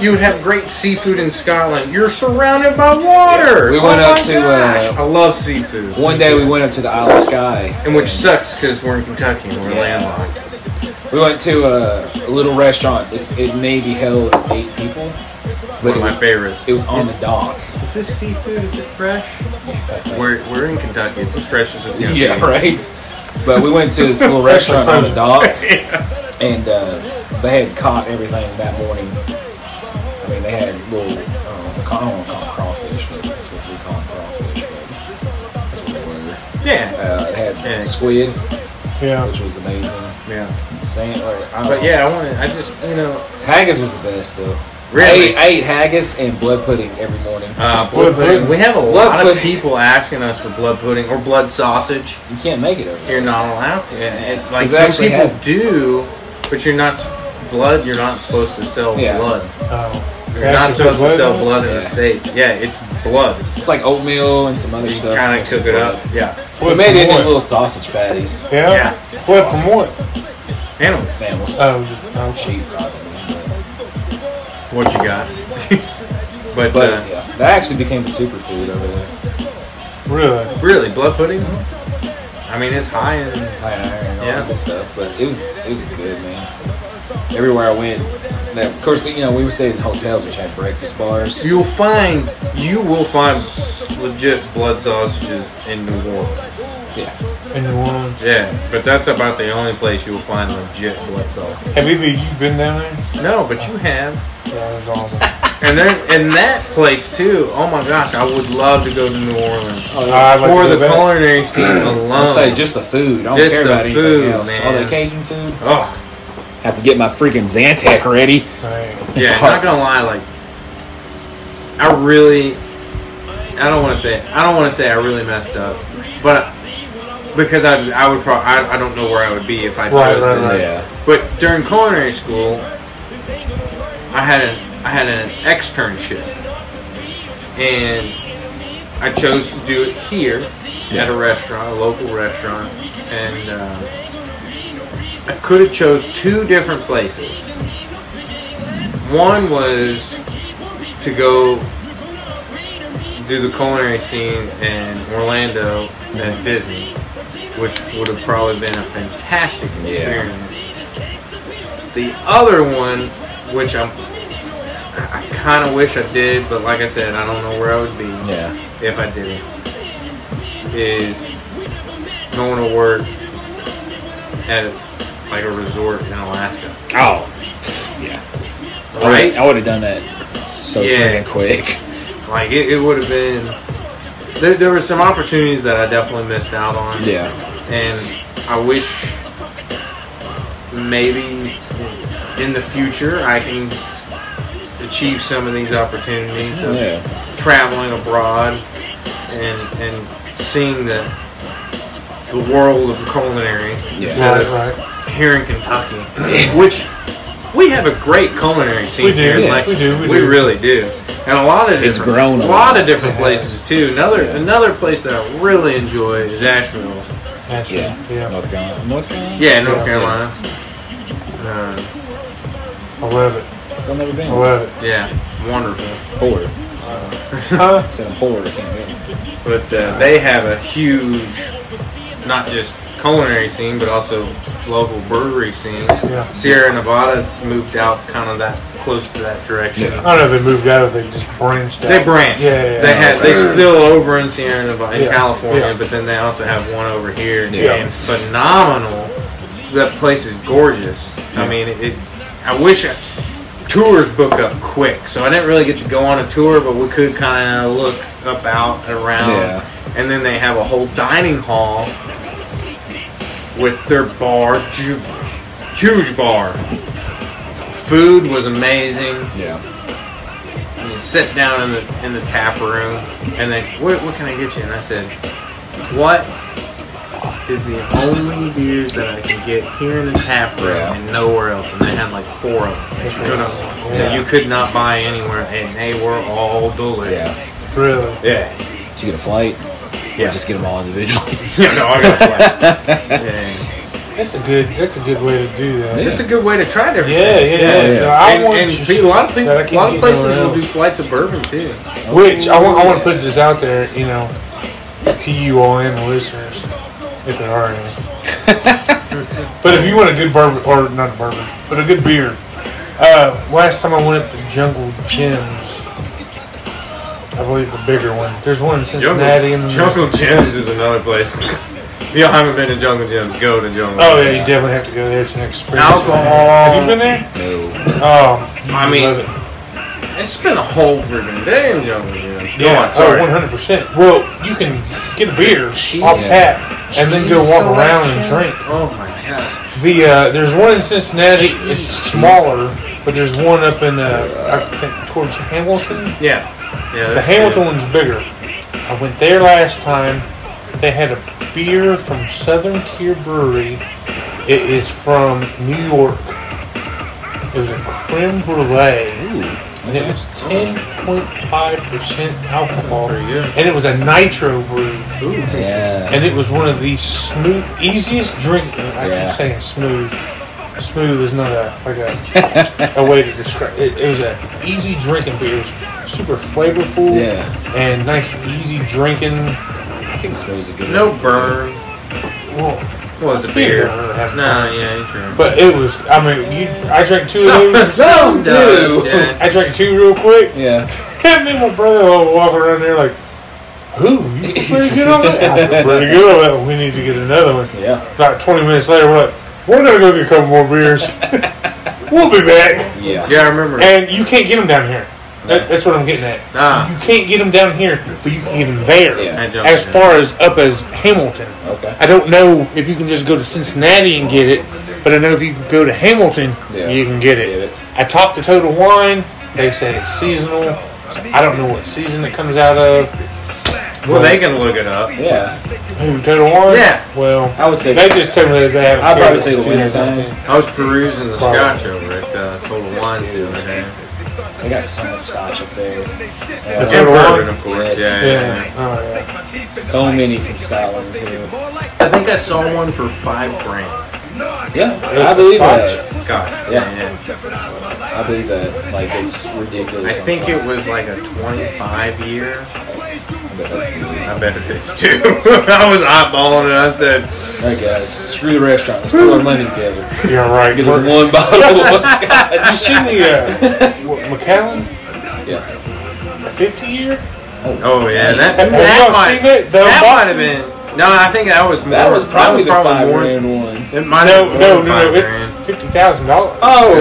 [SPEAKER 3] You would have great seafood in Scotland. You're surrounded by water.
[SPEAKER 1] We went
[SPEAKER 3] Oh,
[SPEAKER 1] up
[SPEAKER 3] my
[SPEAKER 1] to,
[SPEAKER 3] gosh.
[SPEAKER 1] uh,
[SPEAKER 3] I love seafood.
[SPEAKER 1] One day we went up to the Isle of Skye.
[SPEAKER 3] And which sucks because we're in Kentucky and we're
[SPEAKER 1] Yeah.
[SPEAKER 3] landlocked.
[SPEAKER 1] We went to a, a little restaurant. It's, it maybe held eight people,
[SPEAKER 3] One
[SPEAKER 1] but
[SPEAKER 3] of
[SPEAKER 1] it
[SPEAKER 3] my
[SPEAKER 1] was,
[SPEAKER 3] favorite.
[SPEAKER 1] it was on the dock.
[SPEAKER 3] Is this seafood? Is it fresh? We're, we're in Kentucky. It's as fresh as it's gonna
[SPEAKER 1] Yeah, *laughs*
[SPEAKER 3] be.
[SPEAKER 1] right. But we went to this little restaurant on the
[SPEAKER 3] *laughs*
[SPEAKER 1] dock, and uh, they had caught everything that morning. I mean, they had little, I don't, know, I don't want to call them crawfish, but that's because we call them crawfish, but that's what they were.
[SPEAKER 3] Yeah.
[SPEAKER 1] Uh, it had
[SPEAKER 3] Yeah.
[SPEAKER 1] squid,
[SPEAKER 2] Yeah. Uh,
[SPEAKER 1] which was amazing.
[SPEAKER 3] Yeah.
[SPEAKER 1] Sand, like, I don't
[SPEAKER 3] But
[SPEAKER 1] know.
[SPEAKER 3] yeah, I want to. I just you know
[SPEAKER 1] haggis was the best though.
[SPEAKER 3] really.
[SPEAKER 1] I ate, I ate haggis and blood pudding every morning.
[SPEAKER 3] Uh, blood
[SPEAKER 2] Blood
[SPEAKER 3] pudding.
[SPEAKER 2] pudding.
[SPEAKER 3] We have a
[SPEAKER 1] Blood
[SPEAKER 3] lot of
[SPEAKER 1] pudding.
[SPEAKER 3] people asking us for blood pudding or blood sausage.
[SPEAKER 1] You can't make it over there.
[SPEAKER 3] You're not allowed to. And, and, like
[SPEAKER 1] It
[SPEAKER 3] some
[SPEAKER 1] actually
[SPEAKER 3] people
[SPEAKER 1] has-
[SPEAKER 3] do, but you're not blood. You're not supposed to sell
[SPEAKER 1] Yeah.
[SPEAKER 3] blood.
[SPEAKER 2] Oh.
[SPEAKER 3] You're not supposed to sell blood in the
[SPEAKER 1] Yeah.
[SPEAKER 3] states. Yeah, it's blood.
[SPEAKER 1] It's like oatmeal and some other
[SPEAKER 3] You
[SPEAKER 1] stuff.
[SPEAKER 3] kind of
[SPEAKER 1] mixed with
[SPEAKER 3] cook it
[SPEAKER 1] blood.
[SPEAKER 3] up. Yeah,
[SPEAKER 1] We made it into little sausage patties.
[SPEAKER 2] Yeah.
[SPEAKER 3] Yeah.
[SPEAKER 2] Flip from what?
[SPEAKER 3] animal.
[SPEAKER 1] Mammals.
[SPEAKER 2] Oh, just oh, shit.
[SPEAKER 1] Sheep, probably.
[SPEAKER 3] What you got? *laughs* but
[SPEAKER 1] But
[SPEAKER 3] uh,
[SPEAKER 1] yeah, that actually became a superfood over there.
[SPEAKER 2] Really?
[SPEAKER 3] really, blood pudding. I mean, it's high in.
[SPEAKER 1] High in iron and all
[SPEAKER 3] Yeah.
[SPEAKER 1] that good stuff. But it was it was good, man. Everywhere I went. Now, of course, you know, we were staying in hotels which had breakfast bars.
[SPEAKER 3] You'll find you will find legit blood sausages in New Orleans.
[SPEAKER 1] Yeah.
[SPEAKER 2] In New Orleans.
[SPEAKER 3] Yeah, but that's about the only place you'll find legit blood sausage.
[SPEAKER 2] Have either of you been down there?
[SPEAKER 3] No, but you have.
[SPEAKER 2] Yeah, it was awesome.
[SPEAKER 3] And then and that place too. Oh my gosh, I would love to go to New Orleans
[SPEAKER 1] Oh,
[SPEAKER 2] I like
[SPEAKER 3] Uh, for
[SPEAKER 2] to
[SPEAKER 3] the
[SPEAKER 2] go back. *clears throat*
[SPEAKER 3] culinary scene alone.
[SPEAKER 1] I'll say just the food. I don't
[SPEAKER 3] Oh. Just
[SPEAKER 1] care
[SPEAKER 3] the
[SPEAKER 1] about anything
[SPEAKER 3] food,
[SPEAKER 1] else.
[SPEAKER 3] man.
[SPEAKER 1] All the Cajun food.
[SPEAKER 3] oh
[SPEAKER 1] Have to get my freaking Zantac ready.
[SPEAKER 2] Right.
[SPEAKER 3] yeah, not gonna lie, like I really, I don't want to say, I don't want to say I really messed up, but because I, I would probably I, I don't know where I would be if I
[SPEAKER 2] Right,
[SPEAKER 3] chose
[SPEAKER 2] right,
[SPEAKER 3] this.
[SPEAKER 2] right.
[SPEAKER 1] Yeah.
[SPEAKER 3] But during culinary school, I had an I had an externship, and I chose to do it here at a restaurant, a local restaurant, and uh, I could have chose two different places. One was to go do the culinary scene in Orlando at Disney, which would have probably been a fantastic
[SPEAKER 1] Yeah.
[SPEAKER 3] experience. The other one, which I'm, I kind of wish I did, but like I said, I don't know where I would be
[SPEAKER 1] Yeah.
[SPEAKER 3] if I did it, is going to work at like a resort in Alaska.
[SPEAKER 1] Oh. Yeah.
[SPEAKER 3] Right?
[SPEAKER 1] Right. I would have done that so
[SPEAKER 3] Yeah.
[SPEAKER 1] freaking quick. *laughs*
[SPEAKER 3] Like it, it would have been. There, there were some opportunities that I definitely missed out on.
[SPEAKER 1] Yeah.
[SPEAKER 3] and I wish maybe in the future I can achieve some of these opportunities of
[SPEAKER 1] Yeah.
[SPEAKER 3] traveling abroad and and seeing the the world of culinary
[SPEAKER 1] Yeah.
[SPEAKER 3] instead
[SPEAKER 2] Right,
[SPEAKER 3] of
[SPEAKER 2] right.
[SPEAKER 3] here in Kentucky, *clears throat* which we have a great culinary scene
[SPEAKER 2] We do,
[SPEAKER 3] here. in
[SPEAKER 2] yeah, we
[SPEAKER 3] Lexington.
[SPEAKER 2] do, we do.
[SPEAKER 3] really do, and a lot of
[SPEAKER 1] It's
[SPEAKER 3] different-
[SPEAKER 1] grown a
[SPEAKER 3] a
[SPEAKER 1] lot.
[SPEAKER 3] lot of different places too. Another
[SPEAKER 1] Yeah.
[SPEAKER 3] another place that I really enjoy is Asheville.
[SPEAKER 2] That's
[SPEAKER 1] Yeah.
[SPEAKER 2] right. Yeah.
[SPEAKER 1] North Carolina. North Carolina.
[SPEAKER 3] Yeah, North
[SPEAKER 2] Yeah.
[SPEAKER 3] Carolina. Uh,
[SPEAKER 2] I love it.
[SPEAKER 1] Still never been.
[SPEAKER 2] I
[SPEAKER 3] *laughs*
[SPEAKER 2] love
[SPEAKER 3] yeah, wonderful.
[SPEAKER 1] Porter.
[SPEAKER 2] it. Huh?
[SPEAKER 1] It's in Porter. Can't be.
[SPEAKER 3] But uh, they have a huge, not just culinary scene, but also local brewery scene.
[SPEAKER 2] Yeah.
[SPEAKER 3] Sierra Nevada moved out kind of that close to that direction.
[SPEAKER 1] Yeah.
[SPEAKER 2] I know they moved out of they just branched out.
[SPEAKER 3] They branch.
[SPEAKER 2] Yeah, yeah, yeah.
[SPEAKER 3] They had they still over in Sierra Nevada in
[SPEAKER 2] Yeah,
[SPEAKER 3] California,
[SPEAKER 2] yeah.
[SPEAKER 3] but then they also have one over here.
[SPEAKER 1] Yeah.
[SPEAKER 3] And phenomenal. That place is gorgeous. I mean, it. I wish I, tours book up quick, so I didn't really get to go on a tour, but we could kind of look up out and around.
[SPEAKER 1] Yeah.
[SPEAKER 3] And then they have a whole dining hall with their bar, huge, huge bar. Food was amazing
[SPEAKER 1] Yeah.
[SPEAKER 3] and you sit down in the in the tap room, and they, what, what can I get you? And I said, what is the only beers that I can get here in the tap room
[SPEAKER 1] Yeah.
[SPEAKER 3] and nowhere else? And they had like four of them
[SPEAKER 2] That's
[SPEAKER 3] that
[SPEAKER 2] yeah.
[SPEAKER 3] you could not buy anywhere, and they were all delicious.
[SPEAKER 1] Yeah.
[SPEAKER 2] Really.
[SPEAKER 3] Yeah,
[SPEAKER 1] Did you get a flight?
[SPEAKER 3] yeah.
[SPEAKER 1] Just get them all *laughs* individually.
[SPEAKER 3] yeah, no, I got a
[SPEAKER 2] *laughs*
[SPEAKER 3] flat. yeah.
[SPEAKER 2] That's a good. That's a good way to do that.
[SPEAKER 1] Yeah.
[SPEAKER 3] It's a good way to try different.
[SPEAKER 2] Yeah, yeah,
[SPEAKER 3] things.
[SPEAKER 2] yeah.
[SPEAKER 1] Yeah.
[SPEAKER 2] No, I
[SPEAKER 3] and,
[SPEAKER 2] want
[SPEAKER 3] and
[SPEAKER 2] you-
[SPEAKER 3] pe- a lot of people,
[SPEAKER 2] that I
[SPEAKER 3] a
[SPEAKER 2] can't
[SPEAKER 3] lot of
[SPEAKER 2] get
[SPEAKER 3] places
[SPEAKER 2] nowhere
[SPEAKER 3] will do
[SPEAKER 2] else.
[SPEAKER 3] flights of bourbon too.
[SPEAKER 2] Which I want, I want to put this out there, you know, to you all and the listeners, if there are
[SPEAKER 3] *laughs*
[SPEAKER 2] any. but if you want a good bourbon, or not a bourbon, but a good beer, uh, last time I went up to Jungle Gems, I believe the bigger one. There's one in Cincinnati. and
[SPEAKER 3] Jungle Jim's is another place. if y'all haven't been to Jungle Jim's, go to Jungle.
[SPEAKER 2] Oh yeah, you definitely have to go there. It's an experience.
[SPEAKER 3] Alcohol.
[SPEAKER 2] Have you been there?
[SPEAKER 1] No.
[SPEAKER 2] Oh, you
[SPEAKER 3] I mean,
[SPEAKER 2] love it.
[SPEAKER 3] It's been a whole freaking day in Jungle Jim's. Go
[SPEAKER 2] Yeah,
[SPEAKER 3] on,
[SPEAKER 2] oh,
[SPEAKER 3] sorry.
[SPEAKER 2] 100%. Well, you can get a beer off tap and then go walk around and drink.
[SPEAKER 3] Oh my god.
[SPEAKER 2] The uh, There's one in Cincinnati, it's smaller, but there's one up in, uh, I think, towards Hamilton.
[SPEAKER 3] Yeah. Yeah.
[SPEAKER 2] The
[SPEAKER 3] that's
[SPEAKER 2] Hamilton
[SPEAKER 3] good.
[SPEAKER 2] one's bigger. I went there last time. They had a beer from Southern Tier Brewery. It is from New York. It was a creme brulee. And it was 10.5% alcohol.
[SPEAKER 3] Very good.
[SPEAKER 2] And it was a nitro brew.
[SPEAKER 1] Yeah.
[SPEAKER 2] And it was one of the smooth, easiest drinking. I
[SPEAKER 1] Yeah.
[SPEAKER 2] keep saying smooth. Smooth is not a like a, a way to describe it. It was an easy drinking beer. It was super flavorful
[SPEAKER 1] Yeah.
[SPEAKER 2] and nice, easy drinking.
[SPEAKER 1] I think Smooth's a good
[SPEAKER 3] No burn.
[SPEAKER 2] Well,
[SPEAKER 3] Well, it's a
[SPEAKER 2] beer.
[SPEAKER 3] beer.
[SPEAKER 2] don't have-
[SPEAKER 3] No, yeah, you're true.
[SPEAKER 2] But it was. I mean, you. I drank two of
[SPEAKER 3] *laughs*
[SPEAKER 2] those.
[SPEAKER 1] Some
[SPEAKER 3] does,
[SPEAKER 1] do.
[SPEAKER 3] yeah.
[SPEAKER 2] I drank two real quick.
[SPEAKER 1] Yeah.
[SPEAKER 2] And then my brother will walk around there like, "Who? You feel pretty good on
[SPEAKER 1] *laughs*
[SPEAKER 2] that? I feel pretty good on that. one. We need to get another one."
[SPEAKER 1] Yeah.
[SPEAKER 2] About 20 minutes later, we're like, we're going to go get a couple more
[SPEAKER 1] *laughs*
[SPEAKER 2] beers. we'll be back.
[SPEAKER 1] Yeah.
[SPEAKER 3] Yeah, I remember.
[SPEAKER 2] And you can't get them down here. That, that's what I'm getting at.
[SPEAKER 3] Ah.
[SPEAKER 2] You can't get them down here, but you can get them there.
[SPEAKER 1] Yeah.
[SPEAKER 3] I jumped
[SPEAKER 2] As
[SPEAKER 3] in.
[SPEAKER 2] far as up as Hamilton.
[SPEAKER 1] Okay.
[SPEAKER 2] I don't know if you can just go to Cincinnati and get it, but I know if you can go to Hamilton,
[SPEAKER 1] Yeah.
[SPEAKER 2] you can get it.
[SPEAKER 1] Get it.
[SPEAKER 2] I talked to Total Wine. They said it's seasonal. I don't know what season it comes out of.
[SPEAKER 3] Well, they can look it up.
[SPEAKER 1] Yeah,
[SPEAKER 2] Who, Total War?
[SPEAKER 3] Yeah.
[SPEAKER 2] Well,
[SPEAKER 1] I would say.
[SPEAKER 2] they just told me that they haven't.
[SPEAKER 1] I'd probably
[SPEAKER 2] killed
[SPEAKER 1] say the
[SPEAKER 2] Stephen
[SPEAKER 1] winter
[SPEAKER 2] Hopkins.
[SPEAKER 1] time.
[SPEAKER 3] I was perusing the scotch over at uh, Total Wines the other day.
[SPEAKER 1] They got so much scotch up there.
[SPEAKER 2] That's
[SPEAKER 1] Uh,
[SPEAKER 2] it.
[SPEAKER 3] And bourbon, of
[SPEAKER 1] Yes.
[SPEAKER 3] course. Yeah, yeah, yeah.
[SPEAKER 2] Yeah. Oh, yeah.
[SPEAKER 1] so many from Scotland too.
[SPEAKER 3] I think I saw one for five grand.
[SPEAKER 1] Yeah, I believe that.
[SPEAKER 3] Scotch.
[SPEAKER 1] Yeah.
[SPEAKER 3] yeah.
[SPEAKER 1] I believe that. Like it's
[SPEAKER 3] I
[SPEAKER 1] ridiculous. on
[SPEAKER 3] think
[SPEAKER 1] some-
[SPEAKER 3] it was like a 25 year.
[SPEAKER 1] I bet that's illegal.
[SPEAKER 3] I bet it is too. *laughs* I was eyeballing it. I said,
[SPEAKER 1] Alright, guys, screw the restaurant. Let's put our money together.
[SPEAKER 2] You're right.
[SPEAKER 1] Get us
[SPEAKER 2] We're-
[SPEAKER 1] one bottle of
[SPEAKER 3] *laughs*
[SPEAKER 1] one scotch.
[SPEAKER 2] You seen the uh, what, McAllen
[SPEAKER 1] Yeah.
[SPEAKER 2] 50 year?
[SPEAKER 3] "Oh yeah, that
[SPEAKER 2] Have
[SPEAKER 3] that
[SPEAKER 2] y'all
[SPEAKER 3] might,
[SPEAKER 2] seen it? The
[SPEAKER 3] that
[SPEAKER 2] box-
[SPEAKER 3] might have been." No, I think that was more.
[SPEAKER 1] That was probably the
[SPEAKER 3] that was
[SPEAKER 1] five
[SPEAKER 3] more,
[SPEAKER 1] grand one.
[SPEAKER 3] It might have
[SPEAKER 2] No,
[SPEAKER 3] been
[SPEAKER 2] no, no,
[SPEAKER 3] more than five
[SPEAKER 2] no.
[SPEAKER 3] grand.
[SPEAKER 2] It's fifty thousand dollars.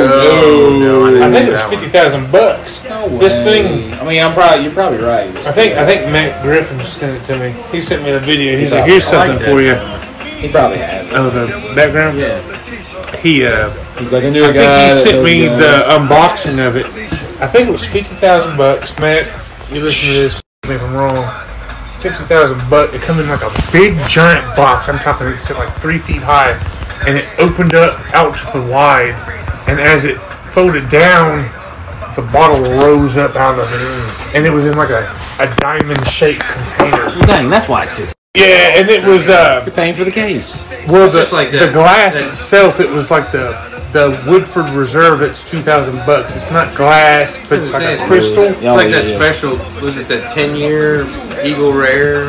[SPEAKER 1] Oh
[SPEAKER 3] no,
[SPEAKER 1] no!
[SPEAKER 3] no,
[SPEAKER 2] I think it was
[SPEAKER 3] that one.
[SPEAKER 2] fifty thousand bucks.
[SPEAKER 1] No
[SPEAKER 2] This
[SPEAKER 1] way.
[SPEAKER 2] thing,
[SPEAKER 1] I mean, I'm probably. You're probably right.
[SPEAKER 2] I think, I think Matt Griffin sent it to me. He sent me the video. He's
[SPEAKER 1] Yeah,
[SPEAKER 2] like, "Here's
[SPEAKER 1] I like
[SPEAKER 2] something
[SPEAKER 3] that.
[SPEAKER 2] for you."
[SPEAKER 1] he probably has. It.
[SPEAKER 7] Oh, the background.
[SPEAKER 3] Yeah,
[SPEAKER 7] He uh,
[SPEAKER 1] He's like I knew a
[SPEAKER 2] I
[SPEAKER 1] guy.
[SPEAKER 2] think he
[SPEAKER 1] that
[SPEAKER 2] sent
[SPEAKER 1] knows a
[SPEAKER 2] me
[SPEAKER 1] guy.
[SPEAKER 2] the unboxing of it. I think it was fifty thousand bucks, Matt. You listen to this? correct me If I'm wrong, fifty thousand bucks. It comes in like a big giant box. I'm talking it's like three feet high, and it opened up out to the wide, and as it folded down, the bottle rose up out of it, and it was in like a, a diamond shaped container.
[SPEAKER 8] Dang, that's why it's 50.
[SPEAKER 2] Yeah, and it was uh,
[SPEAKER 8] You're paying for the case.
[SPEAKER 2] well, the,
[SPEAKER 3] just like
[SPEAKER 2] the
[SPEAKER 3] that-
[SPEAKER 2] glass
[SPEAKER 3] that-
[SPEAKER 2] itself, it was like the the Woodford Reserve. It's two thousand bucks. It's not glass, but it's like a crystal.
[SPEAKER 3] It's
[SPEAKER 1] Yeah,
[SPEAKER 3] like
[SPEAKER 1] yeah,
[SPEAKER 3] that
[SPEAKER 1] yeah.
[SPEAKER 3] special. Was it that 10 year Eagle Rare?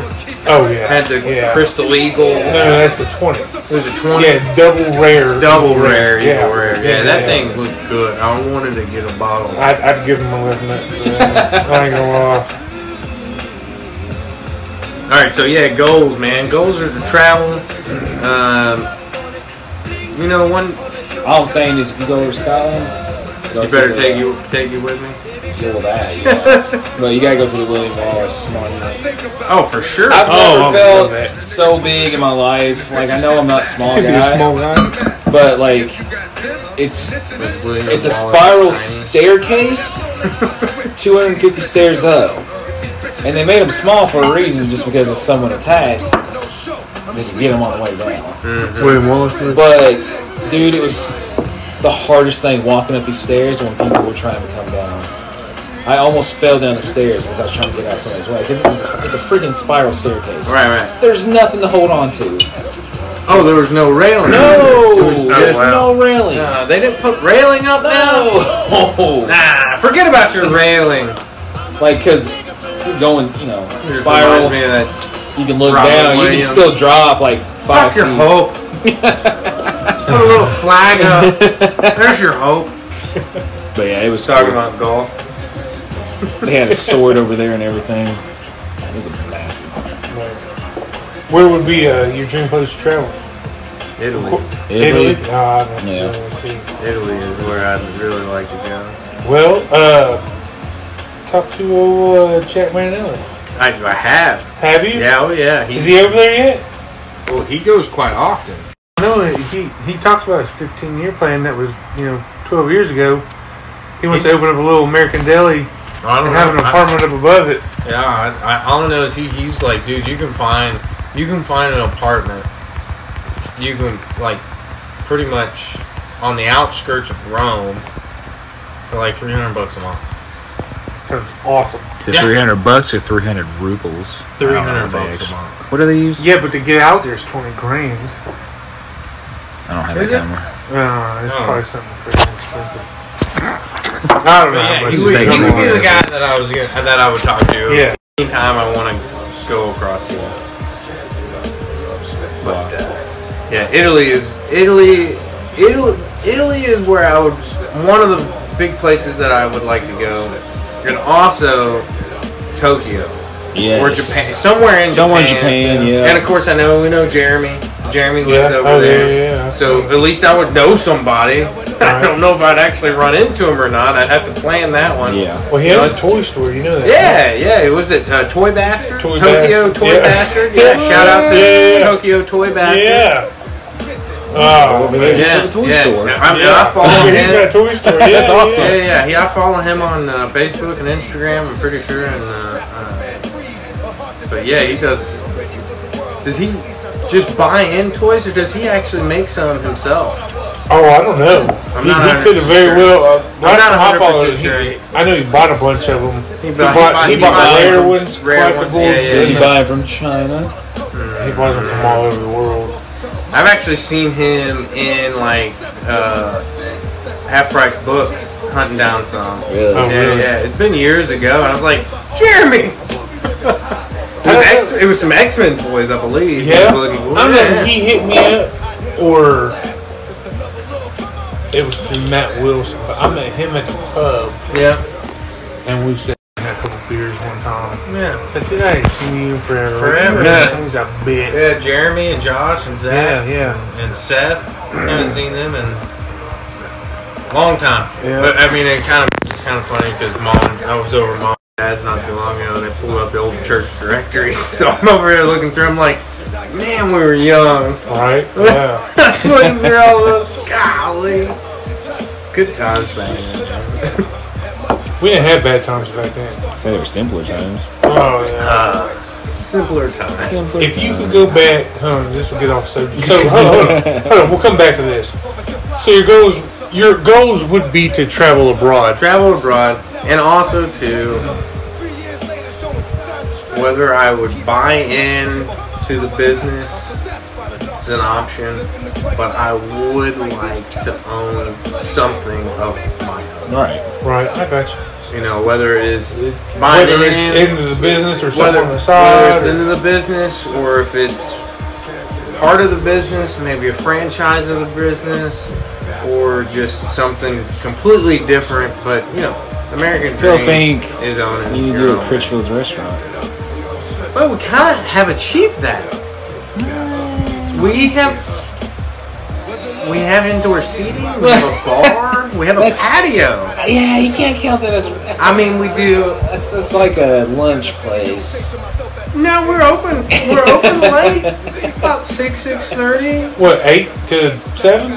[SPEAKER 2] Oh yeah,
[SPEAKER 3] Had the
[SPEAKER 2] yeah.
[SPEAKER 3] Crystal Eagle.
[SPEAKER 2] No, no, that's the twenty.
[SPEAKER 3] It was a 20
[SPEAKER 2] Yeah, double rare.
[SPEAKER 3] double rare Eagle
[SPEAKER 2] Yeah.
[SPEAKER 3] Rare. Yeah, that
[SPEAKER 2] Yeah.
[SPEAKER 3] thing looked good. I wanted to get a bottle.
[SPEAKER 2] I'd, I'd give him a little bit. yeah. I ain't gonna lie.
[SPEAKER 3] All right, so yeah, goals, man. Goals are to travel. Um, you know, one.
[SPEAKER 1] All I'm saying is, if you go over to Scotland, go
[SPEAKER 3] You
[SPEAKER 1] to
[SPEAKER 3] better
[SPEAKER 1] the-
[SPEAKER 3] take you take you with me.
[SPEAKER 1] deal with that. You know? but you gotta go to the William Wallace Monument.
[SPEAKER 3] Oh, for sure.
[SPEAKER 1] I've
[SPEAKER 2] Oh, I would love
[SPEAKER 1] never felt so big in my life. Like I know I'm not small
[SPEAKER 2] *laughs* Is he a
[SPEAKER 1] guy,
[SPEAKER 2] small guy?
[SPEAKER 1] but like it's
[SPEAKER 3] With William
[SPEAKER 1] it's a
[SPEAKER 3] Wallace
[SPEAKER 1] spiral
[SPEAKER 3] Browning.
[SPEAKER 1] staircase, 250 stairs up, and they made them small for a reason, just because if someone attacked, they could get them on the way down.
[SPEAKER 7] William Wallace. lived-
[SPEAKER 1] But dude, it was the hardest thing walking up these stairs when people were trying to come down. I almost fell down the stairs because I was trying to get out somebody's way because it's, it's a freaking spiral staircase.
[SPEAKER 3] Right, right.
[SPEAKER 1] There's nothing to hold on to.
[SPEAKER 3] Oh, there was no railing.
[SPEAKER 1] No, there's
[SPEAKER 7] wow.
[SPEAKER 1] no railing. No.
[SPEAKER 3] Uh, they didn't put railing up now. Nah, forget about your railing.
[SPEAKER 1] Like, because going, you know,
[SPEAKER 3] Just
[SPEAKER 1] spiral,
[SPEAKER 3] reminds me of that.
[SPEAKER 1] you can look
[SPEAKER 3] Robin
[SPEAKER 1] down, you can
[SPEAKER 3] Williams.
[SPEAKER 1] still drop like five
[SPEAKER 3] Fuck your
[SPEAKER 1] feet. *laughs*
[SPEAKER 3] hope. Put a little flag up. There's your hope.
[SPEAKER 1] But yeah, it was
[SPEAKER 3] Talking
[SPEAKER 1] cool.
[SPEAKER 3] about golf.
[SPEAKER 1] They had a sword over there and everything. It was a massive.
[SPEAKER 2] Where would be uh, your dream place to travel?
[SPEAKER 3] Italy.
[SPEAKER 1] Italy.
[SPEAKER 2] Nah, I don't
[SPEAKER 1] Yeah.
[SPEAKER 2] know.
[SPEAKER 3] Italy is where I'd really like to go.
[SPEAKER 2] Well, uh, talk to old uh, Jack Marinelli.
[SPEAKER 3] I, I have.
[SPEAKER 2] Have you?
[SPEAKER 3] Yeah, oh yeah.
[SPEAKER 2] Is he over there yet?
[SPEAKER 3] Well, he goes quite often.
[SPEAKER 7] No, he-
[SPEAKER 2] he he talks about his 15 year plan that was you know 12 years ago. He wants to open up a little American deli
[SPEAKER 3] I
[SPEAKER 2] and have an apartment up above it.
[SPEAKER 3] I, yeah, I, I, all I know is he, he's like, dude, you can find, you can find an apartment. You can like, pretty much on the outskirts of Rome for like three hundred bucks a month.
[SPEAKER 2] Sounds awesome.
[SPEAKER 9] So
[SPEAKER 3] Yeah.
[SPEAKER 9] 300 bucks or 300 rubles?
[SPEAKER 3] Three
[SPEAKER 9] know
[SPEAKER 3] hundred
[SPEAKER 9] if they
[SPEAKER 3] bucks a
[SPEAKER 9] actually-
[SPEAKER 3] month.
[SPEAKER 9] What do they use?
[SPEAKER 2] Yeah, but to get out there is 20 grand.
[SPEAKER 9] I don't have a
[SPEAKER 3] Is it?
[SPEAKER 9] camera.
[SPEAKER 2] Uh, it's
[SPEAKER 3] Oh.
[SPEAKER 2] probably something freaking expensive. I don't
[SPEAKER 3] But
[SPEAKER 2] know.
[SPEAKER 3] yeah,
[SPEAKER 2] but
[SPEAKER 3] he
[SPEAKER 9] just
[SPEAKER 3] would,
[SPEAKER 9] take
[SPEAKER 3] he
[SPEAKER 9] it
[SPEAKER 3] would be
[SPEAKER 9] away.
[SPEAKER 3] the guy that I was gonna, that I would talk to.
[SPEAKER 2] yeah.
[SPEAKER 3] Anytime I want to go across the world. But uh, yeah, Italy is Italy. Italy Italy is where I would one of the big places that I would like to go, and also Tokyo
[SPEAKER 1] Yes.
[SPEAKER 3] or Japan, somewhere in
[SPEAKER 1] Somewhere in
[SPEAKER 3] Japan.
[SPEAKER 1] Japan, yeah.
[SPEAKER 3] And of course, I know we know Jeremy. Jeremy lives
[SPEAKER 2] Yeah.
[SPEAKER 3] over
[SPEAKER 2] Oh, yeah,
[SPEAKER 3] there.
[SPEAKER 2] yeah, yeah.
[SPEAKER 3] So at least I would know somebody. *laughs* I don't know if I'd actually run into him or not. I'd have to plan that one.
[SPEAKER 1] Yeah.
[SPEAKER 2] Well, he
[SPEAKER 3] You know,
[SPEAKER 2] has a toy store. You know that.
[SPEAKER 3] Yeah, yeah. It was it uh, Toy Bastard,
[SPEAKER 2] Toy
[SPEAKER 3] Tokyo
[SPEAKER 2] Bastard,
[SPEAKER 3] Toy
[SPEAKER 2] yeah.
[SPEAKER 3] Bastard. Yeah, shout out to
[SPEAKER 2] Yes.
[SPEAKER 3] Tokyo Toy Bastard.
[SPEAKER 2] Yeah. Oh,
[SPEAKER 1] Over
[SPEAKER 2] man.
[SPEAKER 1] there.
[SPEAKER 3] yeah,
[SPEAKER 1] Just for the toy
[SPEAKER 3] yeah.
[SPEAKER 1] store.
[SPEAKER 3] I, mean, I
[SPEAKER 2] Yeah.
[SPEAKER 3] follow
[SPEAKER 2] He's got a
[SPEAKER 3] him.
[SPEAKER 2] toy store. Yeah,
[SPEAKER 1] That's
[SPEAKER 2] yeah,
[SPEAKER 1] awesome.
[SPEAKER 3] Yeah, yeah, yeah. I follow him on uh, Facebook and Instagram. I'm pretty sure, and uh, uh, But yeah, he does. Does he just buy in toys, or does he actually make some himself?
[SPEAKER 2] Oh, I don't know.
[SPEAKER 3] I'm
[SPEAKER 2] he
[SPEAKER 3] not
[SPEAKER 2] he could
[SPEAKER 3] 100%
[SPEAKER 2] have very well. Uh, last
[SPEAKER 3] not
[SPEAKER 2] time I
[SPEAKER 3] 100%
[SPEAKER 2] followed, he,
[SPEAKER 3] sure.
[SPEAKER 2] I know he bought a bunch of them. He
[SPEAKER 3] bought-
[SPEAKER 2] bought,
[SPEAKER 3] he bought-
[SPEAKER 2] he
[SPEAKER 3] he
[SPEAKER 2] bought
[SPEAKER 3] bought
[SPEAKER 2] rare
[SPEAKER 3] them.
[SPEAKER 2] ones,
[SPEAKER 3] Rare ones,
[SPEAKER 2] collectibles.
[SPEAKER 3] yeah, yeah.
[SPEAKER 2] and
[SPEAKER 1] Does he buy from China?
[SPEAKER 2] He buys them from all over the world.
[SPEAKER 3] I've actually seen him in like uh, half price books hunting down some.
[SPEAKER 10] Really?
[SPEAKER 2] Oh,
[SPEAKER 3] Yeah,
[SPEAKER 2] really?
[SPEAKER 3] yeah. It's been years ago, and I was like, Jeremy. *laughs* it, was X, it was some X Men toys, I believe. He
[SPEAKER 2] Yeah,
[SPEAKER 3] was looking-
[SPEAKER 2] I remember he hit me up, or it was through Matt Wilson. But I met him at the pub,
[SPEAKER 3] yeah,
[SPEAKER 2] and we sat and had a couple beers one time.
[SPEAKER 3] yeah,
[SPEAKER 2] Said, "Dude, I ain't seen you in forever.
[SPEAKER 3] Forever.
[SPEAKER 2] Yeah. Things a bit.
[SPEAKER 3] yeah. Jeremy and Josh and
[SPEAKER 2] Yeah,
[SPEAKER 3] Zach
[SPEAKER 2] yeah.
[SPEAKER 3] and Seth. I haven't seen them in a long time.
[SPEAKER 2] Yeah.
[SPEAKER 3] But I mean, it kind of it's kind of funny because mom, I was over at mom and dad's not too long ago, and they pulled up the old church directories. *laughs* So I'm over here looking through. I'm like, man, we were young. *laughs*
[SPEAKER 2] Right? Yeah.
[SPEAKER 3] Looking through all those, golly. Good times back then.
[SPEAKER 2] we didn't have bad times back then.
[SPEAKER 1] Say there were simpler times.
[SPEAKER 2] Oh yeah.
[SPEAKER 3] Uh, Simpler times.
[SPEAKER 1] Simpler
[SPEAKER 2] If you could go back, huh, this will get off subject. So *laughs* hold on, hold on, hold on, we'll come back to this. So your goals, your goals would be to travel abroad.
[SPEAKER 3] travel abroad, and also to whether I would buy in to the business is an option, but I would like to own something of my own.
[SPEAKER 1] All right.
[SPEAKER 2] Right, I got you.
[SPEAKER 3] You know, whether it is buying
[SPEAKER 2] Whether
[SPEAKER 3] in,
[SPEAKER 2] it's into the business or something
[SPEAKER 3] whether,
[SPEAKER 2] on the
[SPEAKER 3] whether
[SPEAKER 2] side.
[SPEAKER 3] it's
[SPEAKER 2] or-
[SPEAKER 3] into the business or if it's part of the business, maybe a franchise of the business, or just something completely different. But you know, the American
[SPEAKER 1] Still
[SPEAKER 3] dream
[SPEAKER 1] think
[SPEAKER 3] is owning.
[SPEAKER 1] You need to
[SPEAKER 3] your
[SPEAKER 1] do a
[SPEAKER 3] own.
[SPEAKER 1] Critchfield's restaurant.
[SPEAKER 3] But we kind of have achieved that. We have. We have indoor seating. We have
[SPEAKER 1] *laughs*
[SPEAKER 3] a bar. We have a
[SPEAKER 1] That's-
[SPEAKER 3] patio.
[SPEAKER 1] Yeah, you can't count that as. A, that's
[SPEAKER 3] I mean, we do.
[SPEAKER 1] That's just like a lunch place.
[SPEAKER 3] No, we're open. We're open late, about six, six thirty.
[SPEAKER 2] What, eight to seven?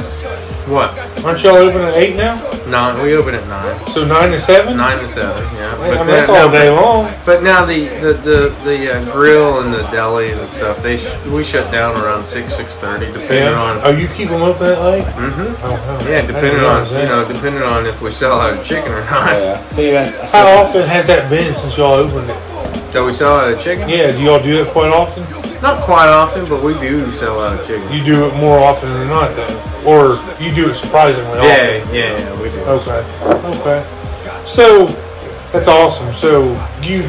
[SPEAKER 3] What?
[SPEAKER 2] Aren't y'all open at eight now?
[SPEAKER 3] Nine. We open at nine.
[SPEAKER 2] So nine to seven?
[SPEAKER 3] Nine to seven.
[SPEAKER 2] I
[SPEAKER 3] Yeah.
[SPEAKER 2] mean,
[SPEAKER 3] But,
[SPEAKER 2] that's
[SPEAKER 3] then-
[SPEAKER 2] all
[SPEAKER 3] no,
[SPEAKER 2] day long.
[SPEAKER 3] but now the the the, the uh, grill and the deli and stuff. They sh- we shut down around six, six thirty, depending
[SPEAKER 2] Yeah.
[SPEAKER 3] on.
[SPEAKER 2] Oh, you keep them open at late?
[SPEAKER 3] hmm
[SPEAKER 2] Oh, hell. I
[SPEAKER 3] Yeah,
[SPEAKER 2] didn't
[SPEAKER 3] depending on
[SPEAKER 2] realize
[SPEAKER 3] you
[SPEAKER 2] that.
[SPEAKER 3] know, depending on if we sell out of chicken or not.
[SPEAKER 1] Yeah. See, that's. I
[SPEAKER 2] How
[SPEAKER 1] said-
[SPEAKER 2] often has that been since y'all opened it?
[SPEAKER 3] So we sell out of chicken?
[SPEAKER 2] Yeah, do y'all do it quite often?
[SPEAKER 3] Not quite often, but we do sell out of chicken.
[SPEAKER 2] You do it more often than not, though. Or you do it surprisingly
[SPEAKER 3] yeah, yeah, yeah, we do.
[SPEAKER 2] often. Okay. Okay. So, that's awesome. So, you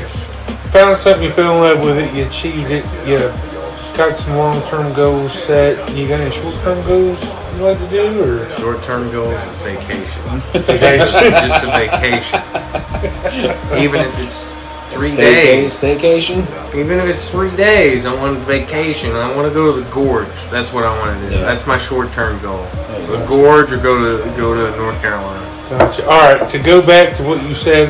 [SPEAKER 2] found something you fell in love with it, you achieved it, you got some long term goals set. You got any short term goals you like to do? Or
[SPEAKER 3] Short-term goals is vacation.
[SPEAKER 2] Vacation.
[SPEAKER 3] *laughs* Just a
[SPEAKER 2] *laughs*
[SPEAKER 3] vacation. Even if it's three
[SPEAKER 1] Stayca-
[SPEAKER 3] days.
[SPEAKER 1] Staycation.
[SPEAKER 3] Even if it's three days, I want vacation. I want to go to the gorge. That's what I want to do.
[SPEAKER 1] Yeah.
[SPEAKER 3] That's my short-term goal.
[SPEAKER 2] Oh,
[SPEAKER 1] you
[SPEAKER 3] The gorge or go to go to North Carolina.
[SPEAKER 2] Gotcha. All right, to go back to what you said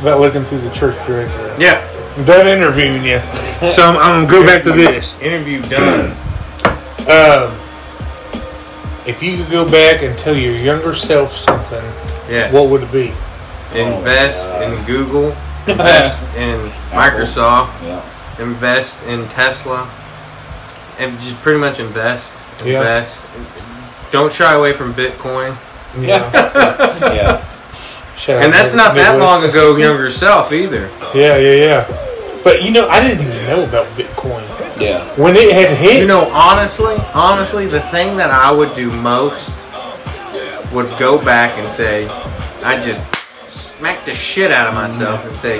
[SPEAKER 2] about looking through the church directory.
[SPEAKER 3] Yeah.
[SPEAKER 2] I'm done interviewing you. So I'm, I'm gonna go back to this.
[SPEAKER 3] *coughs* Interview done.
[SPEAKER 2] Um, if you could go back and tell your younger self something,
[SPEAKER 3] Yeah.
[SPEAKER 2] what would it be?
[SPEAKER 3] invest in
[SPEAKER 2] *laughs*
[SPEAKER 3] Google, invest in Microsoft,
[SPEAKER 1] Yeah.
[SPEAKER 3] invest in Tesla, and just pretty much invest,
[SPEAKER 2] Yeah.
[SPEAKER 3] invest. Don't shy away from Bitcoin.
[SPEAKER 2] Yeah.
[SPEAKER 1] Yeah.
[SPEAKER 2] Shout out
[SPEAKER 3] And that's
[SPEAKER 2] to
[SPEAKER 3] not that
[SPEAKER 2] Midwest.
[SPEAKER 3] long ago, younger self either.
[SPEAKER 2] Yeah, yeah, yeah. But you know, I didn't even know about Bitcoin
[SPEAKER 1] Yeah.
[SPEAKER 2] when it had hit.
[SPEAKER 3] You know, honestly, honestly, the thing that I would do most would go back and say, I just smack the shit out of myself and say,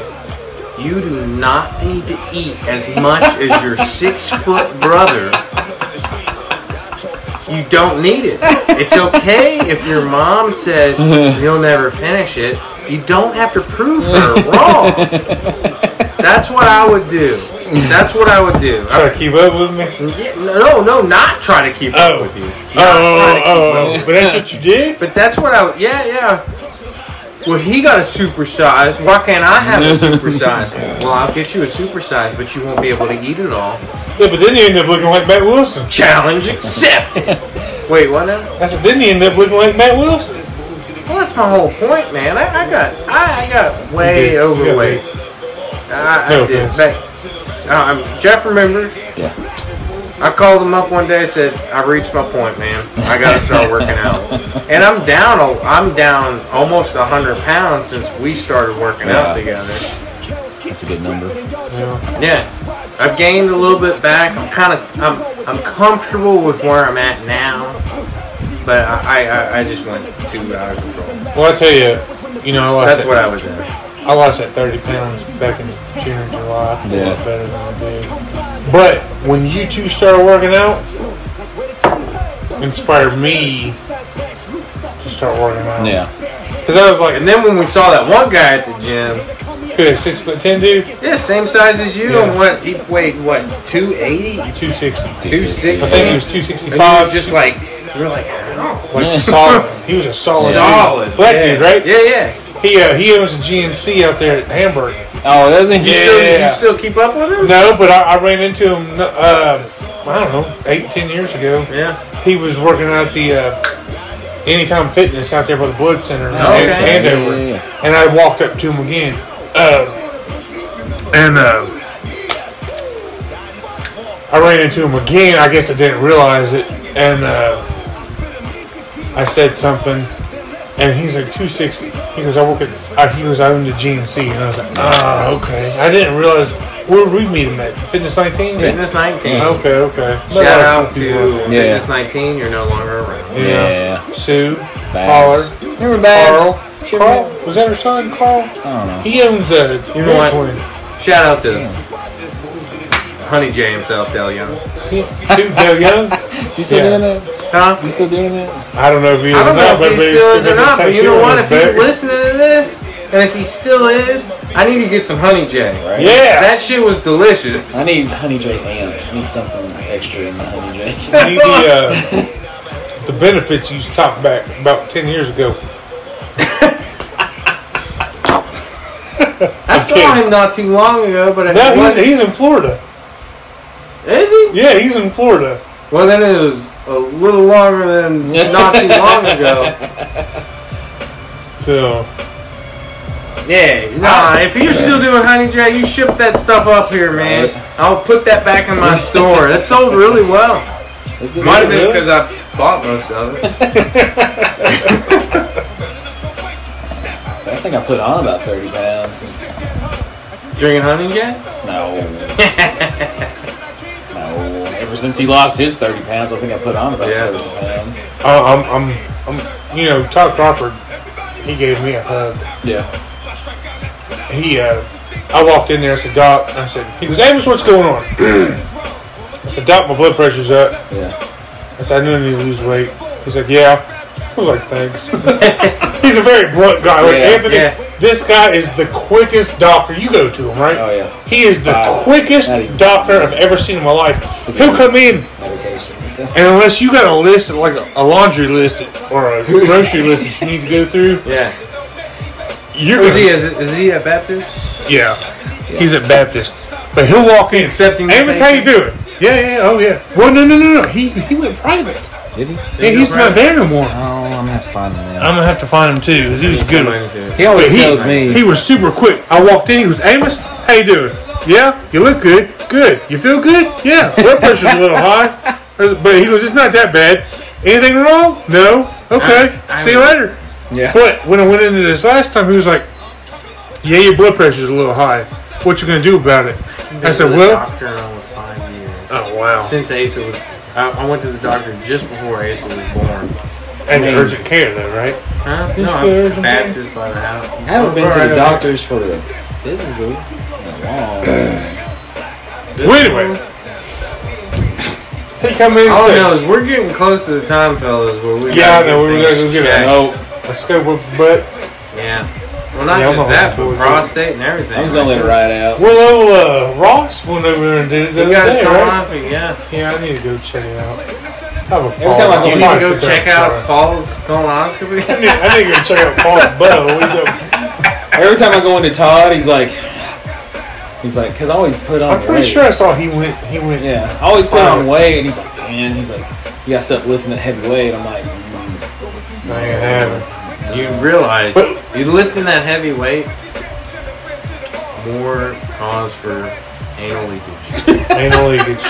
[SPEAKER 3] you do not need to eat as much as your six foot brother. You don't need it. It's okay if your mom says you'll never finish it. You don't have to prove her wrong. That's what I would do. That's what I would do.
[SPEAKER 2] Try to keep up with me.
[SPEAKER 3] Yeah, no, no, not try to keep
[SPEAKER 2] Oh.
[SPEAKER 3] up with you.
[SPEAKER 2] Oh, oh, oh, oh. but that's what you did.
[SPEAKER 3] But that's what I. would- Yeah, yeah. Well, he got a supersize. Why can't I have a
[SPEAKER 2] *laughs*
[SPEAKER 3] supersize? well, I'll get you a supersize, but you won't be able to eat it all.
[SPEAKER 2] Yeah, but then you end up looking like Matt Wilson. *laughs*
[SPEAKER 3] Challenge accepted. Wait, what now?
[SPEAKER 2] That's then you end up looking like Matt Wilson.
[SPEAKER 3] Well, that's my whole point, man. I, I got, I, I got
[SPEAKER 2] You did.
[SPEAKER 3] way
[SPEAKER 2] You got
[SPEAKER 3] overweight. I, I
[SPEAKER 2] No
[SPEAKER 3] did.
[SPEAKER 2] offense.
[SPEAKER 3] Back, Uh, um, Jeff remembers.
[SPEAKER 1] Yeah.
[SPEAKER 3] I called him up one day. and Said I've reached my point, man. I gotta start
[SPEAKER 1] *laughs*
[SPEAKER 3] working out. And I'm down. a- I'm down almost hundred pounds since we started working out
[SPEAKER 1] Yeah.
[SPEAKER 3] together.
[SPEAKER 1] That's a good number.
[SPEAKER 3] Yeah, I've gained a little bit back. I'm kind of I'm I'm comfortable with where I'm at now, but I I, I just went too out of control.
[SPEAKER 2] Well, I tell you, you know, I lost
[SPEAKER 3] That's
[SPEAKER 2] that,
[SPEAKER 3] what I was at.
[SPEAKER 2] I lost that 30 pounds back in June or July. I feel a lot
[SPEAKER 1] Yeah.
[SPEAKER 2] Better than I did. But when you two started working out, inspired me to start working out.
[SPEAKER 1] Yeah.
[SPEAKER 2] Because I was like,
[SPEAKER 3] And then when we saw that one guy at the gym,
[SPEAKER 2] who that six foot ten dude?
[SPEAKER 3] yeah, same size as you,
[SPEAKER 2] Yeah.
[SPEAKER 3] and what he weighed what two eighty.
[SPEAKER 2] Two sixty. I
[SPEAKER 3] Two sixty.
[SPEAKER 2] think he was two sixty
[SPEAKER 3] Five,
[SPEAKER 2] five.
[SPEAKER 3] just like we're like oh,
[SPEAKER 1] *laughs*
[SPEAKER 2] Like solid. He was a solid,
[SPEAKER 3] solid.
[SPEAKER 2] dude. black
[SPEAKER 3] yeah.
[SPEAKER 2] dude, right?
[SPEAKER 3] Yeah, yeah.
[SPEAKER 2] He uh, he owns a GMC out there at Hamburg.
[SPEAKER 1] Oh, doesn't he?
[SPEAKER 3] You, still,
[SPEAKER 2] Yeah.
[SPEAKER 3] you still keep up with him?
[SPEAKER 2] No, but I, I ran into him. Uh, I don't know, eight ten years ago.
[SPEAKER 3] Yeah.
[SPEAKER 2] He was working at the uh, Anytime Fitness out there by the Blood Center in
[SPEAKER 3] Okay.
[SPEAKER 2] Han- Andover,
[SPEAKER 1] Yeah, yeah, yeah.
[SPEAKER 2] and I walked up to him again, uh, and uh, I ran into him again. I guess I didn't realize it, and uh, I said something, and he's like two sixty. He goes, I work at. I, he goes, I own the GMC, and I was like, ah, okay. I didn't realize where would we meet him at Fitness Nineteen.
[SPEAKER 3] Fitness 19.
[SPEAKER 2] Okay, okay. uh,
[SPEAKER 3] Shout out to
[SPEAKER 1] Yeah.
[SPEAKER 3] Fitness 19. You're no longer around.
[SPEAKER 1] Yeah.
[SPEAKER 2] Sue,
[SPEAKER 1] Bags.
[SPEAKER 2] Pollard,
[SPEAKER 1] Remember
[SPEAKER 2] Carl.
[SPEAKER 1] Bags?
[SPEAKER 2] Carl, was that her son, Carl?
[SPEAKER 1] I don't know.
[SPEAKER 2] He owns a
[SPEAKER 3] You know what?
[SPEAKER 2] twin.
[SPEAKER 3] Shout out to Honey J himself, Del Young.
[SPEAKER 2] He- Dude, Dale Young.
[SPEAKER 1] Is he still
[SPEAKER 2] Yeah.
[SPEAKER 1] doing that?
[SPEAKER 3] Huh?
[SPEAKER 1] Is he still doing that?
[SPEAKER 2] I don't know if he is
[SPEAKER 3] I
[SPEAKER 2] or
[SPEAKER 3] don't know
[SPEAKER 2] not, but
[SPEAKER 3] if he
[SPEAKER 2] he's
[SPEAKER 3] still is
[SPEAKER 2] got
[SPEAKER 3] or
[SPEAKER 2] a
[SPEAKER 3] not, but you
[SPEAKER 2] tattoo
[SPEAKER 3] know
[SPEAKER 2] on
[SPEAKER 3] what? If
[SPEAKER 2] his
[SPEAKER 3] he's
[SPEAKER 2] back.
[SPEAKER 3] listening to this, and if he still is, I need to get some Honey J. Right?
[SPEAKER 2] Yeah.
[SPEAKER 3] That shit was delicious.
[SPEAKER 1] I need Honey J amped. I need something extra in my Honey J.
[SPEAKER 2] *laughs* I need the, uh, the benefits you used to talk back about 10 years ago.
[SPEAKER 3] I saw
[SPEAKER 2] kidding.
[SPEAKER 3] him not too long ago, but it
[SPEAKER 2] Now he's,
[SPEAKER 3] wasn't.
[SPEAKER 2] he's in Florida.
[SPEAKER 3] Is he?
[SPEAKER 2] Yeah, he's in Florida.
[SPEAKER 3] Well, then it was a little longer than not too long *laughs* ago.
[SPEAKER 2] So,
[SPEAKER 3] Yeah. Nah, if you're still doing Honey J, you ship that stuff up here, man. I'll put that back in my store. That sold really well.
[SPEAKER 1] Let's get
[SPEAKER 3] Might
[SPEAKER 1] some-
[SPEAKER 3] have been because I bought most of it.
[SPEAKER 1] I think I put on about 30 pounds since.
[SPEAKER 3] Drinking Honey J?
[SPEAKER 1] No. no. Ever since he lost his 30 pounds, I think I put on about
[SPEAKER 3] Yeah.
[SPEAKER 1] 30 pounds.
[SPEAKER 2] I I'm, I'm, I'm, you know, Todd Crawford, he gave me a hug.
[SPEAKER 1] Yeah.
[SPEAKER 2] he uh, I walked in there. I said, Doc. I said, he goes, Amos, what's
[SPEAKER 1] *clears throat*
[SPEAKER 2] going on? I said, Doc, my blood pressure's up.
[SPEAKER 1] Yeah.
[SPEAKER 2] I said, I knew I need to lose weight. He's like, yeah. I was
[SPEAKER 1] *laughs*
[SPEAKER 2] like, thanks. He's a very blunt guy. Like
[SPEAKER 1] Yeah,
[SPEAKER 2] Anthony,
[SPEAKER 3] yeah.
[SPEAKER 2] this guy is the quickest doctor. You go to him, right?
[SPEAKER 1] Oh, yeah.
[SPEAKER 2] He is the
[SPEAKER 1] Five.
[SPEAKER 2] quickest
[SPEAKER 1] Not even
[SPEAKER 2] doctor
[SPEAKER 1] five
[SPEAKER 2] I've
[SPEAKER 1] minutes.
[SPEAKER 2] ever seen in my life. He'll come in
[SPEAKER 1] Medication.
[SPEAKER 2] and unless you got a list, like a laundry list or
[SPEAKER 1] *laughs*
[SPEAKER 2] a grocery list that you need to go through,
[SPEAKER 3] Yeah.
[SPEAKER 2] you're
[SPEAKER 3] Who's
[SPEAKER 2] gonna
[SPEAKER 3] he? Is, is he a Baptist?
[SPEAKER 2] Yeah. He's a Baptist. But he'll walk in.
[SPEAKER 3] accepting
[SPEAKER 2] Amos,
[SPEAKER 3] the
[SPEAKER 2] how you
[SPEAKER 3] patient?
[SPEAKER 2] doing? Yeah, yeah, oh yeah. Well, no, no, no, no. He he went private.
[SPEAKER 11] Did he?
[SPEAKER 2] Yeah, he's not there no more.
[SPEAKER 11] Oh, I'm gonna have to find him now.
[SPEAKER 2] I'm gonna have to find him too, cause he was a good. one.
[SPEAKER 1] He always
[SPEAKER 2] But
[SPEAKER 1] tells me.
[SPEAKER 2] Oh, He was super quick. I walked in. He was Amos. How you doing? Yeah. You look good. Good. You feel good? Yeah. Blood pressure's a little high, but he goes. It's not that bad. Anything wrong? No. Okay. See you later.
[SPEAKER 1] Yeah.
[SPEAKER 2] But when I went into this last time, he was like, "Yeah, your blood pressure's a little high. What you gonna do about it?" I said, "Well,
[SPEAKER 3] doctor in almost five years.
[SPEAKER 2] oh wow."
[SPEAKER 3] Since Asa was, I, I went to the doctor just before Asa was born.
[SPEAKER 2] And the urgent care though, right?
[SPEAKER 3] Huh?
[SPEAKER 2] This
[SPEAKER 3] No,
[SPEAKER 2] goes
[SPEAKER 3] I'm
[SPEAKER 2] in
[SPEAKER 3] Baptist by the house.
[SPEAKER 1] I haven't been to the doctors for the physical in a long time.
[SPEAKER 2] Well, anyway, he come in. And
[SPEAKER 1] Oh,
[SPEAKER 3] All I know
[SPEAKER 2] said,
[SPEAKER 3] is Oh, we're getting close to the time, fellas. Where we
[SPEAKER 2] Yeah, I
[SPEAKER 3] gotta
[SPEAKER 2] know. We were gonna
[SPEAKER 3] things
[SPEAKER 2] go get
[SPEAKER 3] checked.
[SPEAKER 2] it.
[SPEAKER 1] Oh,
[SPEAKER 2] Let's go with butt.
[SPEAKER 3] Yeah. Well, not
[SPEAKER 2] Yeah, I'm
[SPEAKER 3] just
[SPEAKER 2] a-
[SPEAKER 3] that, but prostate and everything.
[SPEAKER 1] I was gonna let it ride out.
[SPEAKER 2] Well, old uh, Ross went over there and did it the
[SPEAKER 3] You
[SPEAKER 2] other
[SPEAKER 3] guys
[SPEAKER 2] day,
[SPEAKER 3] come
[SPEAKER 2] right?
[SPEAKER 3] off it, yeah.
[SPEAKER 2] Yeah, I need to go check it out. Have a
[SPEAKER 1] Every time I go Well,
[SPEAKER 3] You need to
[SPEAKER 1] mine's
[SPEAKER 3] go check out Paul's colonoscopy.
[SPEAKER 1] *laughs*
[SPEAKER 2] I need, I need to go check out Paul's butt. What we doing?
[SPEAKER 1] Every time I go into Todd, he's like, he's like, because I always put on.
[SPEAKER 2] I'm pretty
[SPEAKER 1] weight.
[SPEAKER 2] sure I saw he went. He went.
[SPEAKER 1] Yeah, I always put on weight, and he's like, man, he's like, you gotta stop lifting that heavy weight. I'm like, mm,
[SPEAKER 2] I ain't having.
[SPEAKER 3] you realize
[SPEAKER 2] But-
[SPEAKER 3] you're lifting that heavy weight, more cause for Anal
[SPEAKER 1] *laughs*
[SPEAKER 3] leakage.
[SPEAKER 2] Anal leakage.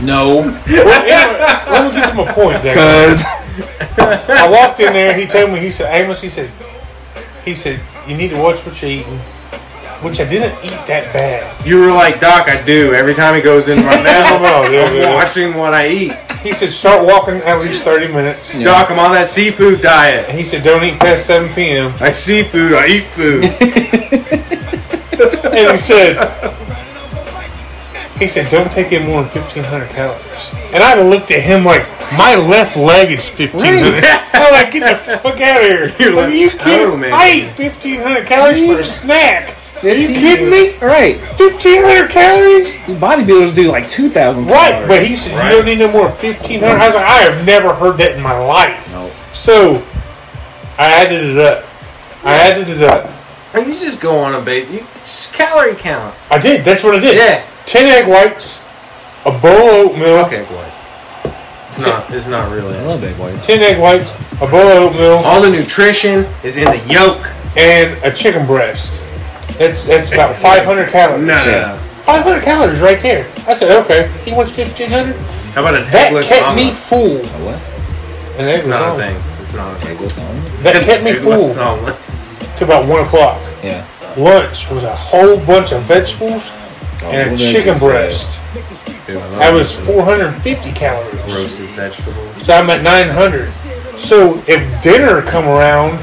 [SPEAKER 1] No,
[SPEAKER 2] Let me get to my point, Dad.
[SPEAKER 1] *laughs* because
[SPEAKER 2] I walked in there. He told me. He said, Amos. He said, he said, you need to watch what you're eating, which I didn't eat that
[SPEAKER 3] *laughs*
[SPEAKER 2] bad.
[SPEAKER 3] You were like, Doc, I do. Every time he goes in
[SPEAKER 1] *laughs*
[SPEAKER 3] my
[SPEAKER 2] Hell
[SPEAKER 3] mouth,
[SPEAKER 2] no, yeah,
[SPEAKER 3] I'm
[SPEAKER 2] yeah.
[SPEAKER 3] watching what I eat.
[SPEAKER 2] He said, start walking at least thirty minutes.
[SPEAKER 3] Doc, I'm on that seafood diet.
[SPEAKER 2] And he said, don't eat past seven p.m.
[SPEAKER 3] I see food, I eat *laughs* food.
[SPEAKER 2] And he
[SPEAKER 3] *laughs*
[SPEAKER 2] said, he said, don't take in more than fifteen hundred calories. And I looked at him like, my left leg is fifteen *laughs* hundred. I'm like, get the fuck out of here.
[SPEAKER 3] *laughs* Your
[SPEAKER 2] Are
[SPEAKER 3] left
[SPEAKER 2] you
[SPEAKER 3] toe,
[SPEAKER 2] kidding?
[SPEAKER 3] man.
[SPEAKER 2] I ate fifteen hundred calories for a snack. Are you
[SPEAKER 1] 15?
[SPEAKER 2] kidding me?
[SPEAKER 1] right?
[SPEAKER 2] Fifteen hundred calories?
[SPEAKER 1] Bodybuilders do like two thousand.
[SPEAKER 2] Right, but he said you don't need no more fifteen hundred. I was like, I have never heard that in my life. So I added it up. I added it up.
[SPEAKER 3] Or you just go on a bait. You just calorie count.
[SPEAKER 2] I did. That's what I did.
[SPEAKER 3] Yeah.
[SPEAKER 2] Ten egg whites, a bowl of oatmeal.
[SPEAKER 3] Okay, boy. It's not. It's not really.
[SPEAKER 1] love big whites.
[SPEAKER 2] Ten egg whites, a bowl of oatmeal,
[SPEAKER 3] All the nutrition is in the yolk.
[SPEAKER 2] and a chicken breast. That's that's about five hundred calories.
[SPEAKER 3] No, no, no.
[SPEAKER 2] Five hundred calories right there. I said, okay. He wants fifteen hundred.
[SPEAKER 3] How about an
[SPEAKER 2] That
[SPEAKER 3] eggless
[SPEAKER 2] kept
[SPEAKER 3] omelet?
[SPEAKER 2] me fooled.
[SPEAKER 1] what?
[SPEAKER 2] An egg
[SPEAKER 3] It's not a
[SPEAKER 2] omelet.
[SPEAKER 3] thing. It's not a thing.
[SPEAKER 1] Bagels on.
[SPEAKER 2] That kept me
[SPEAKER 3] Eggless
[SPEAKER 2] fooled
[SPEAKER 3] omelet.
[SPEAKER 2] to about one o'clock.
[SPEAKER 1] Yeah.
[SPEAKER 2] lunch was a whole bunch of vegetables
[SPEAKER 3] Oh,
[SPEAKER 2] and a
[SPEAKER 1] well,
[SPEAKER 2] chicken
[SPEAKER 1] that's just
[SPEAKER 2] breast. That was 450 calories.
[SPEAKER 3] roasted vegetables.
[SPEAKER 2] So I'm at 900. So if dinner come around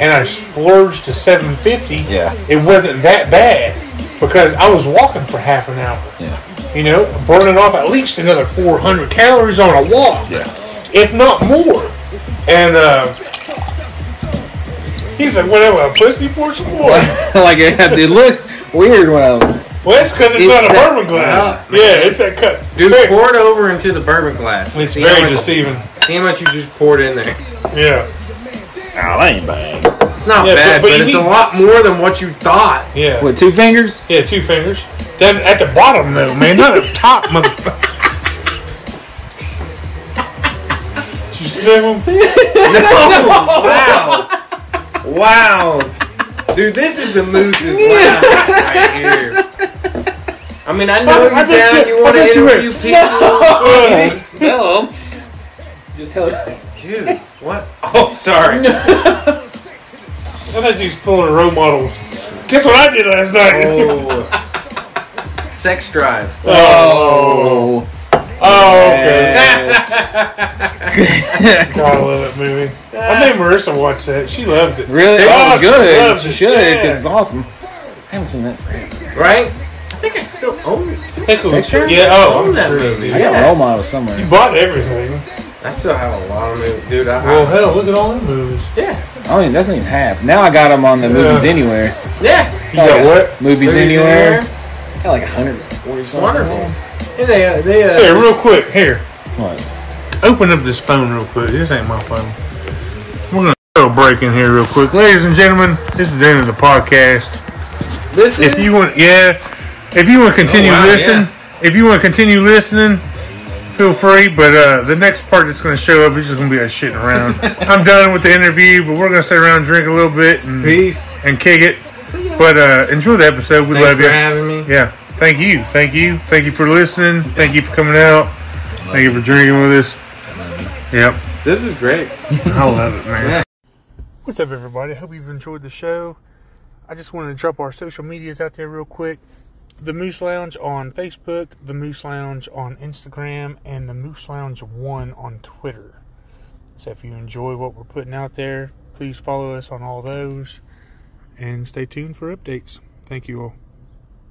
[SPEAKER 2] and I splurged to 750,
[SPEAKER 1] Yeah.
[SPEAKER 2] it wasn't that bad because I was walking for half an hour.
[SPEAKER 1] Yeah.
[SPEAKER 2] You know, burning off at least another 400 calories on a walk,
[SPEAKER 1] Yeah.
[SPEAKER 2] if not more. And uh, he said, "Whatever, a pussy for some
[SPEAKER 1] *laughs*
[SPEAKER 2] more."
[SPEAKER 1] like it, it looked weird when I was.
[SPEAKER 2] Well, that's because it's,
[SPEAKER 1] It's
[SPEAKER 2] not a
[SPEAKER 1] that-
[SPEAKER 2] bourbon glass. yeah, it's that cut.
[SPEAKER 3] Dude,
[SPEAKER 2] Very-
[SPEAKER 3] pour it over into the bourbon glass.
[SPEAKER 2] it's
[SPEAKER 3] see
[SPEAKER 2] very
[SPEAKER 3] how much,
[SPEAKER 2] deceiving.
[SPEAKER 3] See how much you just poured in there.
[SPEAKER 2] Yeah,
[SPEAKER 1] Oh, that ain't bad.
[SPEAKER 3] Not
[SPEAKER 2] Yeah, but- but
[SPEAKER 3] bad, but,
[SPEAKER 2] you
[SPEAKER 3] it's
[SPEAKER 2] need-
[SPEAKER 3] a lot more than what you thought.
[SPEAKER 2] yeah,
[SPEAKER 1] With two fingers?
[SPEAKER 2] yeah. Two fingers. Then at the bottom though, man, not at the top, *laughs* motherfucker. Did you see that one? *laughs*
[SPEAKER 3] Wow. wow. Dude, this is the moose's laugh right here. I mean, I know
[SPEAKER 2] I-
[SPEAKER 3] you
[SPEAKER 2] I bet
[SPEAKER 3] down,
[SPEAKER 2] you-
[SPEAKER 3] you,
[SPEAKER 2] I
[SPEAKER 3] want to
[SPEAKER 2] bet you
[SPEAKER 3] interview people.
[SPEAKER 2] Oh,
[SPEAKER 1] No. Just held it.
[SPEAKER 3] Dude, what? Oh, sorry.
[SPEAKER 2] I thought you was pulling a role models. Guess what I did last night? Oh,
[SPEAKER 3] Oh. Sex drive.
[SPEAKER 2] *laughs* oh,
[SPEAKER 1] Oh.
[SPEAKER 2] okay.
[SPEAKER 1] Yes.
[SPEAKER 2] God, I love that movie. I made Marissa watch that. She loved it.
[SPEAKER 1] really?
[SPEAKER 2] Oh,
[SPEAKER 1] Oh,
[SPEAKER 2] she
[SPEAKER 1] good.
[SPEAKER 2] loves
[SPEAKER 1] You
[SPEAKER 2] it.
[SPEAKER 1] should, because
[SPEAKER 2] Yeah.
[SPEAKER 1] it's awesome. I haven't seen that forever.
[SPEAKER 3] Right? I think I still own it. too.
[SPEAKER 1] Pictures?
[SPEAKER 2] Yeah.
[SPEAKER 3] I
[SPEAKER 2] Oh,
[SPEAKER 3] own that movie.
[SPEAKER 1] I got role models somewhere.
[SPEAKER 2] bought everything.
[SPEAKER 3] I still have a lot of movies. Dude, I
[SPEAKER 2] Well, hell, look at all them movies.
[SPEAKER 3] Yeah.
[SPEAKER 1] I don't even, that's not even half. Now I got them on the movies
[SPEAKER 2] Yeah.
[SPEAKER 1] anywhere.
[SPEAKER 3] Yeah.
[SPEAKER 2] You
[SPEAKER 1] Oh,
[SPEAKER 2] got what?
[SPEAKER 1] Movies,
[SPEAKER 3] Movies in
[SPEAKER 1] anywhere.
[SPEAKER 3] there.
[SPEAKER 1] Got like 140 something.
[SPEAKER 3] Wonderful. And they, uh, they, uh,
[SPEAKER 2] Here, real quick. Here.
[SPEAKER 1] What?
[SPEAKER 2] Open up this phone real quick. This ain't my phone. We're gonna throw a break in here real quick, ladies and gentlemen. This is the end of the podcast.
[SPEAKER 3] this
[SPEAKER 2] If you want, yeah, if you want to continue
[SPEAKER 3] Oh, wow,
[SPEAKER 2] listening, if you want to continue listening, feel free. But uh, the next part that's gonna show up is just gonna be us shitting
[SPEAKER 3] *laughs*
[SPEAKER 2] around. I'm done with the interview, but we're gonna sit around, drink a little bit, and
[SPEAKER 3] Peace.
[SPEAKER 2] and kick it. But uh, enjoy the episode. We
[SPEAKER 3] Thanks
[SPEAKER 2] love
[SPEAKER 3] for
[SPEAKER 2] you.
[SPEAKER 3] having me.
[SPEAKER 2] Yeah. Thank you. Thank you. Thank you for listening. Thank you for coming out. Thank you for drinking with us. Yep.
[SPEAKER 3] This is great.
[SPEAKER 2] I love it, man. What's up, everybody? Hope you've enjoyed the show. I just wanted to drop our social medias out there real quick. The Moose Lounge on Facebook, The Moose Lounge on Instagram, and The Moose Lounge 1 on Twitter. So if you enjoy what we're putting out there, please follow us on all those and stay tuned for updates. Thank you all.